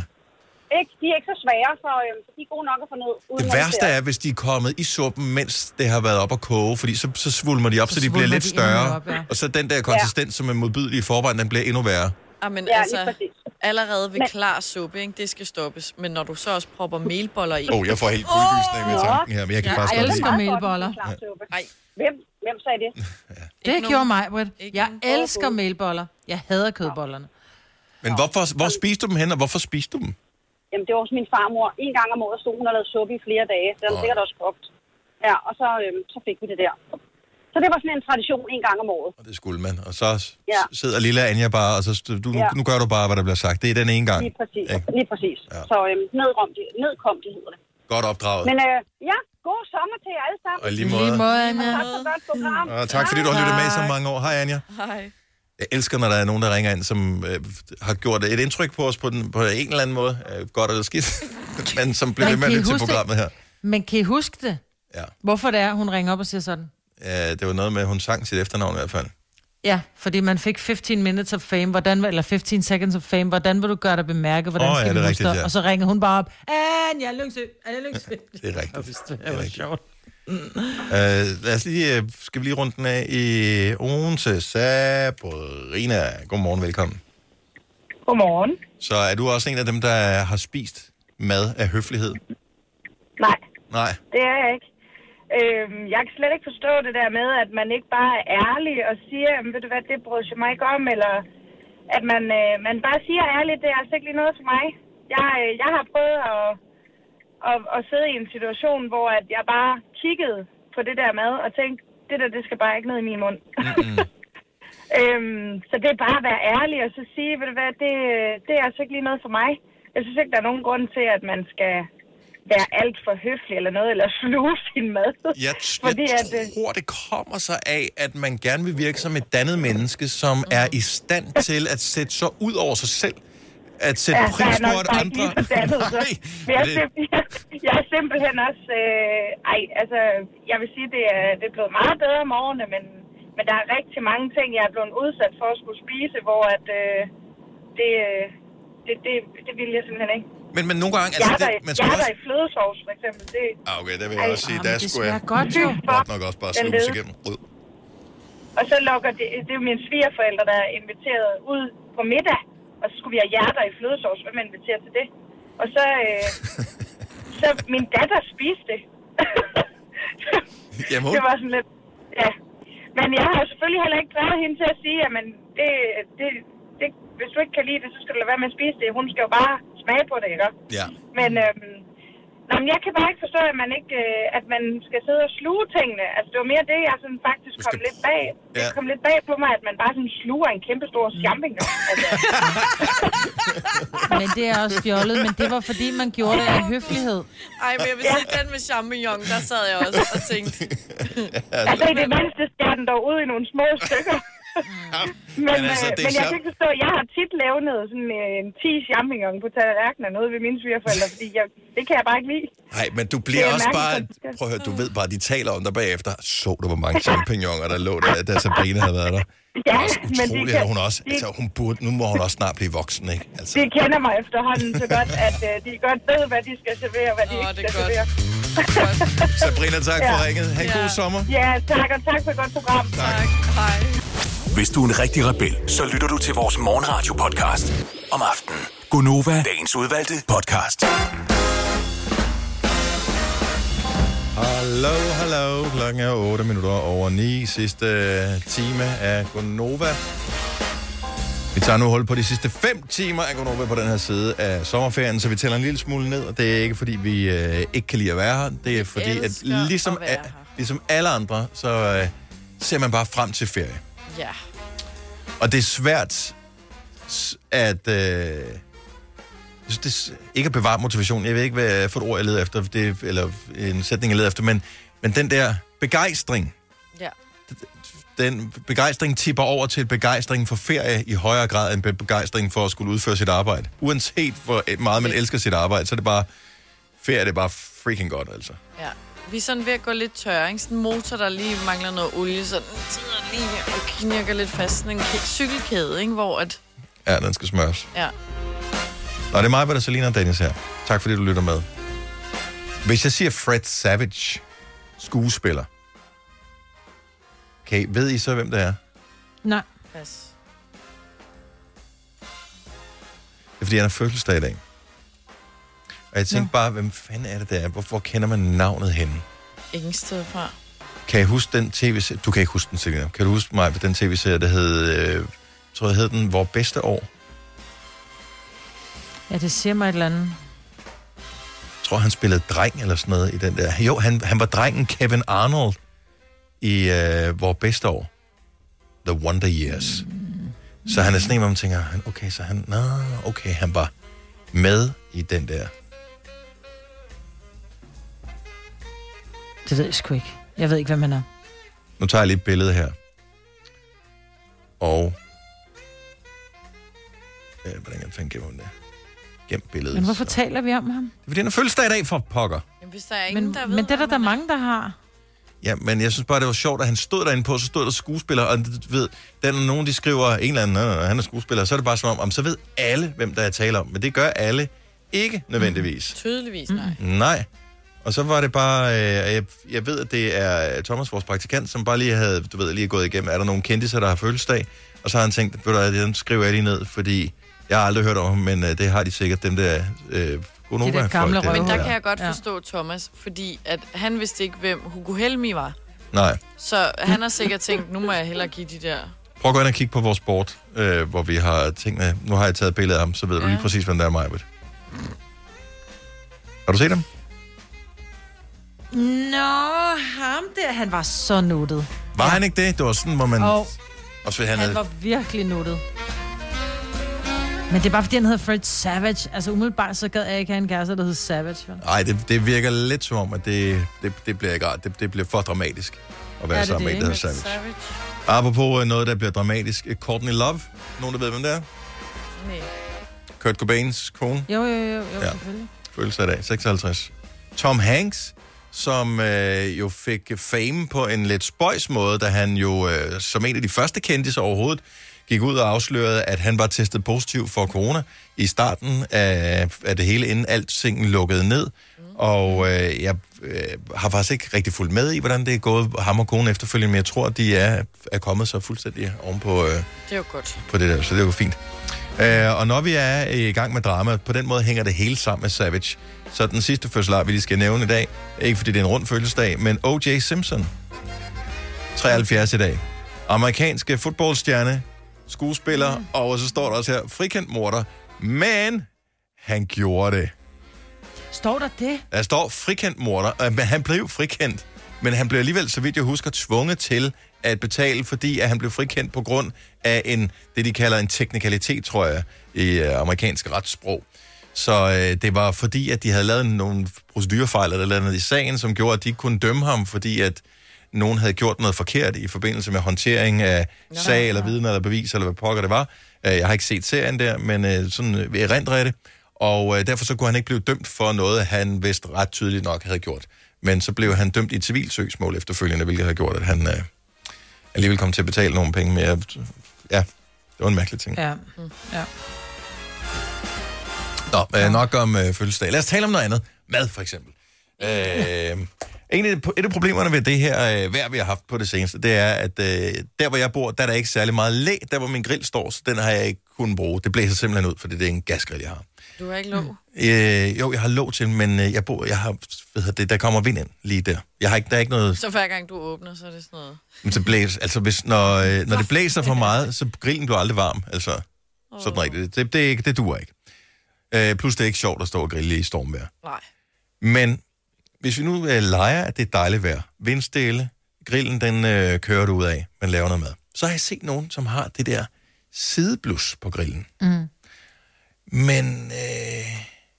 Speaker 11: Ikke? De er ikke så svære, så, øh, så de er gode nok at få ned. Uden
Speaker 1: Det
Speaker 11: at
Speaker 1: værste
Speaker 11: irritere.
Speaker 1: er, hvis de er kommet i suppen, mens det har været op at koge, fordi så, så svulmer de op, så, de
Speaker 11: svulmer
Speaker 1: bliver lidt
Speaker 11: de
Speaker 1: større.
Speaker 11: endnu op, ja.
Speaker 1: Og så den der konsistens, som er modbydelig i forvejen, den bliver endnu værre.
Speaker 2: Ah,
Speaker 11: Ja,
Speaker 2: men
Speaker 11: lige
Speaker 2: altså,
Speaker 11: præcis.
Speaker 2: allerede ved
Speaker 11: Men-
Speaker 2: klar suppe, ikke? det skal stoppes. Men når du så også propper melboller i...
Speaker 1: Åh, jeg får helt kuldegysninger ved tanken her, men jeg kan faktisk godt lide det.
Speaker 3: melboller.
Speaker 2: Nej.
Speaker 11: Hvem, hvem sagde det?
Speaker 3: Det gjorde mig, Britt. Jeg elsker melboller. Jeg hader kødbollerne.
Speaker 1: Men hvorfor, hvor spiste du dem hen, og hvorfor spiste du dem?
Speaker 11: Jamen, det var hos min farmor. En gang om året stod hun og lavede suppe i flere dage. Den var sikkert også kogt. Ja, og så, øhm, så fik vi det der. Så det var sådan en tradition en gang om året.
Speaker 1: Det skulle man. Og så s-
Speaker 11: Ja.
Speaker 1: sidder lille Anja bare, og så st- du, nu,
Speaker 11: Ja.
Speaker 1: nu gør du bare, hvad der bliver sagt. Det er den ene gang.
Speaker 11: Lige præcis.
Speaker 1: Ikke?
Speaker 11: Lige præcis. Ja. Så øhm, ned, kom de, ned kom de, hedder det.
Speaker 1: Godt opdraget.
Speaker 11: Men øh, ja, god sommer til jer alle sammen.
Speaker 1: Og i lige måde. Lige måde,
Speaker 11: Og tak for godt program.
Speaker 1: Og tak fordi du har lyttet med i så mange år. Hej Anja.
Speaker 11: Hej.
Speaker 1: Jeg elsker, når der er nogen, der ringer ind, som øh, har gjort et indtryk på os på, den, på en eller anden måde. Øh, godt eller skidt. [LAUGHS] Men som bliver
Speaker 3: Men
Speaker 1: ved med
Speaker 3: kan
Speaker 1: at
Speaker 3: I
Speaker 1: lytte til
Speaker 3: huske det?
Speaker 1: programmet her.
Speaker 3: Men kan I huske det?
Speaker 1: Ja.
Speaker 3: Hvorfor det er, hun ringer op og siger sådan?
Speaker 1: Ja, det var noget med, at hun sang sit efternavn i hvert fald.
Speaker 3: Ja, fordi man fik 15 minutes of fame, hvordan, vil- eller 15 seconds of fame, hvordan vil du gøre dig bemærket, hvordan
Speaker 1: Åh,
Speaker 3: oh,
Speaker 1: ja,
Speaker 3: skal ja,
Speaker 1: det er
Speaker 3: vi
Speaker 1: rigtigt,
Speaker 3: rigtigt,
Speaker 1: ja.
Speaker 3: ja. Og så ringer hun bare op, Anja Lyngsø, Anja Lyngsø.
Speaker 1: Det er rigtigt. Det er rigtigt.
Speaker 3: sjovt.
Speaker 1: Uh, lad os lige, øh, skal vi lige runde den af i Odense. Sabrina, godmorgen, velkommen.
Speaker 19: Godmorgen.
Speaker 1: Så er du også en af dem, der har spist mad af høflighed?
Speaker 12: Nej,
Speaker 1: Nej.
Speaker 12: [LAUGHS] det er jeg ikke. Øhm, jeg kan slet ikke forstå det der med, at man ikke bare er ærlig og siger, "Jamen, ved du hvad, det bryder jeg mig ikke om, eller at man, øh, man bare siger ærligt, det er altså ikke lige noget for mig. Jeg, øh, jeg har prøvet at, at, at sidde i en situation, hvor at jeg bare kiggede på det der mad og tænkte, det der, det skal bare ikke ned i min mund. [LAUGHS] Øhm, så det er bare at være ærlig og så sige, ved du hvad, det, det er altså ikke lige noget for mig. Jeg synes ikke, der er nogen grund til, at man skal være alt for høflig eller noget, eller sluge sin mad. [LAUGHS]
Speaker 1: Jeg, t- Fordi jeg
Speaker 12: at, øh,
Speaker 1: tror, det kommer sig af, at man gerne vil virke som et dannet menneske, som er i stand til at sætte sig ud over sig selv. At sætte
Speaker 12: Ja,
Speaker 1: ja,
Speaker 12: der
Speaker 1: pris
Speaker 12: er nok
Speaker 1: på, at
Speaker 12: bare ikke
Speaker 1: andre...
Speaker 12: lige
Speaker 1: [LAUGHS]
Speaker 12: forstandet,
Speaker 9: [LAUGHS]
Speaker 12: så. Men Jeg, er
Speaker 1: det-
Speaker 12: simp- [LAUGHS] jeg er simpelthen også... Øh, ej, altså, jeg vil sige, det er, det er blevet meget bedre om årene, men Men der er rigtig mange ting, jeg er blevet udsat for at skulle spise, hvor at, øh, det, øh, det, det, det vil jeg simpelthen ikke.
Speaker 9: Men, men nogle gange...
Speaker 12: jeg er
Speaker 9: Altså,
Speaker 12: der,
Speaker 9: det, man
Speaker 12: jeg
Speaker 9: skal
Speaker 12: er der
Speaker 9: også...
Speaker 12: i flødesovs, for eksempel. Det,
Speaker 9: Ah, okay, der vil jeg
Speaker 12: Ej,
Speaker 9: også sige,
Speaker 12: ah,
Speaker 9: der
Speaker 12: men det
Speaker 9: skulle jeg
Speaker 12: smager godt, jo.
Speaker 9: godt nok også bare
Speaker 12: Den
Speaker 9: snuse
Speaker 12: led.
Speaker 9: igennem rød.
Speaker 12: og så lokker det, det er jo mine svigerforældre, der er inviteret ud på middag, og så skulle vi have hjerter i flødesovs, hvem man inviterer til det. Og så, øh, så min datter spiste det.
Speaker 9: Jamen,
Speaker 12: Det var sådan lidt, ja. Men jeg har jo selvfølgelig heller ikke drevet hende til at sige, at det, det, det, hvis du ikke kan lide det, så skal du lade være med at spise det. Hun skal jo bare smage på det, ikke?
Speaker 9: Ja.
Speaker 12: Men, øhm, nå, men jeg kan bare ikke forstå, at man ikke, øh, at man skal sidde og sluge tingene. Altså, det var mere det, jeg sådan faktisk kom lidt bag. Ja. Det kom lidt bag på mig, at man bare sådan sluger en kæmpe
Speaker 9: Mm.
Speaker 12: stor champignon. Altså,
Speaker 3: Men det er også fjollet, men det var fordi, man gjorde det af høflighed.
Speaker 2: Ej, men jeg vil sige, den med champignon, der sad jeg også og tænkte,
Speaker 12: altså i det mindste skærer den dog ud i nogle små
Speaker 9: [LAUGHS]
Speaker 12: stykker. men,
Speaker 9: Men altså,
Speaker 12: øh,
Speaker 9: det er
Speaker 12: men jeg
Speaker 9: sjovt.
Speaker 12: kan ikke forstå, jeg har tit lavnet sådan øh, en 10 champignon på tallerkenen noget ved mine svigerforældre, fordi jeg, det kan jeg bare ikke lide.
Speaker 9: Nej, men du bliver
Speaker 12: Det er
Speaker 9: også bare...
Speaker 12: mærkeligt, at-
Speaker 9: Prøv at høre, du ved bare, de taler om dig bagefter. Så du, hvor mange champignoner, der lå der, da Sabrina havde været der.
Speaker 12: Ja, men de,
Speaker 9: Utroligt,
Speaker 12: kan,
Speaker 9: at hun også...
Speaker 12: de,
Speaker 9: Altså, hun burde, nu må hun også snart blive voksen, ikke? Altså,
Speaker 12: de kender mig efterhånden så godt, at øh, de godt ved, hvad de skal servere, hvad de oh, ikke skal servere.
Speaker 9: Sabrina, tak for
Speaker 12: Ja.
Speaker 9: ringet. Ha' en god sommer.
Speaker 12: Ja, tak, og tak for et godt program. Tak. Hej.
Speaker 5: Hvis du er en rigtig rebel, så lytter du til vores morgenradio-podcast om aftenen. Gunova, dagens udvalgte podcast.
Speaker 1: Hallo, hallo. Klokken er 8 minutter over 9. Sidste øh, time af Gonova. Vi tager nu hul på de sidste 5 timer af Gonova på den her side af sommerferien, så vi tæller en lille smule ned, og det er ikke fordi, vi øh, ikke kan lide at være her. Det er fordi, at
Speaker 2: elsker at
Speaker 1: ligesom,
Speaker 2: være her.
Speaker 1: a- ligesom alle andre, så øh, ser man bare frem til ferie.
Speaker 2: ja,
Speaker 1: Og det er svært s- at... Øh, jeg synes, det, er s- ikke at bevare motivation. Jeg ved ikke, hvad for et ord, jeg leder efter, det, eller en sætning, jeg leder efter, men, men den der begejstring,
Speaker 2: ja.
Speaker 1: den begejstring tipper over til begejstring for ferie i højere grad end be- begejstring for at skulle udføre sit arbejde. Uanset hvor meget man elsker sit arbejde, så er det bare... Ferie det er bare freaking godt, altså.
Speaker 2: Ja. Vi er sådan ved at gå lidt tørre, ikke? Sådan en motor, der lige mangler noget olie, så den sidder lige her og knirker lidt fast. Sådan en ke- cykelkæde, ikke? Hvor at...
Speaker 1: Ja, den skal smøres.
Speaker 2: Ja.
Speaker 1: Nå, det er mig, hvad der er Selina og Dennis her. Tak fordi du lytter med. Hvis jeg siger Fred Savage, skuespiller, okay, ved I så, hvem det er? Det
Speaker 3: Nej.
Speaker 2: Pas.
Speaker 1: er, fordi han har fødselsdag i dag. Og jeg tænkte bare, hvem fanden er det der? Hvor, hvor kender man navnet henne?
Speaker 2: Ingen sted fra.
Speaker 1: Kan jeg huske den tv-serie? Du kan ikke huske den, Selina. Kan du huske mig på den tv-serie, der hed... Øh, jeg tror, jeg hed den Vor Bedste År.
Speaker 3: Ja, det siger mig et eller andet.
Speaker 1: Jeg tror, han spillede dreng eller sådan noget i den der. Jo, han, han var drengen Kevin Arnold i øh, vores bedste år. The Wonder Years. Så han er sådan en, hvor man tænker, han- okay, så han, nå, okay, han var med i den der.
Speaker 3: Det ved jeg sgu ikke. Jeg ved ikke, hvem han er.
Speaker 1: Nu tager jeg lige et billede her. Og... Øh, hvordan fanden gemmer hun det? Gem billedet.
Speaker 3: Men hvorfor taler vi om ham?
Speaker 1: Det er fordi, han har fødselsdag i dag for pokker.
Speaker 2: Jamen, hvis der er ingen,
Speaker 3: Men,
Speaker 2: der ved...
Speaker 3: men det er der, der er mange, der har.
Speaker 1: Ja, men jeg synes bare, det var sjovt, at han stod derinde på, så stod der skuespiller, og du ved, der er nogen, de skriver, en eller anden, "Nå, nå, nå, han er skuespiller, så er det bare som om, om, så ved alle, hvem der er tale om, men det gør alle ikke nødvendigvis.
Speaker 2: Tydeligvis nej.
Speaker 1: Mm. Nej. Og så var det bare, øh, jeg, jeg ved, at det er Thomas, vores praktikant, som bare lige havde, du ved, lige gået igennem, er der nogen kendtiser, der har fødselsdag? Og så har han tænkt, ved du hvad, dem skriver jeg lige ned, fordi jeg har aldrig hørt om ham, men øh, det har de sikkert, dem der øh, Gonova-folk. der.
Speaker 2: Men der kan jeg godt forstå Thomas, fordi at han vidste ikke, hvem Hugo Helmi var.
Speaker 1: Nej.
Speaker 2: Så han har sikkert tænkt, nu må jeg hellere give de der...
Speaker 1: Prøv at gå ind og kigge på vores board, øh, hvor vi har tingene. Nu har jeg taget billeder af ham, så ved ja. du lige præcis, hvem der er mig. Har du set dem?
Speaker 3: Nå, ham der, han var så nuttet.
Speaker 1: Var ja. han ikke det? Det var sådan, hvor man...
Speaker 3: Og
Speaker 1: Og så han,
Speaker 3: han
Speaker 1: havde...
Speaker 3: var virkelig nuttet. Men det er bare, fordi han hedder Fred Savage. Altså umiddelbart, så gad jeg ikke have en kæreste, der hed Savage. vel?
Speaker 1: Ej, det, det virker lidt som om, at det, det, det bliver ikke rart. Det, det bliver for dramatisk at være
Speaker 3: Er
Speaker 1: ja,
Speaker 3: det
Speaker 1: sammen med en,
Speaker 3: det,
Speaker 1: der hedder
Speaker 3: ikke?
Speaker 1: Savage. Apropos øh, noget, der bliver dramatisk. øh, Courtney Love. Nogen, der ved, hvem det er?
Speaker 2: Nej.
Speaker 1: Kurt Cobains kone.
Speaker 3: Øh, Jo, jo, jo, jo
Speaker 1: Ja.
Speaker 3: ja. selvfølgelig.
Speaker 1: Følelse af dag. 56. Tom Hanks som øh, jo fik fame på en lidt spøjs måde, da han jo øh, som en af de første kendte overhovedet, gik ud og afslørede, at han var testet positiv for corona i starten af, af det hele, inden alt singen lukkede ned. Og øh, jeg øh, har faktisk ikke rigtig fulgt med i, hvordan det er gået ham og konen efterfølgende, men jeg tror, at de er, er kommet så fuldstændig ovenpå øh,
Speaker 2: Det er jo godt.
Speaker 1: på det der, så det var fint. Uh, og når vi er i gang med drama, på den måde hænger det hele sammen med Savage. Så den sidste fødselar, vi lige skal nævne i dag, ikke fordi det er en rund fødselsdag, men O.J. Simpson, 73 i dag. Amerikanske fodboldstjerne, skuespiller, mm. og så står der også her, frikendt morder, men han gjorde det.
Speaker 3: Står der det?
Speaker 1: Der står frikendt morder, øh, men han blev frikendt. Men han blev alligevel, så vidt jeg husker, tvunget til at betale, fordi at han blev frikendt på grund af en, det de kalder en teknikalitet, tror jeg, i øh, amerikansk retssprog. Så øh, det var fordi, at de havde lavet nogle procedurefejl eller et eller andet i sagen, som gjorde, at de ikke kunne dømme ham, fordi at nogen havde gjort noget forkert i forbindelse med håndtering af sag eller vidner eller bevis eller hvad pokker det var. Øh, Jeg har ikke set serien der, men øh, sådan øh, vil jeg erindre af det. Og øh, derfor så kunne han ikke blive dømt for noget, han vist ret tydeligt nok havde gjort. Men så blev han dømt i et civilt søgsmål efterfølgende, hvilket har gjort, at han øh, alligevel kom til at betale nogle penge mere. Ja, det var en mærkelig ting.
Speaker 3: Ja. Mm. [LAUGHS] ja.
Speaker 1: Nå, øh, nok om øh, fødselsdag. Lad os tale om noget andet. Mad, for eksempel. Øh, en af, de- et af problemerne ved det her øh, vejr, vi har haft på det seneste, det er, at øh, der, hvor jeg bor, der er der ikke særlig meget læ. Der, hvor min grill står, så den har jeg ikke kunnet bruge. Det blæser simpelthen ud, fordi det er en gasgrill, jeg har.
Speaker 2: Du har ikke lov.
Speaker 9: Mm.
Speaker 1: Øh, jo, jeg har låg til, men øh, jeg bor, jeg har, hvad hedder det, der kommer vind ind lige der. Jeg har ikke, der er ikke noget,
Speaker 2: Så hver gang du åbner, så er det sådan noget.
Speaker 1: men så blæs, altså hvis, når, øh, når det blæser for meget, så grillen bliver aldrig varm, altså. Sådan rigtigt. Det, det, er ikke- det duer ikke. Øh, plus det er ikke sjovt at stå og grille i stormvejr.
Speaker 2: Nej.
Speaker 1: Men hvis vi nu øh, leger, at det er dejligt vejr, vindstille, grillen den øh, kører du ud af, man laver noget mad, så har jeg set nogen, som har det der sideblus på grillen.
Speaker 3: Mm.
Speaker 1: Men øh,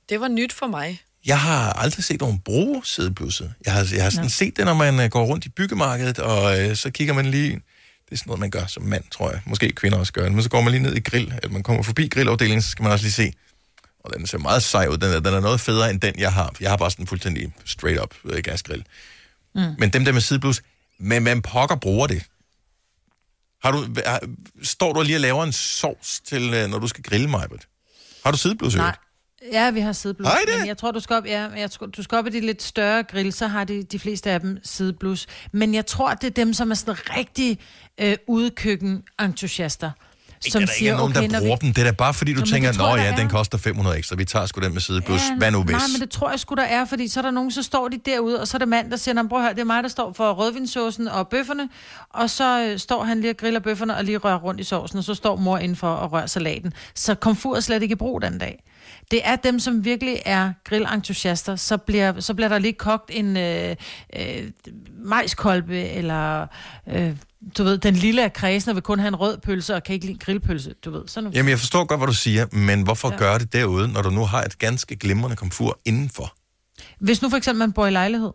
Speaker 2: Det var nyt for mig.
Speaker 1: jeg har aldrig set nogen bruge sædeblusset. Jeg har, jeg har sådan set det, når man øh, går rundt i byggemarkedet, og øh, så kigger man lige... Det er sådan noget, man gør som mand, tror jeg. Måske kvinder også gør det. Men så går man lige ned i grill. Eller man kommer forbi grillafdelingen, så skal man også lige se. Og den ser meget sej ud. Den er, den er noget federe end den, jeg har. Jeg har bare sådan en fuldstændig straight up øh, gasgrill.
Speaker 3: Mm.
Speaker 1: Men dem der med sideblus, men man pokker bruger det. Har du, har, står du lige og laver en sovs til, øh, når du skal grille mig? Har du sideblus? i øvrigt?
Speaker 3: Ja, vi har sideblus.
Speaker 1: Har I det?
Speaker 3: Men jeg tror, du skal op, ja, men jeg tror, du skal op i de lidt større grill, så har de, de fleste af dem sideblus. Men jeg tror, det er dem, som er sådan rigtig øh, udekøkken-entusiaster.
Speaker 1: Som der er ikke er nogen, der
Speaker 3: når
Speaker 1: bruger vi... dem. Det er da bare, fordi du
Speaker 3: Nå,
Speaker 1: Nå,
Speaker 3: men
Speaker 1: tænker,
Speaker 3: det tror
Speaker 1: nå
Speaker 3: jeg, der
Speaker 1: ja, den
Speaker 3: er."
Speaker 1: koster 500 ekstra, vi tager sgu den med sideblus. Ja,
Speaker 3: Ja,
Speaker 1: Hvad nu hvis?
Speaker 3: Nej, men det tror jeg sgu, der er, fordi så er der nogen, så står de derude, og så er det mand, der siger, "Nå, prøv at høre, det er mig, der står for rødvinsåsen og bøfferne, og så øh, står han lige og griller bøfferne og lige rører rundt i sovsen, og så står mor indenfor og rører salaten. Så komfur er slet ikke i brug den dag. Det er dem, som virkelig er grillentusiaster, så bliver, så bliver der lige kogt en øh, øh, majskolbe, eller øh, du ved, den lille er kredsen, og vil kun have en rød pølse, og kan ikke lide grillpølse, du ved. Sådan
Speaker 1: Jamen, jeg forstår godt, hvad du siger, men hvorfor
Speaker 3: Ja.
Speaker 1: ja. gøre det derude, når du nu har et ganske glimrende komfur indenfor?
Speaker 3: Hvis nu for eksempel man bor i lejlighed,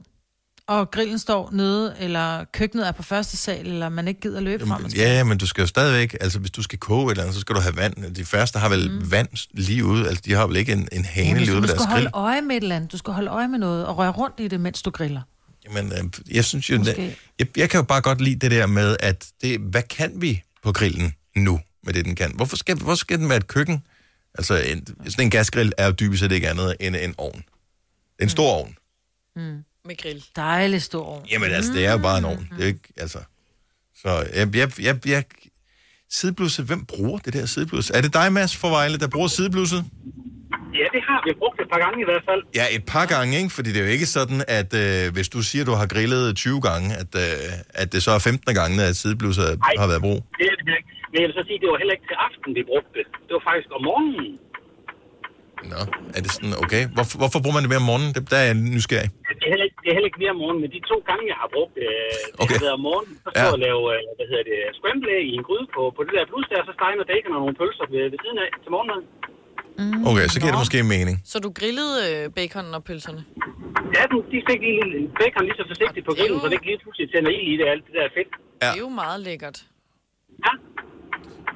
Speaker 3: og grillen står nede, eller køkkenet er på første sal, eller man ikke gider løbe frem. og tilbage.
Speaker 1: Ja, men du skal jo stadigvæk, altså hvis du skal koge et eller andet, så skal du have vand. De første har vel mm. vand lige ude, altså de har vel ikke en, en hane
Speaker 3: men
Speaker 1: lige ude
Speaker 3: Du
Speaker 1: ved
Speaker 3: skal
Speaker 1: deres grill.
Speaker 3: ligesom holde øje med et eller andet. Du skal holde øje med noget, og røre rundt i det, mens du griller.
Speaker 1: Men øh, jeg synes jo,
Speaker 3: Måske.
Speaker 1: jeg, jeg kan jo bare godt lide det der med, at det, hvad kan vi på grillen nu med det, den kan? Hvorfor skal, hvorfor skal den være et køkken? Altså, en, sådan en gasgrill er jo dybest set ikke andet end en ovn. En stor ovn.
Speaker 3: Mm.
Speaker 2: Med grill.
Speaker 3: Dejlig stor ovn.
Speaker 1: Jamen altså, det er jo bare en ovn. Det er jo ikke, altså... Så jeg, jeg, jeg, jeg sideblusset, hvem bruger det der sideblus? Er det dig, Mads fra Vejle, der bruger sideblusset?
Speaker 13: Ja, det har vi brugt et par gange i hvert fald.
Speaker 1: Ja, et par gange, ikke? Fordi det er jo ikke sådan, at øh, hvis du siger, du har grillet 20 gange, at, øh, at det så er 15 gange, at sideblusset
Speaker 13: Ej.
Speaker 1: har været brug.
Speaker 13: Det er det ikke. Men jeg vil så sige, det var heller ikke til aften, vi brugte det. Det var faktisk om morgenen.
Speaker 1: Nå, er det sådan, okay. Hvorfor, hvorfor bruger man det mere om morgenen? Det, der er jeg nysgerrig.
Speaker 13: Det er heller ikke, det er heller ikke mere om morgenen, men de to gange, jeg har brugt det, det okay. har været om morgenen. Så stod
Speaker 1: Ja.
Speaker 13: jeg og lave, øh, hvad hedder det, scramble æg i en gryde på, på det der blus der, så steger noget bacon og nogle pølser ved, ved siden af til morgenmad.
Speaker 2: Mm.
Speaker 1: Okay, så giver det måske mening.
Speaker 2: Så du grillede øh, baconen og pølserne?
Speaker 13: Ja, den, de fik lige lidt bacon lige så forsigtigt på grillen, så det ikke lige pludselig tænder ild i det, alt det der fedt.
Speaker 1: Ja.
Speaker 2: Det er jo meget lækkert.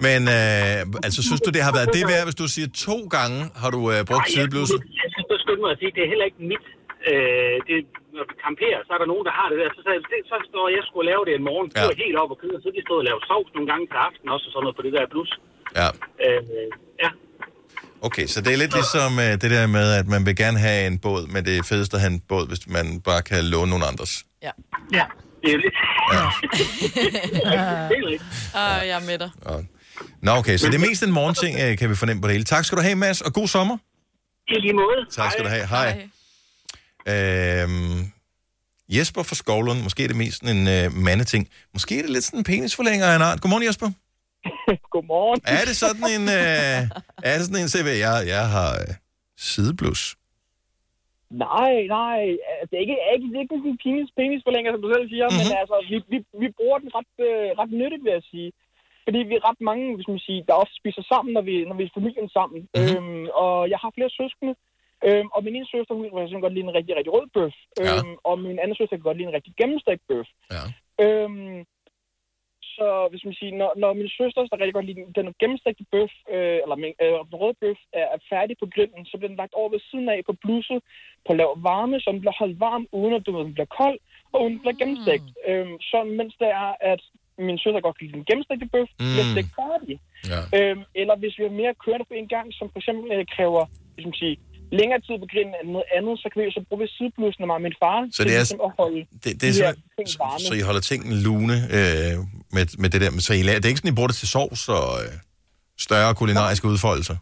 Speaker 1: Men øh, altså, synes du, det har været det værd, hvis du siger to gange, har du øh, brugt
Speaker 13: Ej,
Speaker 1: sideblusset?
Speaker 13: Jeg, jeg skal bare skynde mig at sige, det er heller ikke mit. Øh, det, når camperer, så er der nogen, der har det der. Så, sagde, jeg, det, så står jeg skulle lave det en morgen. Ja. Det var helt op og kød, og så de stod og lavede sovs nogle gange til aften også, og sådan noget på det der blus.
Speaker 1: Ja.
Speaker 13: Øh, ja.
Speaker 1: Okay, så det er lidt ligesom øh, det der med, at man vil gerne have en båd, men det er fedest at have en båd, hvis man bare kan låne nogen andres.
Speaker 2: Ja.
Speaker 3: Ja.
Speaker 13: Det er lidt. [LAUGHS]
Speaker 2: Åh, jeg er med dig.
Speaker 1: Nå, okay, så det er mest en morgenting, øh, kan vi fornemme på det hele. Tak skal du have, Mads, og god sommer.
Speaker 13: I lige måde.
Speaker 1: Tak skal du have. Hej. Øhm, Jesper fra Skovlund, måske er det mest sådan en øh, mandeting. Måske er det lidt sådan en penisforlænger af en art. Godmorgen, Jesper.
Speaker 8: [LAUGHS] Godmorgen.
Speaker 1: Er det sådan en, øh, er det sådan en CV? Jeg, jeg har øh, sideblus.
Speaker 8: Nej, nej. Altså, det er ikke, ikke, det er ikke sådan en penis, penis forlænger, som du selv siger, mm-hmm. men altså, vi, vi, vi bruger den ret, øh, ret nyttigt, vil jeg sige. Fordi vi er ret mange, hvis man siger, der også spiser sammen, når vi, når vi er familien sammen. Mm-hmm. Øhm, og jeg har flere søskende, øhm, og min ene søster, hun kan for eksempel godt lide en rigtig, rigtig rød bøf. Øhm, ja. Og min anden søster kan godt lide en rigtig gennemstegt bøf.
Speaker 1: Ja.
Speaker 8: Øhm, så hvis man siger, når, når min søster, der rigtig godt lide den, den gennemstegte bøf, øh, eller min- øh, den røde bøf, er, er færdig på grillen, så bliver den lagt over ved siden af på blusset på lav varme, så den bliver holdt varm, uden at du ved, den bliver kold, og uden den bliver gennemstegt. Mm. Øhm, så mens det er, at min søster godt kan lide den gennemstegte bøf, mm. bliver stegt færdig.
Speaker 1: Ja.
Speaker 8: Øhm, eller hvis vi har mere kørende på en gang, som for eksempel øh, kræver, hvis man siger, længere tid på grillen end noget andet, så kan vi jo så bruge sideblussen af mig og min far,
Speaker 1: Så det er
Speaker 8: ligesom at holde
Speaker 1: Det,
Speaker 8: de
Speaker 1: det er
Speaker 8: her
Speaker 1: sådan,
Speaker 8: ting varme.
Speaker 1: så I holder tingene lune øh, med, med det der. Så I, laver- det er ikke sådan, I bruger det til sovs og øh, større kulinariske udfoldelser?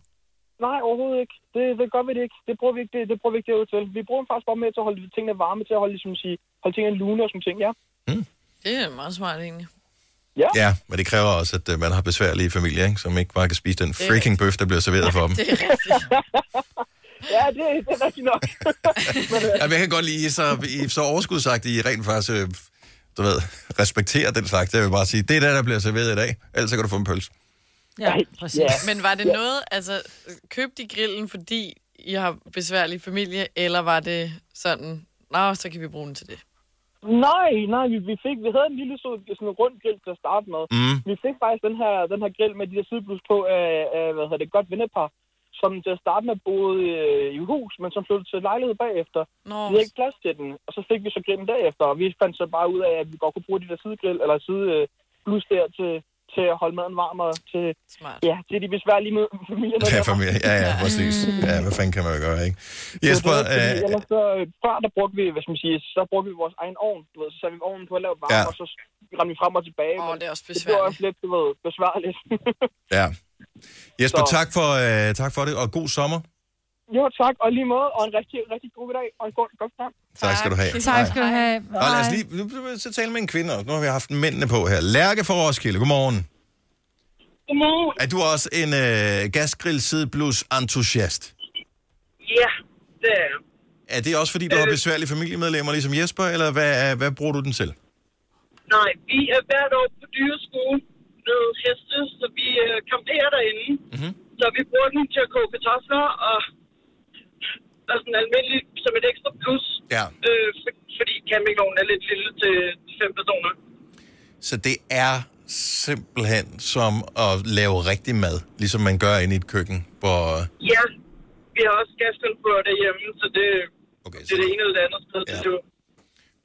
Speaker 8: Nej, overhovedet ikke. Det, det gør vi det ikke. Det bruger vi ikke, det, det bruger vi ikke derude til. Vi bruger dem faktisk bare med til at holde tingene varme, til at holde, ligesom, sige, holde tingene lune og sådan ting, ja.
Speaker 2: Det er meget smart egentlig.
Speaker 8: Ja.
Speaker 1: Hm? ja, men det kræver også, at øh, man har besværlige familier, ikke? som ikke bare kan spise den freaking bøf, der bliver serveret
Speaker 8: [LAUGHS]
Speaker 1: for dem.
Speaker 2: Det er rigtigt.
Speaker 8: ja, det, det er rigtigt nok.
Speaker 1: Jamen, jeg kan godt lide, I er så, I er så overskudsagt, I rent faktisk øh, du ved, respekterer den slags. Jeg vil bare sige, det er det, der bliver serveret i dag. Ellers så kan du få en pølse.
Speaker 3: Ja, præcis. Ja.
Speaker 2: Men var det noget, altså, købte I grillen, fordi I har besværlig familie, eller var det sådan, nå, så kan vi bruge den til det?
Speaker 8: Nej, nej, vi, vi fik, vi havde en lille sådan, sådan en rund grill til at starte med.
Speaker 1: Mm.
Speaker 8: Vi fik faktisk den her, den her grill med de der sideblus på af, af hvad hedder det, et godt vennepar, som til at starte med boede øh, i hus, men som flyttede til lejlighed bagefter.
Speaker 2: Nå.
Speaker 8: Vi havde ikke plads til den, og så fik vi så grillen derefter, og vi fandt så bare ud af, at vi godt kunne bruge de der sidegrill, eller sideblus der til, til at holde maden varm og til,
Speaker 2: Smart.
Speaker 8: ja, til de besværlige mø- familier. der
Speaker 1: Ja,
Speaker 8: var.
Speaker 1: familie. ja, ja, præcis.
Speaker 2: Mm.
Speaker 1: Ja, hvad fanden kan man jo gøre, ikke?
Speaker 8: Det er
Speaker 1: Jesper,
Speaker 8: det, fordi
Speaker 1: øh,
Speaker 8: ellers så, øh, før der brugte vi, hvad skal man sige, så brugte vi vores egen ovn. Du ved, så satte vi ovnen på at lave varme,
Speaker 1: Ja.
Speaker 8: ja. og så rendte vi frem og tilbage. Åh, det er også besværligt. Det var også lidt, du ved, besværligt. [LAUGHS]
Speaker 1: ja. Jesper,
Speaker 8: Så-
Speaker 1: tak for, øh, tak for det, og god sommer.
Speaker 8: jo, tak, og lige måde, og en rigtig, rigtig god dag, og en god, godt frem.
Speaker 1: Tak skal du have.
Speaker 3: Tak skal du have.
Speaker 1: Og lad os lige nu bliver vi så tale med en kvinde også. Nu har vi haft mændene på her. Lærke fra Roskilde, godmorgen.
Speaker 24: Godmorgen.
Speaker 1: Er du også en øh, gasgrill sideblus entusiast?
Speaker 24: Ja, det er jeg.
Speaker 1: Er det også fordi, du
Speaker 24: Øh.
Speaker 1: har besværlige familiemedlemmer ligesom Jesper, eller hvad, er- hvad bruger du den til?
Speaker 24: Nej, vi er hvert år på dyreskue med heste, så vi øh, kamperer derinde.
Speaker 1: Mhm.
Speaker 24: Så vi bruger den til at koge kartofler og, og sådan almindeligt som et ekstra plus.
Speaker 1: Ja.
Speaker 24: Øh, for, fordi campingvognen er lidt lille til fem personer.
Speaker 1: Så det er simpelthen som at lave rigtig mad, ligesom man gør inde i et køkken, hvor... Øh,
Speaker 24: Ja, vi har også gaskonfør derhjemme, så det, okay, det er det ene eller det andet sted. Ja. Det,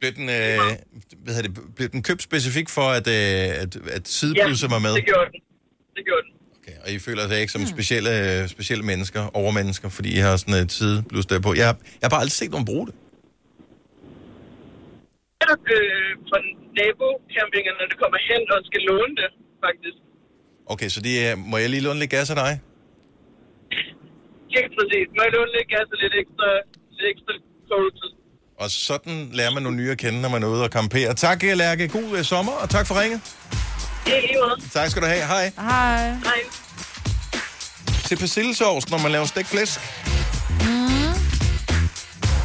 Speaker 1: Blev den, øh, hvad hedder det, blev den købt specifikt for, at, øh, at, at sideblusser var med?
Speaker 24: det gjorde den. Det gjorde den.
Speaker 1: Og I føler sig ikke som specielle, øh, specielle mennesker, overmennesker, fordi I har sådan et sideblus der på. Jeg, har- jeg har bare aldrig set nogen bruge det.
Speaker 24: Det er nok øh, fra nabocampingerne, når det kommer hen og skal låne det, faktisk.
Speaker 1: Okay, så de, er- må jeg lige låne lidt gas af dig?
Speaker 24: Lige præcis. Må jeg låne lidt gas og lidt ekstra, lidt ekstra coaches.
Speaker 1: Og sådan lærer man nogle nye at kende, når man er ude og kampere. Tak, Lærke. God øh, sommer, og tak for ringet.
Speaker 24: Det er lige meget.
Speaker 1: Tak skal du have. Hej.
Speaker 3: Hej.
Speaker 24: Hej.
Speaker 1: Til persillesovs, når man laver stegt flæsk.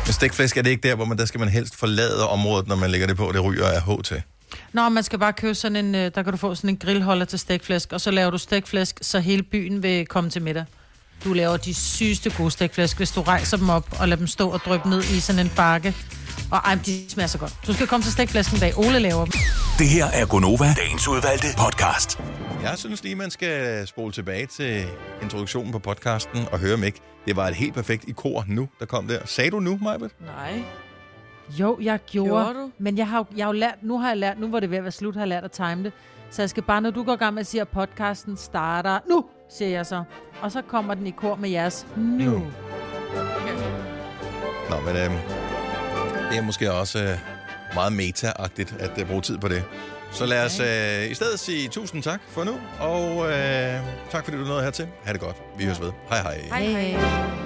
Speaker 1: Med stegt flæsk er det ikke der, hvor man, der skal man helst forlade området, når man lægger det på. Det ryger af HT.
Speaker 3: Nå, man skal bare købe sådan en, øh, der kan du få sådan en grillholder til stegflæsk, og så laver du stegflæsk, så hele byen vil komme til middag. Du laver de sygeste gode stegflæsk, hvis du rejser dem op og lader dem stå og dryppe ned i sådan en bakke. Og ej, men de smager så godt. Du skal komme til stegflæsken en dag. Ole laver dem.
Speaker 5: Det her er Gonova, dagens udvalgte podcast.
Speaker 1: Jeg synes lige, man skal spole tilbage til introduktionen på podcasten og høre mig. Det var et helt perfekt i kor nu, der kom der. Sagde du nu, Majbet?
Speaker 2: Nej.
Speaker 3: Jo, jeg gjorde.
Speaker 2: Gjorde du?
Speaker 3: Men jeg har, jo- jeg har jo lært, nu har jeg lært, nu var det ved at være slut, har jeg lært at time det. Så jeg skal bare, når du går i gang med at sige, at podcasten starter nu, siger jeg så. Og så kommer den i kor med jeres nu.
Speaker 1: Nu. Nå, men øh, det er måske også øh, meget meta-agtigt at øh, bruge tid på det. Så lad os øh, i stedet sige tusind tak for nu, og øh, tak fordi du nåede hertil. Ha' det godt. Vi høres ved. Hej hej.
Speaker 3: Hej, hej.